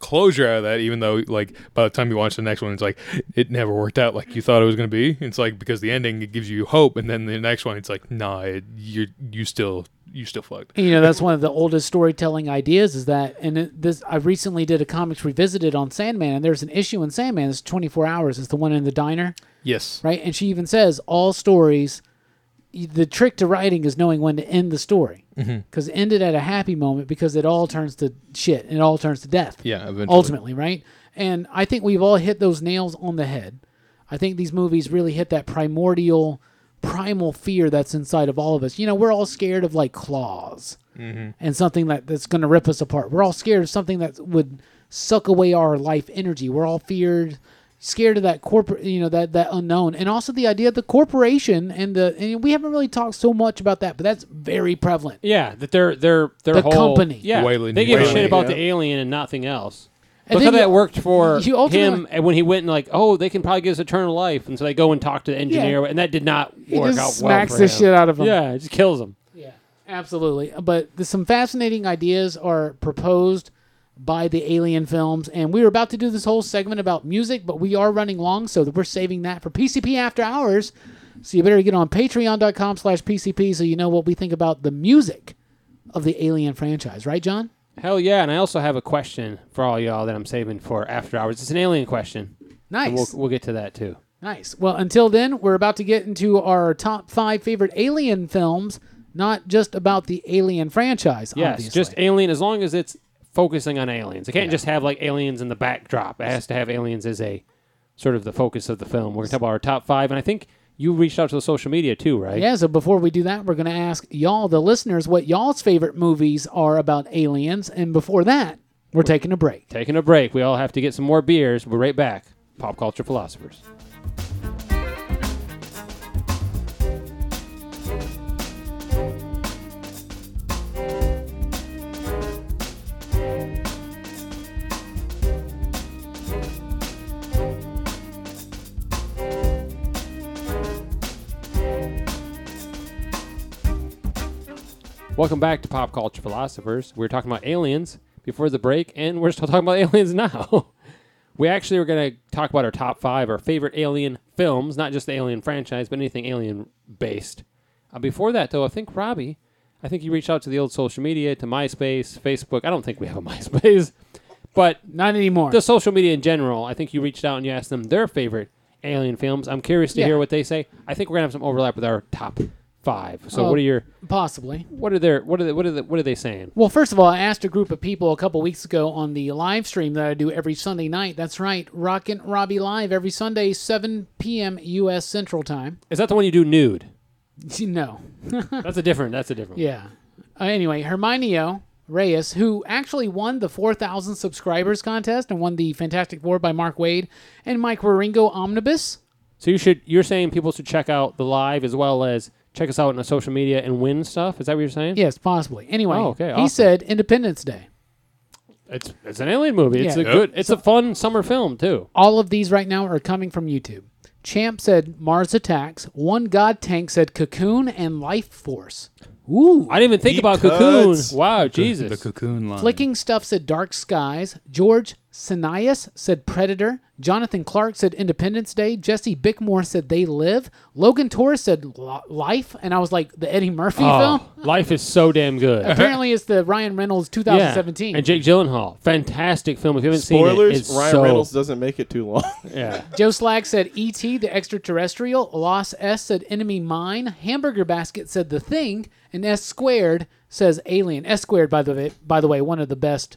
[SPEAKER 5] closure out of that even though like by the time you watch the next one it's like it never worked out like you thought it was going to be it's like because the ending it gives you hope and then the next one it's like nah it, you're you still you still fucked
[SPEAKER 3] you know, that's one of the oldest storytelling ideas is that, and it, this, I recently did a comics revisited on Sandman, and there's an issue in Sandman, it's 24 hours, it's the one in the diner,
[SPEAKER 5] yes
[SPEAKER 3] right? And she even says, all stories, y- the trick to writing is knowing when to end the story.
[SPEAKER 5] Mm-hmm.
[SPEAKER 3] Because end it at a happy moment because it all turns to shit, it all turns to death.
[SPEAKER 5] yeah eventually
[SPEAKER 3] ultimately, right? And I think we've all hit those nails on the head. I think these movies really hit that primordial, primal fear that's inside of all of us. You know, we're all scared of like claws and something that, that's going to rip us apart. We're all scared of something that would suck away our life energy. We're all feared, scared of that corporate, you know, that that unknown, and also the idea of the corporation and the. And we haven't really talked so much about that, but that's very prevalent.
[SPEAKER 2] yeah, that their their their
[SPEAKER 3] The
[SPEAKER 2] whole
[SPEAKER 3] company.
[SPEAKER 2] Yeah,
[SPEAKER 5] Wayland
[SPEAKER 2] they give a
[SPEAKER 5] Wayland,
[SPEAKER 2] shit about
[SPEAKER 4] yeah.
[SPEAKER 2] the alien and nothing else.
[SPEAKER 3] And
[SPEAKER 2] Look
[SPEAKER 3] then
[SPEAKER 2] how
[SPEAKER 3] you-
[SPEAKER 2] that worked for
[SPEAKER 3] you ultimately-
[SPEAKER 2] him and when he went and like, oh, they can probably give us eternal life, and so they go and talk to the engineer, and that did not
[SPEAKER 3] He
[SPEAKER 2] work
[SPEAKER 3] just
[SPEAKER 2] out
[SPEAKER 3] smacks
[SPEAKER 2] well for
[SPEAKER 3] the
[SPEAKER 2] him.
[SPEAKER 3] shit out of him.
[SPEAKER 2] Yeah, it just kills him.
[SPEAKER 3] Yeah, absolutely. But there's some fascinating ideas are proposed by the Alien films, and we were about to do this whole segment about music, but we are running long, so we're saving that for PCP After Hours. So you better get on patreon.com slash PCP so you know what we think about the music of the Alien franchise. Right, John?
[SPEAKER 2] Hell yeah! And I also have a question for all y'all that I'm saving for after hours. It's an alien question.
[SPEAKER 3] Nice.
[SPEAKER 2] We'll we'll get to that too.
[SPEAKER 3] Nice. Well, until then, we're about to get into our top five favorite alien films, not just about the alien franchise.
[SPEAKER 2] Yes,
[SPEAKER 3] obviously.
[SPEAKER 2] just alien. As long as it's focusing on aliens, it can't just have like aliens in the backdrop. It has to have aliens as a sort of the focus of the film. We're gonna talk about our top five, and I think you reached out to the social media too, right?
[SPEAKER 3] yeah. So before we do that, we're going to ask y'all, the listeners, what y'all's favorite movies are about aliens. And before that, we're taking a break.
[SPEAKER 2] Taking a break. We all have to get some more beers. We're right back. Pop culture philosophers. Welcome back to Pop Culture Philosophers. We were talking about aliens before the break, and we're still talking about aliens now. we actually were going to talk about our top five, our favorite alien films, not just the alien franchise, but anything alien based. Uh, before that, though, I think Robbie, I think you reached out to the old social media, to MySpace, Facebook. I don't think we have a MySpace, but
[SPEAKER 3] Not anymore.
[SPEAKER 2] the social media in general. I think you reached out and you asked them their favorite alien films. I'm curious to
[SPEAKER 3] Yeah.
[SPEAKER 2] hear what they say. I think we're going to have some overlap with our top five. So,
[SPEAKER 3] Oh.
[SPEAKER 2] what are your.
[SPEAKER 3] Possibly.
[SPEAKER 2] What are their what are they, what are they, what are they saying?
[SPEAKER 3] Well, first of all, I asked a group of people a couple weeks ago on the live stream that I do every Sunday night. That's right, Rockin' Robbie Live every Sunday, 7 p.m. U.S. Central Time.
[SPEAKER 2] Is that the one you do nude?
[SPEAKER 3] no.
[SPEAKER 2] That's a different. That's a different.
[SPEAKER 3] Yeah. Uh, anyway, Herminio Reyes, who actually won the 4,000 subscribers contest and won the Fantastic Four by Mark Wade and Mike Waringo Omnibus.
[SPEAKER 2] One. So you should you're saying people should check out the live as well as check us out on the social media and win stuff. Is that what you're saying?
[SPEAKER 3] Yes, possibly. Anyway,
[SPEAKER 2] Oh, okay,
[SPEAKER 3] he
[SPEAKER 2] awesome.
[SPEAKER 3] said Independence Day.
[SPEAKER 2] It's it's an alien movie. It's
[SPEAKER 3] Yeah.
[SPEAKER 2] a good. It's a fun summer film too.
[SPEAKER 3] All of these right now are coming from YouTube. Champ said Mars Attacks. One God Tank said Cocoon and Life Force. Ooh.
[SPEAKER 2] I didn't even think
[SPEAKER 4] Deep
[SPEAKER 2] about
[SPEAKER 4] cuts.
[SPEAKER 2] Cocoon. Wow,
[SPEAKER 5] The
[SPEAKER 2] Jesus.
[SPEAKER 5] cocoon line.
[SPEAKER 3] Flicking Stuff said Dark Skies. George Sinaias said Predator. Jonathan Clark said Independence Day. Jesse Bickmore said They Live. Logan Torres said Lo- Life. And I was like, the Eddie Murphy film?
[SPEAKER 2] Oh, life is so damn good.
[SPEAKER 3] Apparently, it's the Ryan Reynolds
[SPEAKER 2] Yeah.
[SPEAKER 3] 2017.
[SPEAKER 2] And Jake Gyllenhaal, fantastic film. If you haven't seen it,
[SPEAKER 4] Spoilers:
[SPEAKER 2] it's
[SPEAKER 4] Ryan
[SPEAKER 2] so-
[SPEAKER 4] Reynolds doesn't make it too long.
[SPEAKER 2] Yeah.
[SPEAKER 3] Joe Slag said E.T., the extraterrestrial. Loss S said enemy mine. Hamburger Basket said the thing. And S squared says alien. S squared, by the way, by the way, one of the best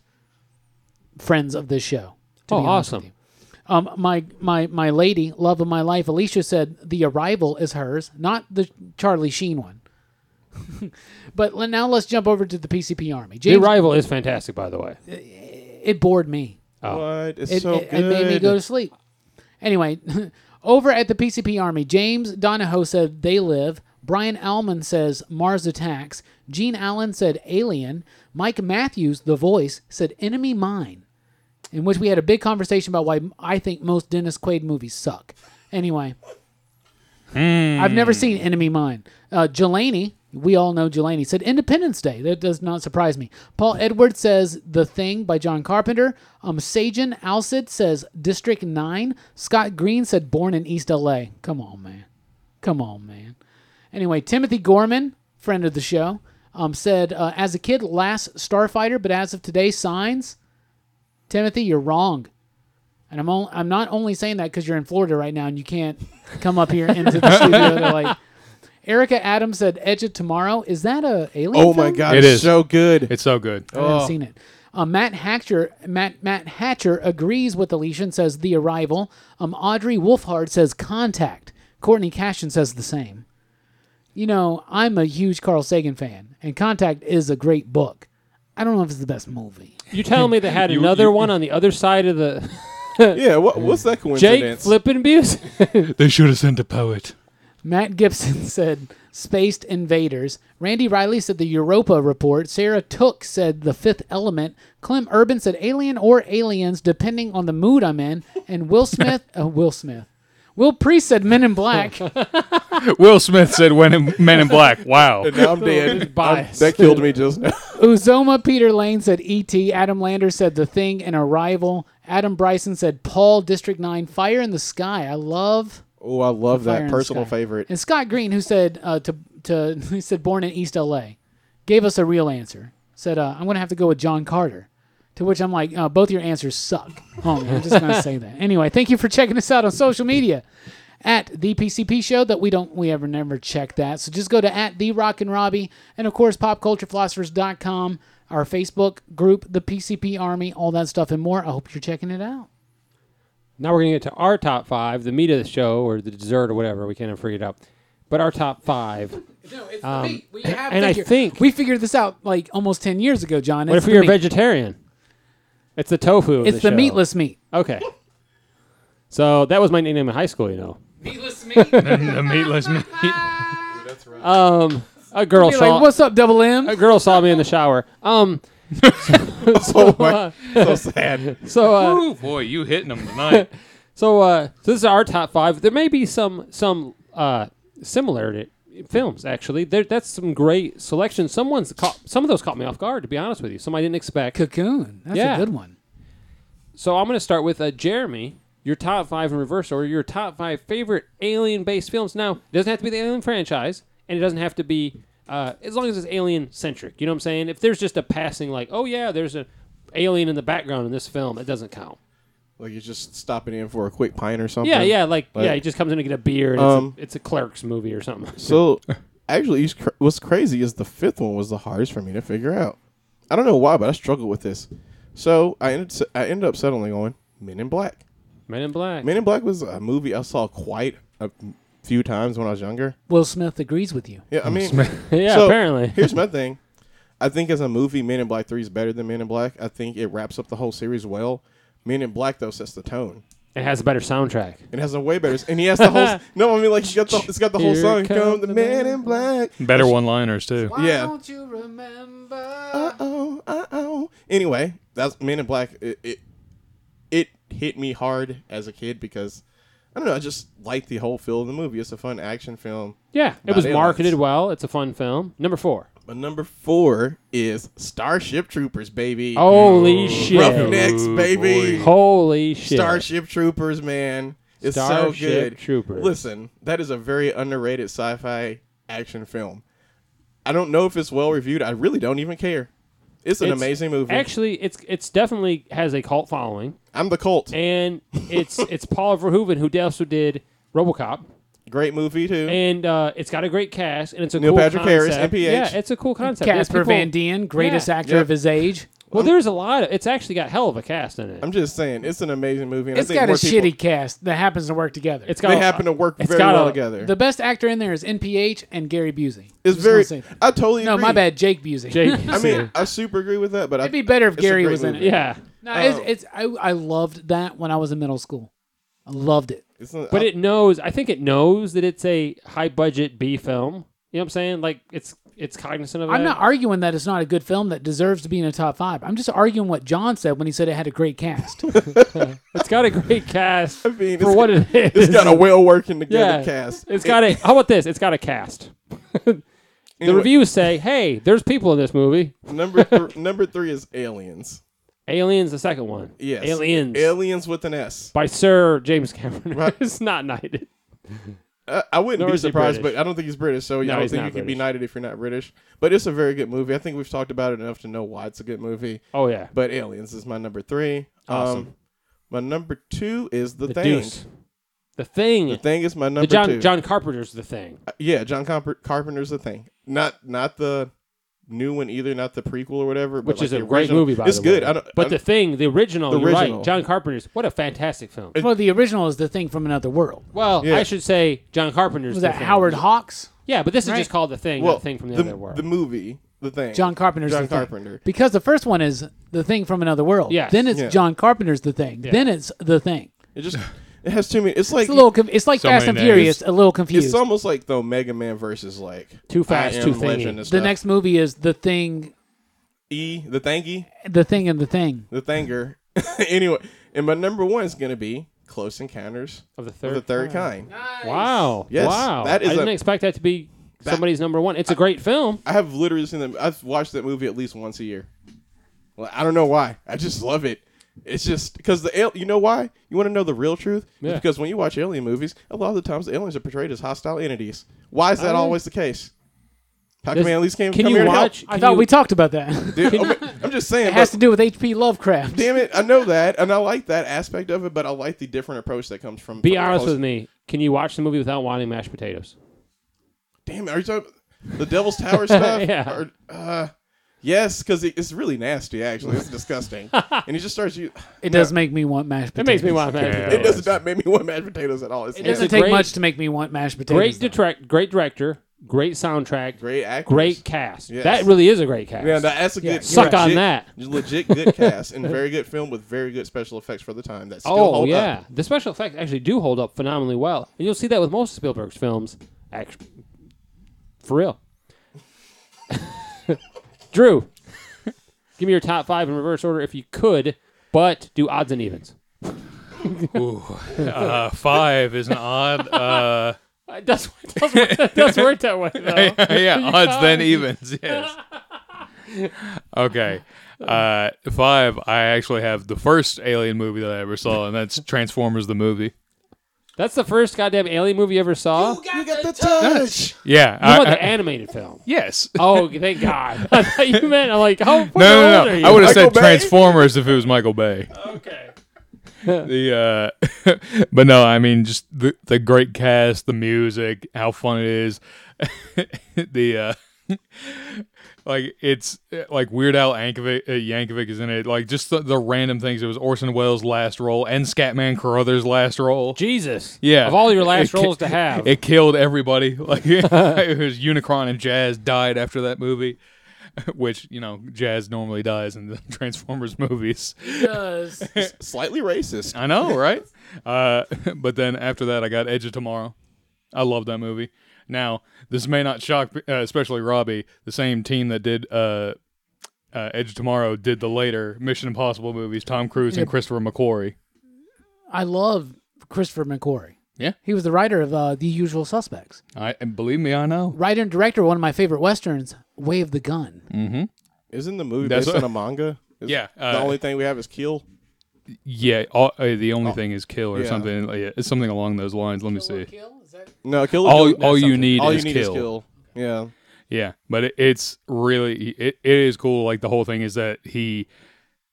[SPEAKER 3] friends of this show. to
[SPEAKER 2] Oh,
[SPEAKER 3] be honest with
[SPEAKER 2] awesome.
[SPEAKER 3] you. Um, my my my lady, love of my life, Alicia said the arrival is hers, not the Charlie Sheen one. but le- now let's jump over to the PCP Army.
[SPEAKER 2] The
[SPEAKER 3] James,
[SPEAKER 2] Arrival is fantastic, by the way.
[SPEAKER 3] it bored me.
[SPEAKER 4] What? It's
[SPEAKER 3] Oh. It,
[SPEAKER 4] so
[SPEAKER 3] it,
[SPEAKER 4] good.
[SPEAKER 3] it made me go to sleep. Anyway, over at the PCP Army, James Donahoe said They Live. Brian Allman says Mars Attacks. Gene Allen said Alien. Mike Matthews, The Voice, said Enemy Mine, in which we had a big conversation about why I think most Dennis Quaid movies suck. Anyway, I've never seen Enemy Mine. Uh, Jelani, we all know Jelani, said Independence Day. That does not surprise me. Paul Edwards says The Thing by John Carpenter. Um, Sajin Alsid says District 9. Scott Green said Born in East LA. Come on, man. Come on, man. Anyway, Timothy Gorman, friend of the show, um, said uh, As a kid, last Starfighter, but as of today, signs. Timothy, you're wrong. And I'm only, I'm not only saying that because you're in Florida right now and you can't come up here into the studio. To like, Erica Adams said, "Edge of Tomorrow." Is that a alien?
[SPEAKER 4] Oh my
[SPEAKER 3] film?
[SPEAKER 4] god,
[SPEAKER 5] It
[SPEAKER 4] it's
[SPEAKER 5] is.
[SPEAKER 4] so good.
[SPEAKER 5] It's so good.
[SPEAKER 3] I haven't seen it. Uh, Matt Hatcher, Matt Matt Hatcher agrees with Alicia and says The Arrival. Um, Audrey Wolfhard says Contact. Courtney Cashin says the same. You know, I'm a huge Carl Sagan fan, and Contact is a great book. I don't know if it's the best movie.
[SPEAKER 2] You tell me they had another one on the other side of the
[SPEAKER 4] yeah, what, what's that
[SPEAKER 2] Jake
[SPEAKER 4] coincidence?
[SPEAKER 2] flipping Busey.
[SPEAKER 5] They should have sent a poet.
[SPEAKER 3] Matt Gibson said Spaced Invaders. Randy Riley said the Europa Report. Sarah Took said The Fifth Element. Clem Urban said Alien or Aliens, depending on the mood I'm in. And Will Smith, uh, Will Smith, Will Priest said Men in Black.
[SPEAKER 5] Will Smith said when in, Men in Black. Wow.
[SPEAKER 4] And now I'm dead.
[SPEAKER 2] biased.
[SPEAKER 4] that killed me just now.
[SPEAKER 3] Uzoma Peter Lane said E.T. Adam Lander said The Thing and Arrival. Adam Bryson said Paul District Nine Fire in the Sky. I love
[SPEAKER 4] Oh, I love
[SPEAKER 3] Fire in the
[SPEAKER 4] that personal
[SPEAKER 3] Sky.
[SPEAKER 4] favorite.
[SPEAKER 3] And Scott Green, who said uh, to to he said born in East L.A., gave us a real answer. Said uh, I'm gonna have to go with John Carter. To which I'm like, uh, both your answers suck. Homie, I'm just gonna say that. Anyway, thank you for checking us out on social media at the PCP show that we don't we ever never check that. So just go to at the Rock and Robbie and of course popculturephilosophers.com, our Facebook group, the PCP Army, all that stuff and more. I hope you're checking it out.
[SPEAKER 2] Now we're going to get to our top five, the meat of the show or the dessert or whatever. We can't figure it out. But our top five.
[SPEAKER 3] No, it's the meat. We
[SPEAKER 2] Um,
[SPEAKER 3] have
[SPEAKER 2] and I
[SPEAKER 3] figured-
[SPEAKER 2] think-
[SPEAKER 3] we figured this out like almost ten years ago, John.
[SPEAKER 2] What if
[SPEAKER 3] It's the
[SPEAKER 2] we were
[SPEAKER 3] meat.
[SPEAKER 2] vegetarian? It's the tofu. Of
[SPEAKER 3] It's
[SPEAKER 2] the,
[SPEAKER 3] the
[SPEAKER 2] show.
[SPEAKER 3] meatless meat.
[SPEAKER 2] Okay. So that was my nickname in high school, you know.
[SPEAKER 3] Meatless meat. Be
[SPEAKER 5] the meatless meat.
[SPEAKER 2] Um, a girl saw
[SPEAKER 3] like, what's up, Double M?
[SPEAKER 2] a girl saw me in the shower. Um,
[SPEAKER 4] Oh my, so sad.
[SPEAKER 2] so uh,
[SPEAKER 6] Oh boy, you hitting them tonight.
[SPEAKER 2] So, uh, so this is our top five. There may be some some uh, similar films actually. There, that's some great selection. Someone's caught some of those caught me off guard. To be honest with you, some I didn't expect.
[SPEAKER 3] Cocoon. That's
[SPEAKER 2] Yeah.
[SPEAKER 3] a good one.
[SPEAKER 2] So I'm going to start with uh, Jeremy. Your top five in reverse order. Your top five favorite alien-based films. Now, it doesn't have to be the Alien franchise, and it doesn't have to be uh, as long as it's alien-centric. You know what I'm saying? If there's just a passing, like, oh yeah, there's an alien in the background in this film, it doesn't count.
[SPEAKER 4] Like you're just stopping in for a quick pint or something.
[SPEAKER 2] Yeah, yeah, like,
[SPEAKER 4] Like-
[SPEAKER 2] yeah, he just comes in to get a beer. And
[SPEAKER 4] Um,
[SPEAKER 2] it's, a, it's a Clerks movie or something.
[SPEAKER 4] So actually, it's cr- what's crazy is the fifth one was the hardest for me to figure out. I don't know why, but I struggled with this. So I ended I ended up settling on Men in Black.
[SPEAKER 2] Men in Black.
[SPEAKER 4] Men in Black was a movie I saw quite a few times when I was younger.
[SPEAKER 3] Will Smith agrees with you.
[SPEAKER 4] Yeah, I mean,
[SPEAKER 2] yeah,
[SPEAKER 4] so,
[SPEAKER 2] apparently.
[SPEAKER 4] here's my thing. I think as a movie, Men in Black Three is better than Men in Black. I think it wraps up the whole series well. Men in Black though sets the tone.
[SPEAKER 2] It has a better soundtrack.
[SPEAKER 4] It has a way better, and he has the whole. no, I mean like he got the, it's got the whole
[SPEAKER 2] Here
[SPEAKER 4] song.
[SPEAKER 2] come
[SPEAKER 4] Come,
[SPEAKER 2] the
[SPEAKER 4] the Men in Black.
[SPEAKER 5] Better one-liners too.
[SPEAKER 4] Why Yeah.
[SPEAKER 3] don't you remember?
[SPEAKER 4] Uh oh, uh oh. Anyway, that's Men in Black. It, it it hit me hard as a kid because I don't know. I just like the whole feel of the movie. It's a fun action film.
[SPEAKER 2] Yeah, it
[SPEAKER 4] About
[SPEAKER 2] was
[SPEAKER 4] aliens.
[SPEAKER 2] marketed well. It's a fun film. Number four.
[SPEAKER 4] But number four is Starship Troopers, baby.
[SPEAKER 2] Holy shit.
[SPEAKER 4] Roughnecks,
[SPEAKER 2] Oh,
[SPEAKER 4] baby.
[SPEAKER 2] Holy shit.
[SPEAKER 4] Oh. Starship Troopers, man. It's so
[SPEAKER 2] Starship
[SPEAKER 4] good.
[SPEAKER 2] Troopers.
[SPEAKER 4] Listen, that is a very underrated sci-fi action film. I don't know if it's well reviewed. I really don't even care. It's an
[SPEAKER 2] It's-
[SPEAKER 4] amazing movie.
[SPEAKER 2] Actually, it's it's definitely has a cult following,
[SPEAKER 4] I'm the cult.
[SPEAKER 2] and it's it's Paul Verhoeven who also did RoboCop,
[SPEAKER 4] Great movie too.
[SPEAKER 2] and uh, it's got a great cast, and it's a
[SPEAKER 4] Neil
[SPEAKER 2] cool
[SPEAKER 4] Patrick Harris,
[SPEAKER 2] concept.
[SPEAKER 4] MPH.
[SPEAKER 2] Yeah, it's a cool concept. There's
[SPEAKER 3] Casper
[SPEAKER 2] people-
[SPEAKER 3] Van Dien, greatest
[SPEAKER 2] Yeah.
[SPEAKER 3] actor of his age.
[SPEAKER 2] Well, there's a lot of. It's actually got hell of a cast in it.
[SPEAKER 4] I'm just saying, it's an amazing movie. And
[SPEAKER 3] It's
[SPEAKER 4] I think
[SPEAKER 3] got a
[SPEAKER 4] more people-
[SPEAKER 3] shitty cast that happens to work together.
[SPEAKER 2] It's got.
[SPEAKER 4] They
[SPEAKER 2] a-
[SPEAKER 4] happen to work
[SPEAKER 2] it's
[SPEAKER 4] very
[SPEAKER 2] got
[SPEAKER 4] well
[SPEAKER 2] a-
[SPEAKER 4] together.
[SPEAKER 3] the best actor in there is NPH and Gary Busey.
[SPEAKER 4] it's
[SPEAKER 3] Just gonna
[SPEAKER 4] very.
[SPEAKER 3] say that.
[SPEAKER 4] I totally.
[SPEAKER 3] No,
[SPEAKER 4] agree.
[SPEAKER 3] my bad, Jake Busey.
[SPEAKER 2] Jake.
[SPEAKER 4] I mean, I super agree with that, but
[SPEAKER 3] It'd
[SPEAKER 4] I,
[SPEAKER 3] be better if
[SPEAKER 4] It's a
[SPEAKER 3] Gary
[SPEAKER 4] great
[SPEAKER 3] was in it.
[SPEAKER 4] movie.
[SPEAKER 2] yeah,
[SPEAKER 3] No,
[SPEAKER 4] Oh.
[SPEAKER 3] it's, it's I, I loved that when I was in middle school. I loved it.
[SPEAKER 4] it's not,
[SPEAKER 2] but
[SPEAKER 4] I-
[SPEAKER 2] it knows. I think it knows that it's a high budget B film. You know what I'm saying? Like it's it's cognizant of that.
[SPEAKER 3] I'm not arguing that it's not a good film that deserves to be in a top five. I'm just arguing what John said when he said it had a great cast.
[SPEAKER 2] It's got a great cast
[SPEAKER 4] mean,
[SPEAKER 2] for
[SPEAKER 4] it's
[SPEAKER 2] what
[SPEAKER 4] got-
[SPEAKER 2] it is.
[SPEAKER 4] it's got a well working together
[SPEAKER 2] yeah.
[SPEAKER 4] cast.
[SPEAKER 2] It's got a. How about this? It's got a cast. The
[SPEAKER 4] Anyway,
[SPEAKER 2] reviews say, "Hey, there's people in this movie."
[SPEAKER 4] number th- number three is Aliens.
[SPEAKER 2] Aliens, the second one.
[SPEAKER 4] Yes,
[SPEAKER 2] Aliens
[SPEAKER 4] Aliens with an S.
[SPEAKER 2] by Sir James Cameron.
[SPEAKER 4] Right.
[SPEAKER 2] it's not knighted.
[SPEAKER 4] I, I wouldn't
[SPEAKER 2] Nor
[SPEAKER 4] be
[SPEAKER 2] is he
[SPEAKER 4] surprised,
[SPEAKER 2] British.
[SPEAKER 4] but I don't think he's British, so
[SPEAKER 2] No,
[SPEAKER 4] I don't
[SPEAKER 2] he's
[SPEAKER 4] think
[SPEAKER 2] not
[SPEAKER 4] you can be
[SPEAKER 2] British.
[SPEAKER 4] knighted if you're not British. But it's a very good movie. I think we've talked about it enough to know why it's a good movie.
[SPEAKER 2] Oh yeah,
[SPEAKER 4] But Aliens is my number three. Um,
[SPEAKER 2] Awesome.
[SPEAKER 4] my number two is The,
[SPEAKER 2] the
[SPEAKER 4] Thing.
[SPEAKER 2] Deuce, the thing,
[SPEAKER 4] The Thing is my number
[SPEAKER 2] The John
[SPEAKER 4] two. Uh,
[SPEAKER 2] John Carpenter's the thing.
[SPEAKER 4] Yeah, John Carp- Carpenter's the thing. Not not the new one either, not the prequel or whatever. but
[SPEAKER 2] which
[SPEAKER 4] like
[SPEAKER 2] is a
[SPEAKER 4] the
[SPEAKER 2] great
[SPEAKER 4] original.
[SPEAKER 2] movie, by
[SPEAKER 4] it's
[SPEAKER 2] the way.
[SPEAKER 4] good. I don't,
[SPEAKER 2] but
[SPEAKER 4] I
[SPEAKER 2] the thing, the original,
[SPEAKER 4] The
[SPEAKER 2] you're
[SPEAKER 4] original.
[SPEAKER 2] right, John Carpenter's. What a fantastic film.
[SPEAKER 3] well, the original is the thing from another world.
[SPEAKER 2] Well,
[SPEAKER 4] Yeah.
[SPEAKER 2] I should say John Carpenter's.
[SPEAKER 3] Was
[SPEAKER 2] the
[SPEAKER 3] that
[SPEAKER 2] thing.
[SPEAKER 3] Howard Hawks?
[SPEAKER 2] Yeah, but this is
[SPEAKER 3] Right.
[SPEAKER 2] just called the thing,
[SPEAKER 4] well,
[SPEAKER 2] not the thing from the, other world.
[SPEAKER 4] The movie, the thing.
[SPEAKER 3] John Carpenter's
[SPEAKER 4] John
[SPEAKER 3] the thing.
[SPEAKER 4] Carpenter.
[SPEAKER 3] Because the first one is the thing from another world.
[SPEAKER 2] Yes.
[SPEAKER 3] Then it's
[SPEAKER 4] Yeah.
[SPEAKER 3] John Carpenter's the thing. Then it's the thing.
[SPEAKER 4] It just it has too many. It's like
[SPEAKER 3] It's a little. Com- it's like
[SPEAKER 5] So
[SPEAKER 3] Fast
[SPEAKER 5] many
[SPEAKER 3] and Furious.
[SPEAKER 5] names.
[SPEAKER 3] A little confused.
[SPEAKER 4] it's almost like though Mega Man versus like
[SPEAKER 2] Too fast,
[SPEAKER 4] I am
[SPEAKER 2] too thingy.
[SPEAKER 4] legend and
[SPEAKER 3] the
[SPEAKER 4] stuff.
[SPEAKER 3] next movie is the thing,
[SPEAKER 4] E the thangy
[SPEAKER 3] the thing, and the thing.
[SPEAKER 4] the thanger. anyway, and my number one is gonna be Close Encounters
[SPEAKER 2] of the
[SPEAKER 4] of
[SPEAKER 2] third.
[SPEAKER 4] the Third Kind.
[SPEAKER 2] Wow.
[SPEAKER 4] Yes,
[SPEAKER 2] wow.
[SPEAKER 4] that is
[SPEAKER 2] I didn't
[SPEAKER 4] a-
[SPEAKER 2] expect that to be somebody's number one. It's a great film.
[SPEAKER 4] I have literally seen them. I've watched that movie at least once a year. Well, I don't know why. I just love it. It's just because the al- you know why you want to know the real truth It's
[SPEAKER 2] Yeah.
[SPEAKER 4] because when you watch alien movies, a lot of the times the aliens are portrayed as hostile entities. Why is that always the case? How come
[SPEAKER 2] Does-
[SPEAKER 4] aliens came?
[SPEAKER 2] can
[SPEAKER 4] come
[SPEAKER 2] you
[SPEAKER 4] here to help?
[SPEAKER 2] watch-
[SPEAKER 3] I
[SPEAKER 2] Can
[SPEAKER 3] thought
[SPEAKER 2] you-
[SPEAKER 3] we talked about that.
[SPEAKER 4] Dude, okay, I'm just saying.
[SPEAKER 3] it has
[SPEAKER 4] but-
[SPEAKER 3] to do with H.P. Lovecraft.
[SPEAKER 4] Damn it! I know that, and I like that aspect of it, but I like the different approach that comes from.
[SPEAKER 2] Be
[SPEAKER 4] from
[SPEAKER 2] honest
[SPEAKER 4] close-
[SPEAKER 2] with me. Can you watch the movie without wanting mashed potatoes?
[SPEAKER 4] Damn, it, are you talking the Devil's Tower stuff?
[SPEAKER 2] Yeah.
[SPEAKER 4] Or, uh, yes, because it, it's really nasty. Actually, it's disgusting, and he just starts. You,
[SPEAKER 3] It does make me want mashed
[SPEAKER 2] It
[SPEAKER 3] potatoes.
[SPEAKER 2] makes me want mashed
[SPEAKER 5] Yeah.
[SPEAKER 4] it
[SPEAKER 2] potatoes.
[SPEAKER 4] does not make me want mashed potatoes at all. It's
[SPEAKER 3] It
[SPEAKER 4] nasty.
[SPEAKER 3] doesn't
[SPEAKER 2] a
[SPEAKER 3] take
[SPEAKER 2] great-
[SPEAKER 3] much to make me want mashed potatoes.
[SPEAKER 2] Great
[SPEAKER 3] though.
[SPEAKER 2] detract, great director, great soundtrack,
[SPEAKER 4] great actors.
[SPEAKER 2] great cast.
[SPEAKER 4] Yes.
[SPEAKER 2] That really is a great cast.
[SPEAKER 4] Yeah, that- that's a good.
[SPEAKER 2] Suck on
[SPEAKER 4] legit-
[SPEAKER 2] that.
[SPEAKER 4] Legit good cast and very good film with very good special effects for the time. That still
[SPEAKER 2] oh
[SPEAKER 4] hold
[SPEAKER 2] yeah,
[SPEAKER 4] up.
[SPEAKER 2] the special effects actually do hold up phenomenally well, and you'll see that with most of Spielberg's films. Actually, for real. Drew, give me your top five in reverse order if you could, but do odds and evens.
[SPEAKER 5] Uh, five is an odd. Uh,
[SPEAKER 2] It does, it does, work, it does work that way though.
[SPEAKER 5] yeah, odds then evens. Yes. Okay. Uh, five. I actually have the first Alien movie that I ever saw, and that's Transformers the movie.
[SPEAKER 2] That's the first goddamn alien movie you ever saw.
[SPEAKER 4] You got the touch.
[SPEAKER 5] Yeah.
[SPEAKER 2] You
[SPEAKER 5] I-
[SPEAKER 2] want
[SPEAKER 5] I-
[SPEAKER 2] Oh, the animated film?
[SPEAKER 5] yes.
[SPEAKER 2] Oh, thank God! I thought you meant I'm like how fucking
[SPEAKER 5] no, no,
[SPEAKER 2] old
[SPEAKER 5] no.
[SPEAKER 2] are you?
[SPEAKER 5] I would have
[SPEAKER 4] Michael
[SPEAKER 5] said
[SPEAKER 4] Bay?
[SPEAKER 5] Transformers if it was Michael Bay. Okay. the uh, but no, I mean just the the great cast, the music, how fun it is, the uh, like it's uh, like Weird Al Yankovic, uh, Yankovic is in it. Like just the, the random things. It was Orson Welles' last role and Scatman Carruthers' last role.
[SPEAKER 2] Jesus.
[SPEAKER 5] Yeah.
[SPEAKER 2] Of all your last
[SPEAKER 5] It ki-
[SPEAKER 2] roles to have.
[SPEAKER 5] It killed everybody. Like it was Unicron and Jazz died after that movie. Which, you know, Jazz normally dies in the Transformers movies.
[SPEAKER 3] Does.
[SPEAKER 4] Slightly racist.
[SPEAKER 5] I know, right? uh, but then after that, I got Edge of Tomorrow. I love that movie. Now, this may not shock, uh, especially Robbie, the same team that did uh, uh, Edge of Tomorrow did the later Mission Impossible movies, Tom Cruise and Christopher McQuarrie.
[SPEAKER 3] I love Christopher McQuarrie.
[SPEAKER 5] Yeah.
[SPEAKER 3] He was the writer of uh, The Usual Suspects.
[SPEAKER 5] I, and believe me, I know.
[SPEAKER 3] Writer and director of one of my favorite westerns, Way of the Gun.
[SPEAKER 4] Isn't the movie
[SPEAKER 5] That's
[SPEAKER 4] based
[SPEAKER 5] what-
[SPEAKER 4] on a manga? Is-
[SPEAKER 5] Yeah,
[SPEAKER 4] the
[SPEAKER 5] uh,
[SPEAKER 4] only thing we have is Kill.
[SPEAKER 5] Yeah, all, uh, the only thing is kill or
[SPEAKER 4] yeah.
[SPEAKER 5] something. Like, yeah, it's something along those lines. Let me see.
[SPEAKER 4] No, Kill.
[SPEAKER 5] All-
[SPEAKER 4] Kill-
[SPEAKER 5] all you
[SPEAKER 4] something.
[SPEAKER 5] need
[SPEAKER 4] all
[SPEAKER 5] is
[SPEAKER 4] you need
[SPEAKER 5] Kill.
[SPEAKER 4] is Kill. Yeah.
[SPEAKER 5] Yeah, but it, it's really it, it is cool. Like the whole thing is that he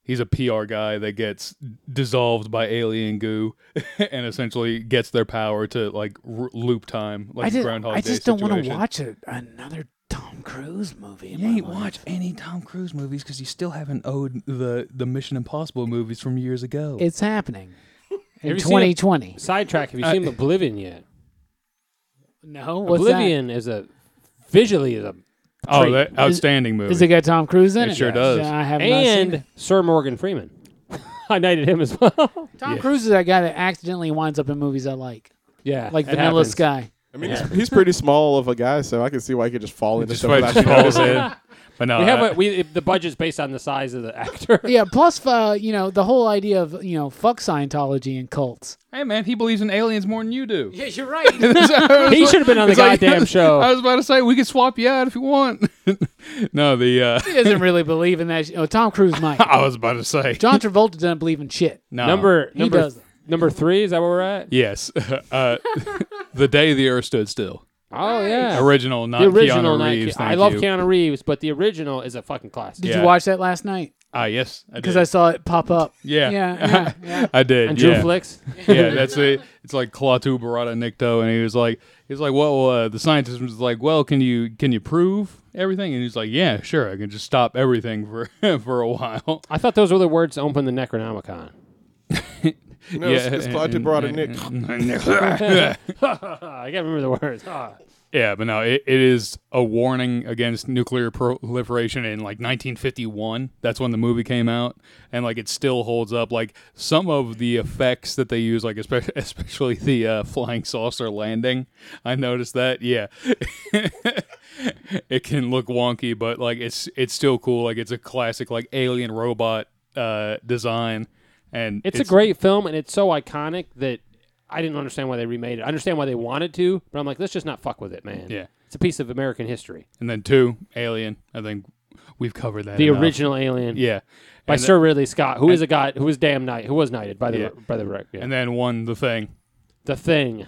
[SPEAKER 5] he's a PR guy that gets dissolved by alien goo and essentially gets their power to like r- loop time, like
[SPEAKER 3] I just,
[SPEAKER 5] Groundhog
[SPEAKER 3] I
[SPEAKER 5] Day
[SPEAKER 3] just don't want to
[SPEAKER 5] situation.
[SPEAKER 3] watch a, another Tom Cruise movie. in
[SPEAKER 5] You
[SPEAKER 3] my
[SPEAKER 5] ain't
[SPEAKER 3] life.
[SPEAKER 5] watch any Tom Cruise movies because you still haven't owed the the Mission Impossible movies from years ago.
[SPEAKER 3] It's happening in
[SPEAKER 2] you seen a-
[SPEAKER 3] 2020.
[SPEAKER 2] Sidetrack. Have you seen Oblivion yet?
[SPEAKER 3] No, what's
[SPEAKER 2] Oblivion is a visually is a
[SPEAKER 5] oh, that outstanding
[SPEAKER 3] that?
[SPEAKER 5] movie.
[SPEAKER 3] Is it got Tom Cruise in it?
[SPEAKER 5] It sure does.
[SPEAKER 3] Yeah, I have not seen
[SPEAKER 2] and
[SPEAKER 3] it.
[SPEAKER 2] Sir Morgan Freeman. I knighted him as well.
[SPEAKER 3] Tom Cruise is that guy that accidentally winds up in movies I like,
[SPEAKER 2] yeah,
[SPEAKER 3] like
[SPEAKER 2] it
[SPEAKER 3] Vanilla
[SPEAKER 2] happens.
[SPEAKER 3] Sky.
[SPEAKER 4] I mean, he's, he's pretty small of a guy, so I can see why he could just fall into
[SPEAKER 5] just
[SPEAKER 4] stuff. without
[SPEAKER 5] what
[SPEAKER 4] you
[SPEAKER 5] falls
[SPEAKER 4] noticing.
[SPEAKER 5] in. But no,
[SPEAKER 2] We have
[SPEAKER 5] I-
[SPEAKER 2] a, we the budget's based on the size of the actor.
[SPEAKER 3] Yeah. Plus, uh, you know, the whole idea of you know, fuck Scientology and cults.
[SPEAKER 5] Hey man, he believes in aliens more than you do.
[SPEAKER 3] Yeah, you're right.
[SPEAKER 2] he should have been on the
[SPEAKER 5] It's like-
[SPEAKER 2] goddamn
[SPEAKER 5] I
[SPEAKER 2] show.
[SPEAKER 5] was about to say we could swap you out if you want. no, the uh,
[SPEAKER 3] He doesn't really believe in that. Sh- oh, Tom Cruise might.
[SPEAKER 5] I was about to say
[SPEAKER 3] John Travolta doesn't believe in shit.
[SPEAKER 5] no.
[SPEAKER 2] Number
[SPEAKER 3] He
[SPEAKER 2] number
[SPEAKER 3] does.
[SPEAKER 2] number three is that where we're at?
[SPEAKER 5] Yes, uh, the day the Earth stood still.
[SPEAKER 2] Oh yeah,
[SPEAKER 5] Original, not
[SPEAKER 2] the original.
[SPEAKER 5] Uh, Keanu
[SPEAKER 2] not
[SPEAKER 5] Reeves.
[SPEAKER 2] Ke-
[SPEAKER 5] thank
[SPEAKER 2] I love
[SPEAKER 5] you.
[SPEAKER 2] Keanu Reeves, but the original is a fucking classic.
[SPEAKER 3] Did
[SPEAKER 5] Yeah.
[SPEAKER 3] you watch that last night?
[SPEAKER 5] Ah, yes, I
[SPEAKER 3] Because
[SPEAKER 5] did.
[SPEAKER 3] I saw it pop up.
[SPEAKER 5] yeah,
[SPEAKER 3] Yeah. Yeah. yeah.
[SPEAKER 5] I did.
[SPEAKER 2] And Drew
[SPEAKER 5] yeah.
[SPEAKER 2] Flicks.
[SPEAKER 5] yeah, that's it. It's like Klaatu Barada Nikto, and he was like, he was like, well, uh, the scientist was like, well, can you can you prove everything? And he's like, yeah, sure, I can just stop everything for for a while.
[SPEAKER 2] I thought those were the words to open the Necronomicon.
[SPEAKER 4] No, it's, it's Clyde who brought a Nick.
[SPEAKER 2] I can't remember the words. Ah.
[SPEAKER 5] Yeah, but no, it, it is a warning against nuclear proliferation in like 1951. That's when the movie came out, and like it still holds up. Like some of the effects that they use, like especially especially the uh, flying saucer landing, I noticed that. Yeah, it can look wonky, but like it's it's still cool. Like it's a classic like alien robot uh, design, and
[SPEAKER 2] It's, a great film, and it's so iconic that I didn't understand why they remade it. I understand why they wanted to, but I'm like, let's just not fuck with it, man.
[SPEAKER 5] Yeah.
[SPEAKER 2] It's a piece of American history.
[SPEAKER 5] And then two, Alien. I think We've covered that.
[SPEAKER 2] The
[SPEAKER 5] enough.
[SPEAKER 2] original Alien,
[SPEAKER 5] Yeah.
[SPEAKER 2] by
[SPEAKER 5] and,
[SPEAKER 2] Sir Ridley Scott, who is a god, who was damn knight, who was knighted by the
[SPEAKER 5] Yeah.
[SPEAKER 2] by the wreck. yeah.
[SPEAKER 5] and then one the thing.
[SPEAKER 2] the Thing,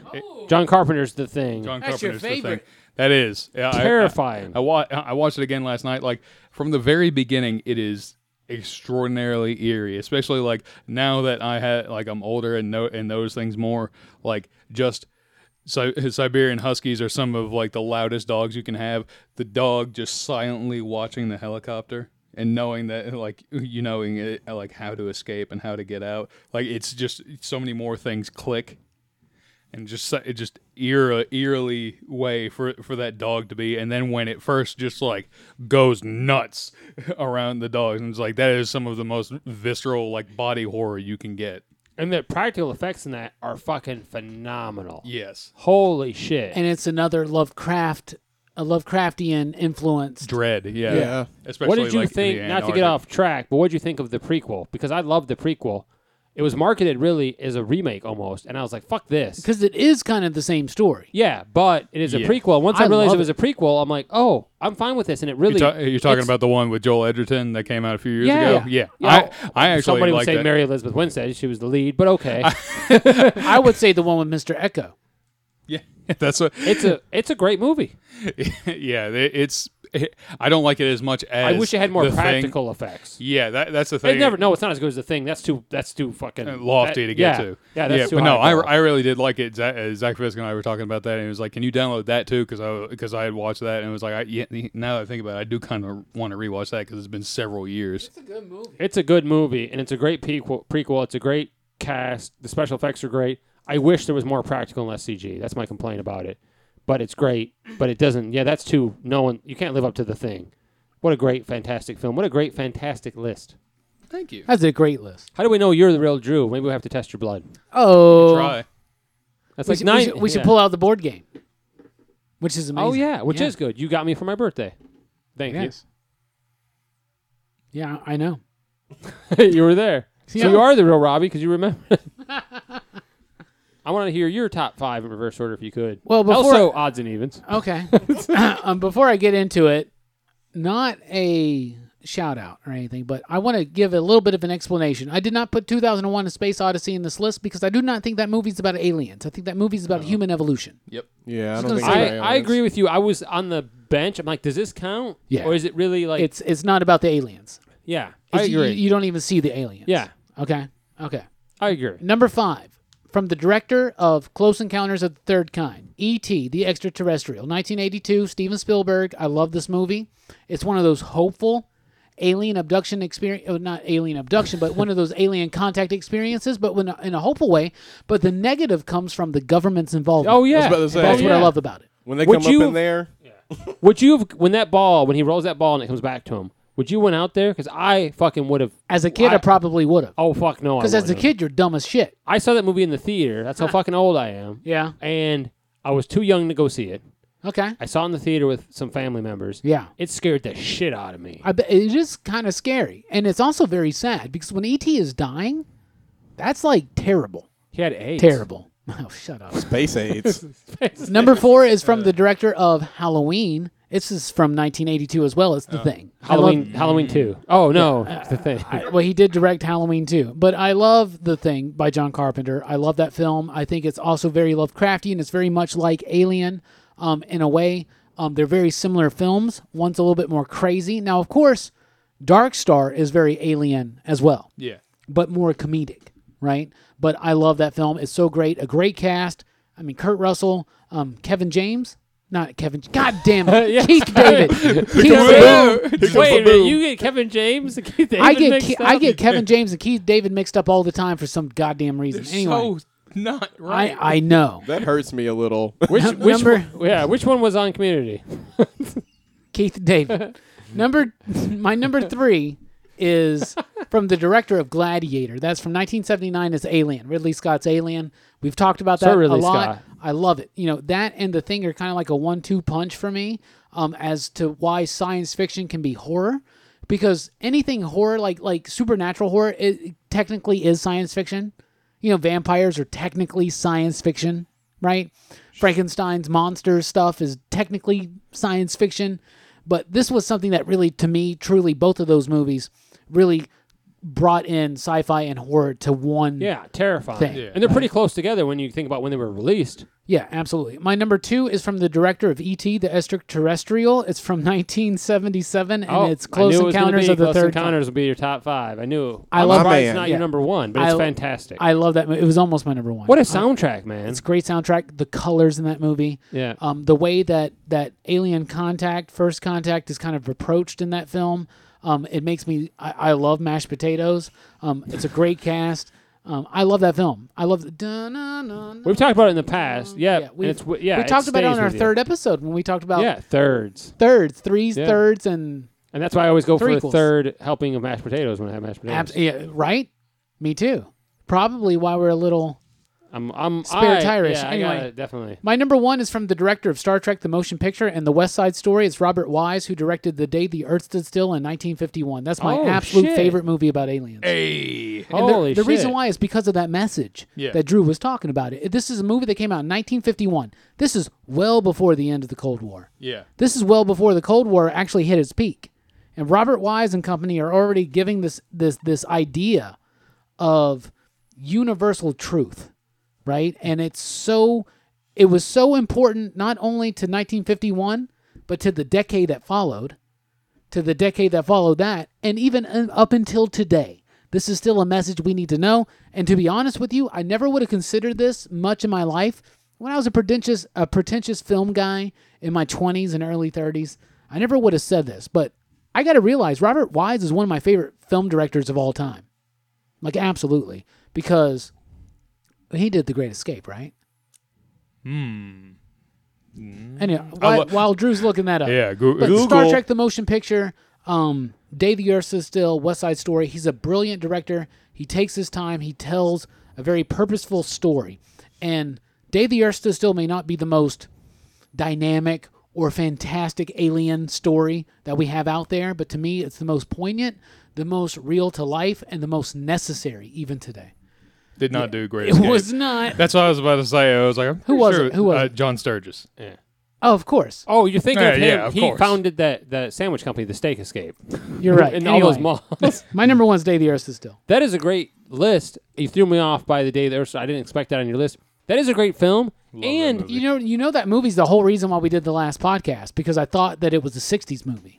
[SPEAKER 2] John Carpenter's The Thing.
[SPEAKER 5] John
[SPEAKER 3] That's your
[SPEAKER 5] Carpenter's the thing.
[SPEAKER 3] favorite.
[SPEAKER 5] That is Yeah, I- I-
[SPEAKER 2] Terrifying.
[SPEAKER 5] I, wa- I watched it again last night. Like from the very beginning, it is extraordinarily eerie. Especially like now that I had like I'm older and know and those things more. Like just Si- Siberian Huskies are some of like the loudest dogs you can have. The dog just silently watching the helicopter and knowing that like you knowing it, like how to escape and how to get out. Like it's just so many more things click and just so- it just eerie, eerily way for for that dog to be. And then when it first just like goes nuts around the dogs, and it's like that is some of the most visceral like body horror you can get.
[SPEAKER 2] and the practical effects in that are fucking phenomenal.
[SPEAKER 5] Yes,
[SPEAKER 2] Holy shit!
[SPEAKER 3] and it's another Lovecraft, a Lovecraftian influence.
[SPEAKER 5] dread. Yeah,
[SPEAKER 4] Yeah.
[SPEAKER 5] Especially
[SPEAKER 2] what did you
[SPEAKER 5] like, in
[SPEAKER 2] think? Not
[SPEAKER 5] the
[SPEAKER 2] to
[SPEAKER 5] Antarctic.
[SPEAKER 2] get off track, but what did you think of the prequel? Because I love the prequel. It was marketed really as a remake almost, and I was like, "Fuck this."
[SPEAKER 3] Because it is kind of the same story.
[SPEAKER 2] Yeah, but it is a
[SPEAKER 5] Yeah.
[SPEAKER 2] prequel. Once I,
[SPEAKER 3] I
[SPEAKER 2] realized
[SPEAKER 3] love
[SPEAKER 2] it was a prequel, I'm like, "Oh, I'm fine with this." And it really
[SPEAKER 5] You're, ta- you're talking
[SPEAKER 2] it's-
[SPEAKER 5] about the one with Joel Edgerton that came out a few years
[SPEAKER 2] Yeah.
[SPEAKER 5] ago. Yeah,
[SPEAKER 2] Yeah.
[SPEAKER 5] I, I actually
[SPEAKER 2] somebody would
[SPEAKER 5] like
[SPEAKER 2] say
[SPEAKER 5] that.
[SPEAKER 2] Mary Elizabeth Winstead. She was the lead, but okay.
[SPEAKER 3] I would say the one with Mr. Echo.
[SPEAKER 5] yeah, that's what.
[SPEAKER 2] it's a it's a great movie.
[SPEAKER 5] yeah, it- it's. I don't like it as much as
[SPEAKER 2] I wish it had more
[SPEAKER 5] The Thing.
[SPEAKER 2] practical effects.
[SPEAKER 5] Yeah, that, that's the
[SPEAKER 2] They
[SPEAKER 5] thing.
[SPEAKER 2] never. No, it's not as good as the thing. That's too. That's too fucking
[SPEAKER 5] Uh, lofty
[SPEAKER 2] that-
[SPEAKER 5] to get
[SPEAKER 2] yeah.
[SPEAKER 5] to.
[SPEAKER 2] Yeah, that's too
[SPEAKER 5] but no,
[SPEAKER 2] high.
[SPEAKER 5] I, I really did like it. Zach, uh, Zach Fisk and I were talking about that, and he was like, "Can you download that too?" Because I because I had watched that, and it was like, I, yeah, now that I think about it, I do kind of want to rewatch that because it's been several years.
[SPEAKER 2] It's a good movie, and it's a great prequel. prequel. It's a great cast. The special effects are great. I wish there was more practical and less CG. That's my complaint about it. But it's great. But it doesn't. Yeah, that's too. No one. You can't live up to the thing. What a great, fantastic film. What a great, fantastic list.
[SPEAKER 5] Thank you.
[SPEAKER 3] That's a great list.
[SPEAKER 2] How do we know you're the real Drew? Maybe we have to test your blood.
[SPEAKER 3] Oh,
[SPEAKER 5] Try.
[SPEAKER 2] That's
[SPEAKER 3] we,
[SPEAKER 2] like
[SPEAKER 3] should,
[SPEAKER 2] nine.
[SPEAKER 3] we, should, we should
[SPEAKER 2] yeah.
[SPEAKER 3] pull out the board game, which is amazing.
[SPEAKER 2] Oh yeah, which is good. You got me for my birthday. Thank
[SPEAKER 3] Yes. Yeah, I know.
[SPEAKER 2] you. you were there.
[SPEAKER 3] Yeah.
[SPEAKER 2] So you are the real Robbie because you remember. I want to hear your top five in reverse order if you could.
[SPEAKER 3] Well, before-
[SPEAKER 2] also odds and evens.
[SPEAKER 3] Okay. um, before I get into it, not a shout out or anything, but I want to give a little bit of an explanation. I did not put 2001 A Space Odyssey in this list because I do not think that movie's about aliens. I think that movie's
[SPEAKER 2] Oh.
[SPEAKER 3] about human evolution.
[SPEAKER 4] Yeah, I don't
[SPEAKER 3] gonna
[SPEAKER 4] think
[SPEAKER 2] I,
[SPEAKER 4] it's
[SPEAKER 2] I
[SPEAKER 4] aliens.
[SPEAKER 2] agree with you. I was on the bench. I'm like, does this count?
[SPEAKER 3] Yeah.
[SPEAKER 2] Or is it really like?
[SPEAKER 3] It's it's not about the aliens.
[SPEAKER 2] yeah. I
[SPEAKER 3] It's- you-
[SPEAKER 2] agree.
[SPEAKER 3] You, don't even see the aliens.
[SPEAKER 2] Yeah.
[SPEAKER 3] Okay. Okay.
[SPEAKER 2] I agree.
[SPEAKER 3] Number five, from the director of Close Encounters of the Third Kind, E.T., The Extraterrestrial, 1982, Steven Spielberg. I love this movie. It's one of those hopeful alien abduction experience, oh, not alien abduction, but one of those alien contact experiences, but when, in a hopeful way. But the negative comes from the government's involvement.
[SPEAKER 2] Oh yeah.
[SPEAKER 4] about to say.
[SPEAKER 3] That's
[SPEAKER 2] Oh,
[SPEAKER 3] what I
[SPEAKER 2] yeah.
[SPEAKER 3] love about it.
[SPEAKER 4] When they
[SPEAKER 2] Would
[SPEAKER 4] come up
[SPEAKER 2] you-
[SPEAKER 4] in there,
[SPEAKER 2] Would you have when that ball when he rolls that ball and it comes back to him? Would you went out there? Because I fucking would have.
[SPEAKER 3] As a kid, I,
[SPEAKER 2] I-
[SPEAKER 3] probably would have.
[SPEAKER 2] Oh fuck no! I
[SPEAKER 3] Because as a
[SPEAKER 2] wouldn't.
[SPEAKER 3] kid, you're dumb as shit.
[SPEAKER 2] I saw that movie in the theater. That's how fucking old I am.
[SPEAKER 3] Yeah.
[SPEAKER 2] And I was too young to go see it.
[SPEAKER 3] Okay.
[SPEAKER 2] I saw it in the theater with some family members.
[SPEAKER 3] Yeah.
[SPEAKER 2] It scared the shit out of me.
[SPEAKER 3] I bet it is kind of scary, and it's also very sad because when ET is dying, that's like terrible,
[SPEAKER 2] He had AIDS.
[SPEAKER 3] terrible. Oh, shut up.
[SPEAKER 4] base aids.
[SPEAKER 3] Number four is from the director of Halloween. This is from 1982 as well. It's the thing. I love- Mm.
[SPEAKER 2] Halloween. Halloween two. Oh no, it's the thing.
[SPEAKER 3] I- well, he did direct Halloween too, but I love the thing by John Carpenter. I love that film. I think it's also very Lovecraftian. It's very much like Alien, um, in a way. Um, they're very similar films. One's a little bit more crazy. Now, of course, Dark Star is very Alien as well.
[SPEAKER 5] Yeah.
[SPEAKER 3] but more comedic, right? But I love that film. It's so great. A great cast. I mean, Kurt Russell, um, Kevin James, not Kevin. God damn it, Keith David. Keith David.
[SPEAKER 2] Wait a minute, you get Kevin James and Keith David
[SPEAKER 3] I get
[SPEAKER 2] mixed
[SPEAKER 3] Ke-
[SPEAKER 2] up?
[SPEAKER 3] I get Kevin James and Keith David mixed up all the time for some goddamn reason. anyway,
[SPEAKER 5] So not right.
[SPEAKER 3] I I know
[SPEAKER 4] that hurts me a little.
[SPEAKER 2] which,
[SPEAKER 3] Num-
[SPEAKER 2] which
[SPEAKER 3] number-
[SPEAKER 2] one- yeah, which one was on Community?
[SPEAKER 3] Keith David. number my number three is from the director of Gladiator. That's from 1979. It's Alien. Ridley Scott's Alien. We've talked about that
[SPEAKER 2] Sir Ridley
[SPEAKER 3] a lot.
[SPEAKER 2] Scott.
[SPEAKER 3] I love it. You know that and the thing are kind of like a one-two punch for me um, as to why science fiction can be horror, because anything horror like like supernatural horror it technically is science fiction. You know, vampires are technically science fiction, right? Frankenstein's monster stuff is technically science fiction, But this was something that really, to me, truly, both of those movies really brought in sci-fi and horror to one.
[SPEAKER 2] Yeah, terrifying.
[SPEAKER 3] Thing. Yeah.
[SPEAKER 2] And they're pretty close together when you think about when they were released.
[SPEAKER 3] Yeah, absolutely. My number two is from the director of E.T. the Extraterrestrial. It's from 1977, and it's
[SPEAKER 2] Oh,
[SPEAKER 3] Close
[SPEAKER 2] I knew it was gonna
[SPEAKER 3] Encounters
[SPEAKER 2] be
[SPEAKER 3] of the
[SPEAKER 2] Close
[SPEAKER 3] Third Kind.
[SPEAKER 2] Encounters would be your top five. I knew.
[SPEAKER 3] I
[SPEAKER 2] I'm
[SPEAKER 3] love-
[SPEAKER 2] surprised
[SPEAKER 4] My
[SPEAKER 2] It's
[SPEAKER 4] man.
[SPEAKER 2] not your
[SPEAKER 3] Yeah.
[SPEAKER 2] number one, but it's
[SPEAKER 3] I-
[SPEAKER 2] fantastic.
[SPEAKER 3] I love that. mo- It was almost my number one.
[SPEAKER 2] what a soundtrack, man!
[SPEAKER 3] It's a great soundtrack. The colors in that movie.
[SPEAKER 2] Yeah.
[SPEAKER 3] Um, the way that that alien contact, first contact, is kind of approached in that film. Um, it makes me. I, I love mashed potatoes. Um, it's a great cast. Um, I love that film. I love. The, dun, dun, dun,
[SPEAKER 2] We've talked about it in the past. Yeah, and
[SPEAKER 3] we've-
[SPEAKER 2] it's w- yeah.
[SPEAKER 3] we talked about it
[SPEAKER 2] stays
[SPEAKER 3] on our
[SPEAKER 2] with you.
[SPEAKER 3] third episode when we talked about
[SPEAKER 2] Yeah, thirds,
[SPEAKER 3] thirds, threes,
[SPEAKER 2] Yeah.
[SPEAKER 3] thirds, and
[SPEAKER 2] and that's why I always go for a
[SPEAKER 3] Threequels.
[SPEAKER 2] third helping of mashed potatoes when I have mashed potatoes.
[SPEAKER 3] abs- yeah, right. Me too. Probably why we're a little
[SPEAKER 2] I'm, I'm
[SPEAKER 3] Spirit
[SPEAKER 2] I-
[SPEAKER 3] Irish.
[SPEAKER 2] Yeah, I
[SPEAKER 3] Anyway.
[SPEAKER 2] got it, definitely.
[SPEAKER 3] My number one is from the director of Star Trek: The Motion Picture and The West Side Story. It's Robert Wise who directed The Day the Earth Stood Still in 1951. That's my
[SPEAKER 2] Oh,
[SPEAKER 3] absolute
[SPEAKER 2] shit.
[SPEAKER 3] favorite movie about aliens.
[SPEAKER 5] Hey.
[SPEAKER 3] And the-
[SPEAKER 2] Holy
[SPEAKER 3] the,
[SPEAKER 2] shit!
[SPEAKER 3] reason why is because of that message
[SPEAKER 5] Yeah.
[SPEAKER 3] that Drew was talking about. It. This is a movie that came out in 1951. This is well before the end of the Cold War.
[SPEAKER 5] Yeah.
[SPEAKER 3] This is well before the Cold War actually hit its peak. And Robert Wise and company are already giving this this this idea of universal truth, right? And it's so it was so important not only to 1951, but to the decade that followed, to the decade that followed that, and even un- up until today. This is still a message we need to know. And to be honest with you, I never would have considered this much in my life. When I was a pretentious, a pretentious film guy in my 20s and early 30s, I never would have said this. But I got to realize Robert Wise is one of my favorite film directors of all time. Like, absolutely. Because he did The Great Escape, right? Hmm. Anyway, while, while Drew's looking that up.
[SPEAKER 5] Yeah, Goo-
[SPEAKER 3] But
[SPEAKER 5] Google.
[SPEAKER 3] Star Trek: The Motion Picture, um, Day the Earth Stood Still, West Side Story. He's a brilliant director. He takes his time. He tells a very purposeful story. And Day the Earth Stood Still may not be the most dynamic or fantastic alien story that we have out there, but to me, it's the most poignant, the most real to life, and the most necessary even today.
[SPEAKER 5] Did not do great.
[SPEAKER 3] It
[SPEAKER 5] Escape.
[SPEAKER 3] was not.
[SPEAKER 5] That's what I was about to say. I was like, I'm
[SPEAKER 3] Who
[SPEAKER 5] pretty
[SPEAKER 3] was
[SPEAKER 5] sure
[SPEAKER 3] it? Who was
[SPEAKER 5] uh,
[SPEAKER 3] it?
[SPEAKER 5] John Sturgis.
[SPEAKER 3] Oh, of course,
[SPEAKER 2] Oh, you're thinking of
[SPEAKER 5] Yeah,
[SPEAKER 2] him?
[SPEAKER 5] yeah, of
[SPEAKER 2] he
[SPEAKER 5] course.
[SPEAKER 2] founded that that sandwich company, the Steak Escape,
[SPEAKER 3] you're right.
[SPEAKER 2] and all those
[SPEAKER 3] Anyway,
[SPEAKER 2] malls.
[SPEAKER 3] my number one's Day the Earth Stood Still.
[SPEAKER 2] That is a great list. You threw me off by the day there, so I didn't expect that on your list. That is a great film, and
[SPEAKER 3] You know, you know that movie's the whole reason why we did the last podcast because I thought that it was a '60s movie.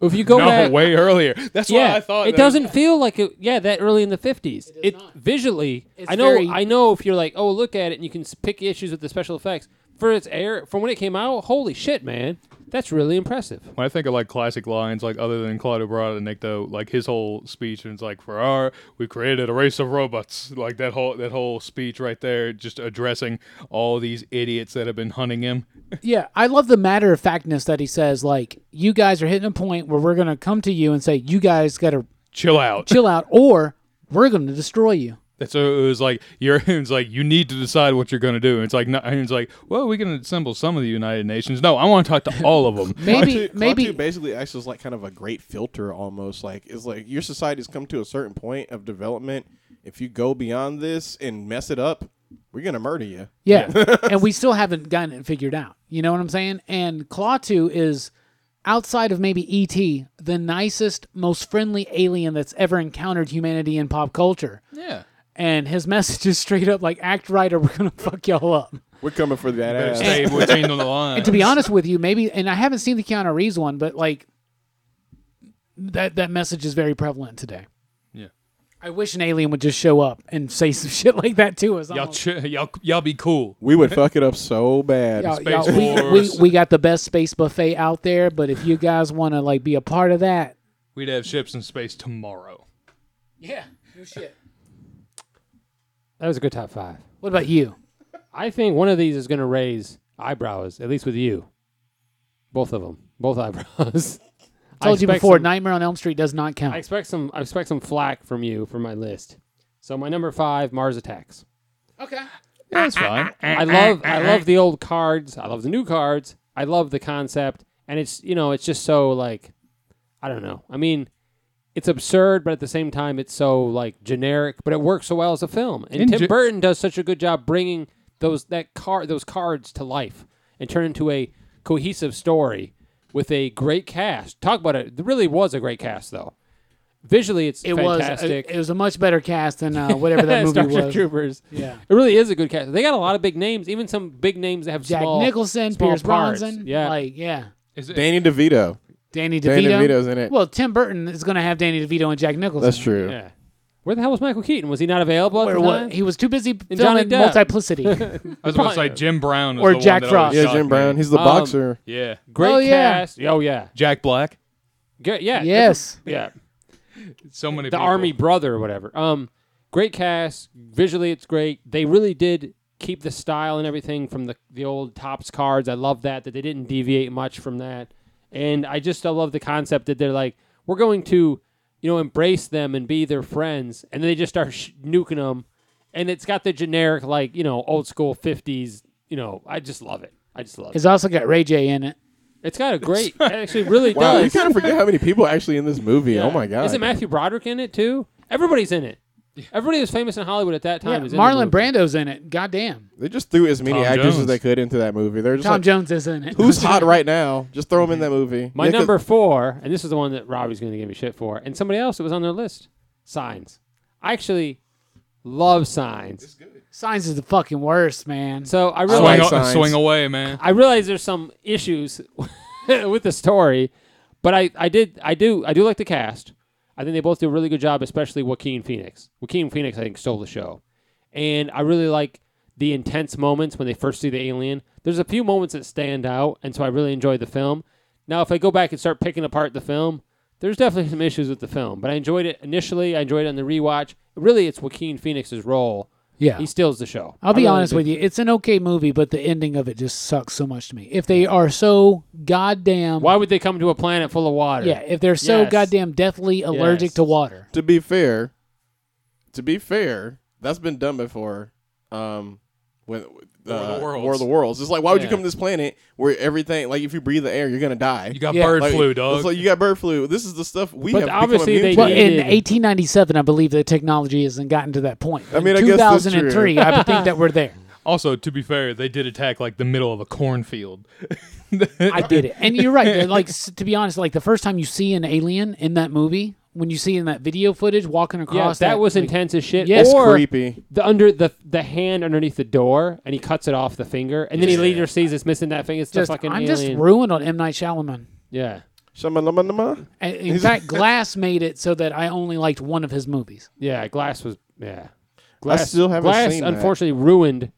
[SPEAKER 2] if you go
[SPEAKER 5] No,
[SPEAKER 2] back,
[SPEAKER 5] way earlier. That's
[SPEAKER 2] yeah,
[SPEAKER 5] what I thought.
[SPEAKER 2] it
[SPEAKER 5] that-
[SPEAKER 2] doesn't feel like it. Yeah, that early in the fifties. It, visually, I know,
[SPEAKER 3] very-
[SPEAKER 2] I know. If you're like, oh, look at it, and you can s- pick issues with the special effects for its air from when it came out. Holy shit, man, that's really impressive.
[SPEAKER 5] When I think of like classic lines, like other than Claude O'Brien and Nick Doe, like his whole speech, and it's like, for our, we created a race of robots. Like that whole that whole speech right there, just addressing all these idiots that have been hunting him.
[SPEAKER 3] Yeah, I love the matter of factness that he says. Like, you guys are hitting a point where we're gonna come to you and say, you guys gotta
[SPEAKER 5] Chill out.
[SPEAKER 3] chill out, or we're gonna destroy you.
[SPEAKER 5] That's so it was like you're it was like you need to decide what you're gonna do. And it's like not, and it's like well we can assemble some of the United Nations. No, I want to talk to all of them.
[SPEAKER 3] Maybe, maybe.
[SPEAKER 4] basically acts as like kind of a great filter almost. Like it's like your society's come to a certain point of development. If you go beyond this and mess it up, we're gonna murder you.
[SPEAKER 3] Yeah. and we still haven't gotten it figured out. You know what I'm saying? And Klaatu is outside of maybe E.T., the nicest, most friendly alien that's ever encountered humanity in pop culture.
[SPEAKER 5] yeah,
[SPEAKER 3] And his message is straight up like, act right or we're gonna fuck y'all up.
[SPEAKER 4] We're coming for that
[SPEAKER 5] Better
[SPEAKER 4] ass.
[SPEAKER 5] stay between the lines.
[SPEAKER 3] And to be honest with you, maybe and I haven't seen the Keanu Reeves one, but like that that message is very prevalent today.
[SPEAKER 5] Yeah.
[SPEAKER 3] I wish an alien would just show up and say some shit like that to us.
[SPEAKER 5] y'all
[SPEAKER 3] Almost-
[SPEAKER 5] chi- y'all y'all be cool.
[SPEAKER 4] We would fuck it up so bad.
[SPEAKER 3] Y'all-
[SPEAKER 5] Space
[SPEAKER 3] y'all- we, we,
[SPEAKER 5] Force. we,
[SPEAKER 3] we got the best space buffet out there, but if you guys want to like be a part of that,
[SPEAKER 5] would have ships in space tomorrow.
[SPEAKER 3] yeah, no shit.
[SPEAKER 2] That was a good top five.
[SPEAKER 3] What about you?
[SPEAKER 2] I think one of these is going to raise eyebrows, at least with you. Both of them, both eyebrows. I
[SPEAKER 3] Told you
[SPEAKER 2] expect
[SPEAKER 3] before,
[SPEAKER 2] some-
[SPEAKER 3] Nightmare on Elm Street does not count.
[SPEAKER 2] I expect some. I expect some flack from you for my list. So my number five, Mars Attacks.
[SPEAKER 3] okay.
[SPEAKER 5] Yeah, that's fine.
[SPEAKER 3] Eh,
[SPEAKER 2] I love. I love the old cards. I love the new cards. I love the concept, and it's you know it's just so like, I don't know. I mean, it's absurd, but at the same time, it's so like generic. But it works so well as a film, and,
[SPEAKER 5] And
[SPEAKER 2] Tim
[SPEAKER 5] ju-
[SPEAKER 2] Burton does such a good job bringing those that card those cards to life and turn into a cohesive story with a great cast. Talk about it. It really was a great cast, though. Visually, it's
[SPEAKER 3] It
[SPEAKER 2] fantastic.
[SPEAKER 3] was. It, was a much better cast than uh, whatever that movie
[SPEAKER 2] Starship
[SPEAKER 3] was.
[SPEAKER 2] Troopers.
[SPEAKER 3] Yeah.
[SPEAKER 2] It really is a good cast. They got a lot of big names, even some big names that have
[SPEAKER 3] Jack
[SPEAKER 2] small,
[SPEAKER 3] Nicholson,
[SPEAKER 2] small
[SPEAKER 3] Pierce
[SPEAKER 2] parts.
[SPEAKER 3] Bronson.
[SPEAKER 2] Yeah,
[SPEAKER 3] Like, yeah.
[SPEAKER 6] Is it,
[SPEAKER 4] Danny DeVito.
[SPEAKER 3] Danny DeVito.
[SPEAKER 4] Danny DeVito's in it.
[SPEAKER 3] Well, Tim Burton is going to have Danny DeVito and Jack Nicholson.
[SPEAKER 4] That's true.
[SPEAKER 2] yeah. Where the hell was Michael Keaton? Was he not available? At
[SPEAKER 3] Where
[SPEAKER 2] the
[SPEAKER 3] what-
[SPEAKER 2] time?
[SPEAKER 3] He was too busy
[SPEAKER 2] Johnny
[SPEAKER 3] filming
[SPEAKER 2] Depp.
[SPEAKER 3] Multiplicity.
[SPEAKER 6] I was about to say Jim Brown is
[SPEAKER 3] Or
[SPEAKER 6] the one
[SPEAKER 3] Jack
[SPEAKER 6] that always
[SPEAKER 3] Frost.
[SPEAKER 4] Yeah,
[SPEAKER 6] shocked
[SPEAKER 4] Jim
[SPEAKER 6] me.
[SPEAKER 4] Brown. He's the
[SPEAKER 2] Um,
[SPEAKER 4] boxer.
[SPEAKER 6] Yeah,
[SPEAKER 2] Great
[SPEAKER 3] Oh, yeah.
[SPEAKER 2] cast. Oh yeah,
[SPEAKER 5] Jack Black.
[SPEAKER 2] Ge- yeah,
[SPEAKER 3] yes.
[SPEAKER 2] yeah.
[SPEAKER 6] so many.
[SPEAKER 2] the
[SPEAKER 6] people.
[SPEAKER 2] army brother or whatever. Um, great cast. Visually, it's great. They really did keep the style and everything from the the old tops cards. I love that that they didn't deviate much from that. And I just I love the concept that they're like we're going to, you know, embrace them and be their friends, and then they just start sh- nuking them. And it's got the generic like you know old school fifties. You know, I just love it. I just love it.
[SPEAKER 3] It's also got Ray J in it.
[SPEAKER 2] It's got a great. it actually, really
[SPEAKER 4] Wow, you
[SPEAKER 2] does.
[SPEAKER 4] kind of forget how many people are actually in this movie. Oh my god!
[SPEAKER 2] Isn't Matthew Broderick in it too? Everybody's in it. Everybody who's famous in Hollywood at that
[SPEAKER 3] Yeah,
[SPEAKER 2] time is in the
[SPEAKER 3] Marlon
[SPEAKER 2] movie.
[SPEAKER 3] Brando's in it. Goddamn.
[SPEAKER 4] they just threw as many
[SPEAKER 6] Tom
[SPEAKER 4] actors as
[SPEAKER 6] Jones.
[SPEAKER 4] they could into that movie. They're just
[SPEAKER 3] Tom
[SPEAKER 4] like,
[SPEAKER 3] Jones is in it.
[SPEAKER 4] who's hot right now? Just throw them in that movie.
[SPEAKER 2] My
[SPEAKER 4] You have to-
[SPEAKER 2] number four, and this is the one that Robbie's going to give me shit for, and somebody else that was on their list. Signs. I actually love Signs.
[SPEAKER 3] Signs is the fucking worst, man.
[SPEAKER 2] So I
[SPEAKER 6] Swing,
[SPEAKER 2] realize
[SPEAKER 4] like
[SPEAKER 6] o-
[SPEAKER 4] signs.
[SPEAKER 6] swing away, man.
[SPEAKER 2] I realize there's some issues with the story, but I, I did I do I do like the cast. I think they both do a really good job, especially Joaquin Phoenix. Joaquin Phoenix, I think, stole the show, and I really like the intense moments when they first see the alien. There's a few moments that stand out, and so I really enjoyed the film. Now, if I go back and start picking apart the film, there's definitely some issues with the film, but I enjoyed it initially. I enjoyed it on the rewatch. Really, it's Joaquin Phoenix's role.
[SPEAKER 3] yeah.
[SPEAKER 2] He steals the show.
[SPEAKER 3] I'll be
[SPEAKER 2] I really
[SPEAKER 3] honest
[SPEAKER 2] do.
[SPEAKER 3] with you. It's an okay movie, but the ending of it just sucks so much to me. If they are so goddamn.
[SPEAKER 2] Why would they come to a planet full of water?
[SPEAKER 3] Yeah, if they're so
[SPEAKER 2] Yes.
[SPEAKER 3] goddamn deathly allergic
[SPEAKER 2] Yes.
[SPEAKER 3] to water.
[SPEAKER 4] to be fair, to be fair, that's been done before. Um, when uh,
[SPEAKER 6] War of the Worlds.
[SPEAKER 4] War of the Worlds, it's like why would you
[SPEAKER 2] Yeah.
[SPEAKER 4] come to this planet where everything like if you breathe the air you're gonna die.
[SPEAKER 6] You got
[SPEAKER 3] Yeah.
[SPEAKER 6] bird
[SPEAKER 4] Like,
[SPEAKER 6] flu,
[SPEAKER 4] it's
[SPEAKER 6] dog.
[SPEAKER 4] like you got bird flu. This is the stuff we
[SPEAKER 2] But
[SPEAKER 4] have
[SPEAKER 2] obviously
[SPEAKER 4] become
[SPEAKER 2] they
[SPEAKER 4] immune
[SPEAKER 3] Well,
[SPEAKER 4] to.
[SPEAKER 2] did.
[SPEAKER 3] in
[SPEAKER 2] needed-
[SPEAKER 3] 1897, I believe the technology hasn't gotten to that point.
[SPEAKER 4] I mean,
[SPEAKER 3] in
[SPEAKER 4] I guess that's true.
[SPEAKER 3] 2003, I would think that we're there.
[SPEAKER 5] Also, to be fair, they did attack like the middle of a cornfield.
[SPEAKER 3] I did it, and you're right. they're Like s- to be honest, like the first time you see an alien in that movie, when you see in that video footage walking
[SPEAKER 2] Yeah, that,
[SPEAKER 3] across,
[SPEAKER 2] was
[SPEAKER 3] like,
[SPEAKER 2] intense as shit.
[SPEAKER 3] Yes.
[SPEAKER 2] or
[SPEAKER 4] creepy.
[SPEAKER 2] the under the the hand underneath the door, and he cuts it off the finger, and then he later sees it's missing that finger. It's
[SPEAKER 3] Just,
[SPEAKER 2] the fucking
[SPEAKER 3] I'm just
[SPEAKER 2] alien.
[SPEAKER 3] ruined on M Night Shyamalan.
[SPEAKER 2] yeah,
[SPEAKER 4] Shama-lama-lama.
[SPEAKER 3] And In fact, Glass made it so that I only liked one of his movies.
[SPEAKER 2] yeah. Glass was yeah. Glass
[SPEAKER 4] still haven't
[SPEAKER 2] Glass
[SPEAKER 4] seen that.
[SPEAKER 2] unfortunately ruined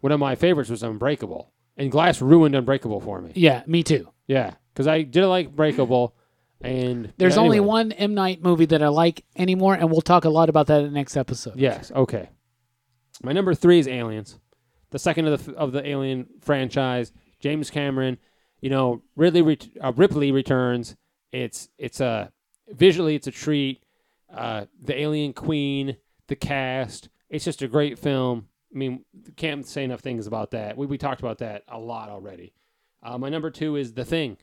[SPEAKER 2] one of my favorites was Unbreakable, and Glass ruined Unbreakable for me.
[SPEAKER 3] Yeah, me too.
[SPEAKER 2] Yeah, because I did like Breakable, and
[SPEAKER 3] There's
[SPEAKER 2] yeah,
[SPEAKER 3] only
[SPEAKER 2] anyway.
[SPEAKER 3] one M Night movie that I like anymore, and we'll talk a lot about that in the next episode.
[SPEAKER 2] Yes. Okay. My number three is Aliens, the second of the of the Alien franchise. James Cameron, you know, Ridley ret- uh, Ripley returns. It's it's a visually it's a treat. Uh, the Alien Queen, the cast. It's just a great film. I mean, can't say enough things about that. We we talked about that a lot already. Uh, my number two is The Thing.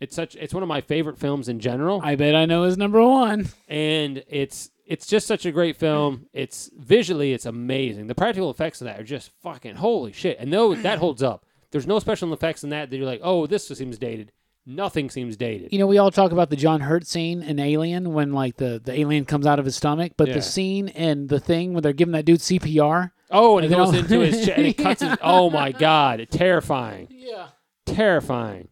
[SPEAKER 2] It's such it's one of my favorite films in general
[SPEAKER 3] I bet I know his number one.
[SPEAKER 2] and it's it's just such a great film. It's visually it's amazing. The practical effects of that are just fucking holy shit. And though that holds up, there's no special effects in that that you're like, oh, this just seems dated. Nothing seems dated.
[SPEAKER 3] you know, we all talk about the John Hurt scene in Alien when like the, the alien comes out of his stomach, but
[SPEAKER 2] Yeah.
[SPEAKER 3] the scene and the thing where they're giving that dude CPR.
[SPEAKER 2] Oh, and it
[SPEAKER 3] Like,
[SPEAKER 2] goes
[SPEAKER 3] oh.
[SPEAKER 2] into his chest and it cuts his. Oh my god, terrifying,
[SPEAKER 3] Yeah.
[SPEAKER 2] terrifying.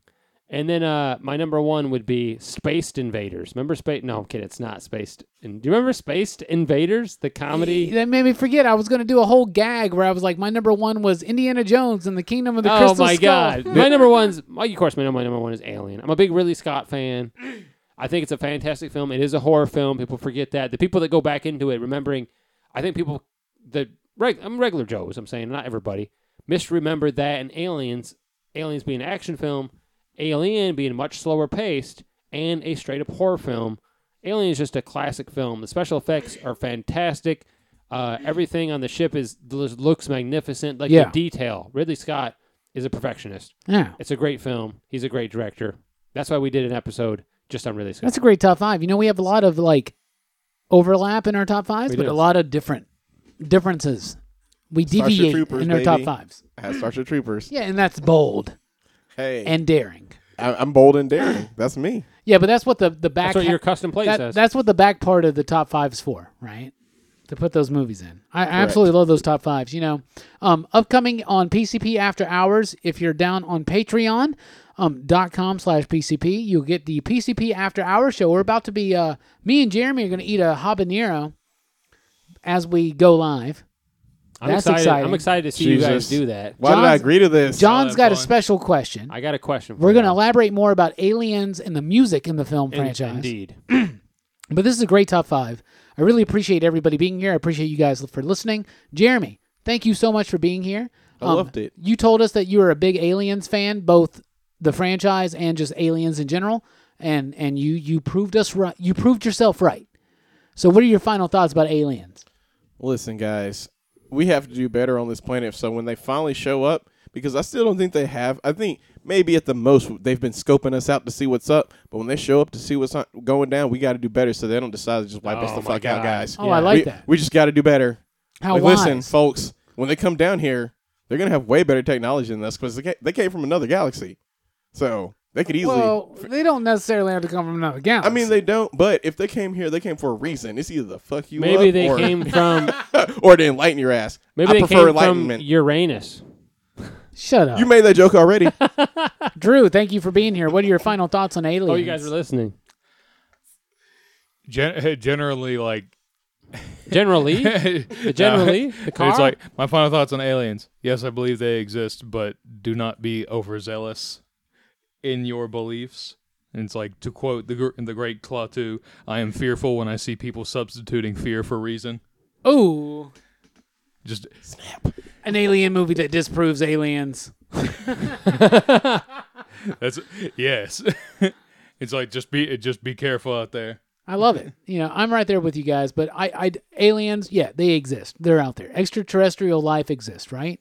[SPEAKER 2] And then uh, my number one would be Spaced Invaders. Remember Space? No, I'm kidding. It's not Spaced. In- Do you remember Spaced Invaders, the comedy?
[SPEAKER 3] That made me forget. I was going to do a whole gag where I was like, my number one was Indiana Jones and the Kingdom of the
[SPEAKER 2] oh
[SPEAKER 3] Crystal
[SPEAKER 2] my
[SPEAKER 3] Skull.
[SPEAKER 2] god! my number one's my, of course. My number, my number one is Alien. I'm a big Ridley Scott fan. I think it's a fantastic film. It is a horror film. People forget that. The people that go back into it, remembering, I think people the reg, I'm regular Joes. I'm saying not everybody misremembered that. And Aliens, Aliens being an action film, Alien being much slower paced, and a straight up horror film. Alien is just a classic film. The special effects are fantastic. Uh, everything on the ship is looks magnificent. Like
[SPEAKER 3] Yeah.
[SPEAKER 2] the detail. Ridley Scott is a perfectionist.
[SPEAKER 3] Yeah.
[SPEAKER 2] It's a great film. He's a great director. That's why we did an episode just on Ridley Scott.
[SPEAKER 3] That's a great top five. You know, we have a lot of like overlap in our top fives,
[SPEAKER 2] We
[SPEAKER 3] but
[SPEAKER 2] do.
[SPEAKER 3] a lot of different differences. We deviate
[SPEAKER 4] Troopers,
[SPEAKER 3] in our top
[SPEAKER 4] baby.
[SPEAKER 3] fives.
[SPEAKER 4] Has Starship Troopers.
[SPEAKER 3] Yeah, and that's bold
[SPEAKER 4] Hey,
[SPEAKER 3] and daring.
[SPEAKER 4] I, I'm bold and daring. That's me.
[SPEAKER 3] Yeah, but that's what the the back.
[SPEAKER 2] That's what
[SPEAKER 3] ha-
[SPEAKER 2] your custom plate
[SPEAKER 3] that-
[SPEAKER 2] says.
[SPEAKER 3] That's what the back part of the top five is for, right? To put those movies in. I, I absolutely love those top fives. You know, um, upcoming on PCP After Hours. If you're down on Patreon. Um, dot com slash PCP. You'll get the PCP After Hours show. We're about to be, uh, me and Jeremy are going to eat a habanero as we go live.
[SPEAKER 2] I'm
[SPEAKER 3] that's
[SPEAKER 2] excited.
[SPEAKER 3] exciting.
[SPEAKER 2] I'm excited to see you guys
[SPEAKER 4] Jesus.
[SPEAKER 2] do that.
[SPEAKER 4] Why did I
[SPEAKER 3] John's-
[SPEAKER 4] agree to this?
[SPEAKER 3] John's got a
[SPEAKER 6] fine.
[SPEAKER 3] special question.
[SPEAKER 2] I got a question. For
[SPEAKER 3] We're going to
[SPEAKER 2] you.
[SPEAKER 3] elaborate more about aliens and the music in the film
[SPEAKER 2] In-
[SPEAKER 3] franchise.
[SPEAKER 2] Indeed.
[SPEAKER 3] But this is a great top five. I really appreciate everybody being here. I appreciate you guys for listening. Jeremy, thank you so much for being here. Um,
[SPEAKER 4] I loved it.
[SPEAKER 3] You told us that you were a big Aliens fan, both the franchise and just Aliens in general, and and you you proved us right. You proved yourself right. So, what are your final thoughts about Aliens?
[SPEAKER 4] Listen, guys, we have to do better on this planet. So when they finally show up, because I still don't think they have. I think maybe at the most they've been scoping us out to see what's up. But when they show up to see what's not going down, we got to do better. So they don't decide to just wipe us
[SPEAKER 2] Oh
[SPEAKER 4] the
[SPEAKER 2] my
[SPEAKER 4] fuck
[SPEAKER 2] God.
[SPEAKER 4] out, guys.
[SPEAKER 3] Oh, I like
[SPEAKER 4] we,
[SPEAKER 3] that.
[SPEAKER 4] We just got to do better.
[SPEAKER 3] How
[SPEAKER 4] Like,
[SPEAKER 3] wise.
[SPEAKER 4] Listen, folks, when they come down here, they're gonna have way better technology than us because they, ca- they came from another galaxy, so they could easily.
[SPEAKER 3] well, they don't necessarily have to come from another galaxy.
[SPEAKER 4] I mean, they don't. But if they came here, they came for a reason. It's either the fuck you
[SPEAKER 2] Maybe
[SPEAKER 4] up
[SPEAKER 2] they
[SPEAKER 4] or,
[SPEAKER 2] came from.
[SPEAKER 4] or to enlighten your ass.
[SPEAKER 2] Maybe
[SPEAKER 4] I
[SPEAKER 2] they
[SPEAKER 4] prefer
[SPEAKER 2] came from
[SPEAKER 4] enlightenment.
[SPEAKER 2] Uranus.
[SPEAKER 3] shut up,
[SPEAKER 4] you made that joke already.
[SPEAKER 3] Drew. Thank you for being here. What are your final thoughts on Aliens?
[SPEAKER 2] Oh, you guys were listening.
[SPEAKER 5] Gen- generally, like
[SPEAKER 2] General Lee. The General Lee. The car.
[SPEAKER 5] It's like my final thoughts on aliens. Yes, I believe they exist, but do not be overzealous in your beliefs. And it's like to quote the gr- the great Klaatu, "I am fearful when I see people substituting fear for reason."
[SPEAKER 3] Ooh.
[SPEAKER 5] Just
[SPEAKER 3] an alien movie that disproves aliens.
[SPEAKER 5] that's yes. it's like just be just be careful out there.
[SPEAKER 3] I love it. You know, I'm right there with you guys, but I, I, aliens, yeah, they exist. They're out there. Extraterrestrial life exists, right?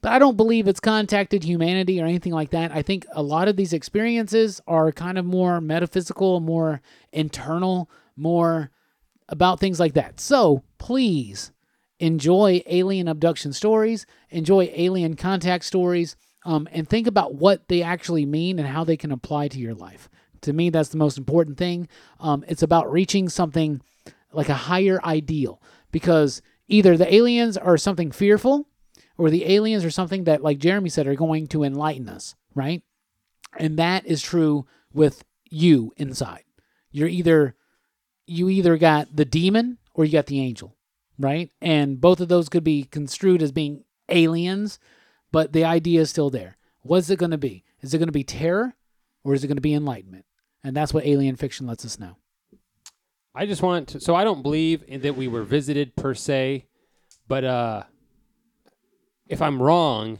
[SPEAKER 3] But I don't believe it's contacted humanity or anything like that. I think a lot of these experiences are kind of more metaphysical, more internal, more about things like that. So please enjoy alien abduction stories, enjoy alien contact stories, um, and think about what they actually mean and how they can apply to your life. To me, that's the most important thing. Um, it's about reaching something like a higher ideal because either the aliens are something fearful or the aliens are something that, like Jeremy said, are going to enlighten us, right? And that is true with you inside. You're either you either got the demon or you got the angel, right? And both of those could be construed as being aliens, but the idea is still there. What's it going to be? Is it going to be terror or is it going to be enlightenment? And that's what alien fiction lets us know.
[SPEAKER 2] I just want to, so I don't believe in that we were visited per se, but uh if I'm wrong,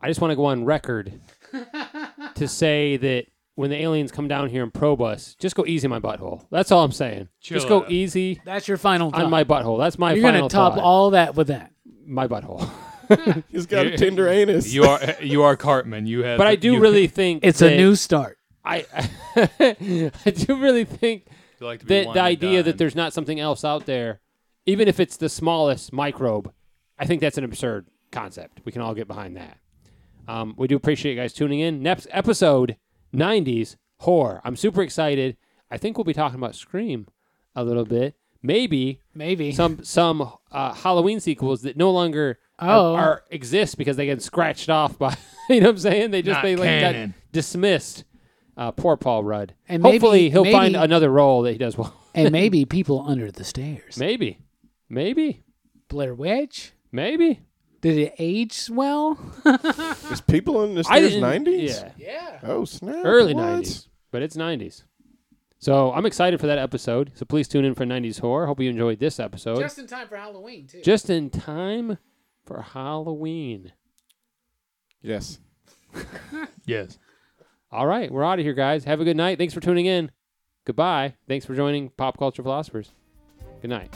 [SPEAKER 2] I just want to go on record to say that when the aliens come down here and probe us, just go easy on my butthole. That's all I'm saying. just go
[SPEAKER 6] out.
[SPEAKER 2] easy
[SPEAKER 3] That's your final
[SPEAKER 2] on
[SPEAKER 3] thought.
[SPEAKER 2] my butthole. That's my
[SPEAKER 3] You're
[SPEAKER 2] final
[SPEAKER 3] going to top
[SPEAKER 2] thought.
[SPEAKER 3] all that with that.
[SPEAKER 2] my butthole.
[SPEAKER 4] He's got a tender anus.
[SPEAKER 5] You are you are Cartman. You have
[SPEAKER 2] But I do
[SPEAKER 5] you-
[SPEAKER 2] really think
[SPEAKER 3] It's
[SPEAKER 2] that
[SPEAKER 3] a new start.
[SPEAKER 2] I I do really think
[SPEAKER 5] you like to be
[SPEAKER 2] that
[SPEAKER 5] one
[SPEAKER 2] the
[SPEAKER 5] and
[SPEAKER 2] idea that
[SPEAKER 5] done.
[SPEAKER 2] there's not something else out there, even if it's the smallest microbe, I think that's an absurd concept. We can all get behind that. Um, we do appreciate you guys tuning in. Next episode, 90s horror. I'm super excited. I think we'll be talking about Scream a little bit. Maybe
[SPEAKER 3] Maybe.
[SPEAKER 2] some some uh, Halloween sequels that no longer are-
[SPEAKER 3] Oh.
[SPEAKER 2] are, exist because they get scratched off by you know what I'm saying. They just
[SPEAKER 5] Not
[SPEAKER 2] they like
[SPEAKER 5] canon.
[SPEAKER 2] got dismissed. Uh, poor Paul Rudd.
[SPEAKER 3] And
[SPEAKER 2] hopefully
[SPEAKER 3] maybe-
[SPEAKER 2] he'll
[SPEAKER 3] maybe-
[SPEAKER 2] find another role that he does well.
[SPEAKER 3] and maybe people under the stairs.
[SPEAKER 2] Maybe. Maybe.
[SPEAKER 3] Blair Witch?
[SPEAKER 2] Maybe.
[SPEAKER 3] Did it age well?
[SPEAKER 4] Is people in the stairs
[SPEAKER 2] didn't-
[SPEAKER 4] nineties?
[SPEAKER 2] Yeah.
[SPEAKER 4] Oh snap!
[SPEAKER 2] Early
[SPEAKER 4] What?
[SPEAKER 2] 90s. But it's 90s. So I'm excited for that episode. So please tune in for 90s horror. Hope you enjoyed this episode. Just,
[SPEAKER 3] in time for Halloween, too.
[SPEAKER 2] in time for Halloween.
[SPEAKER 4] Yes.
[SPEAKER 5] yes.
[SPEAKER 2] All right. We're out of here, guys. Have a good night. Thanks for tuning in. Goodbye. Thanks for joining Pop Culture Philosophers. Good night.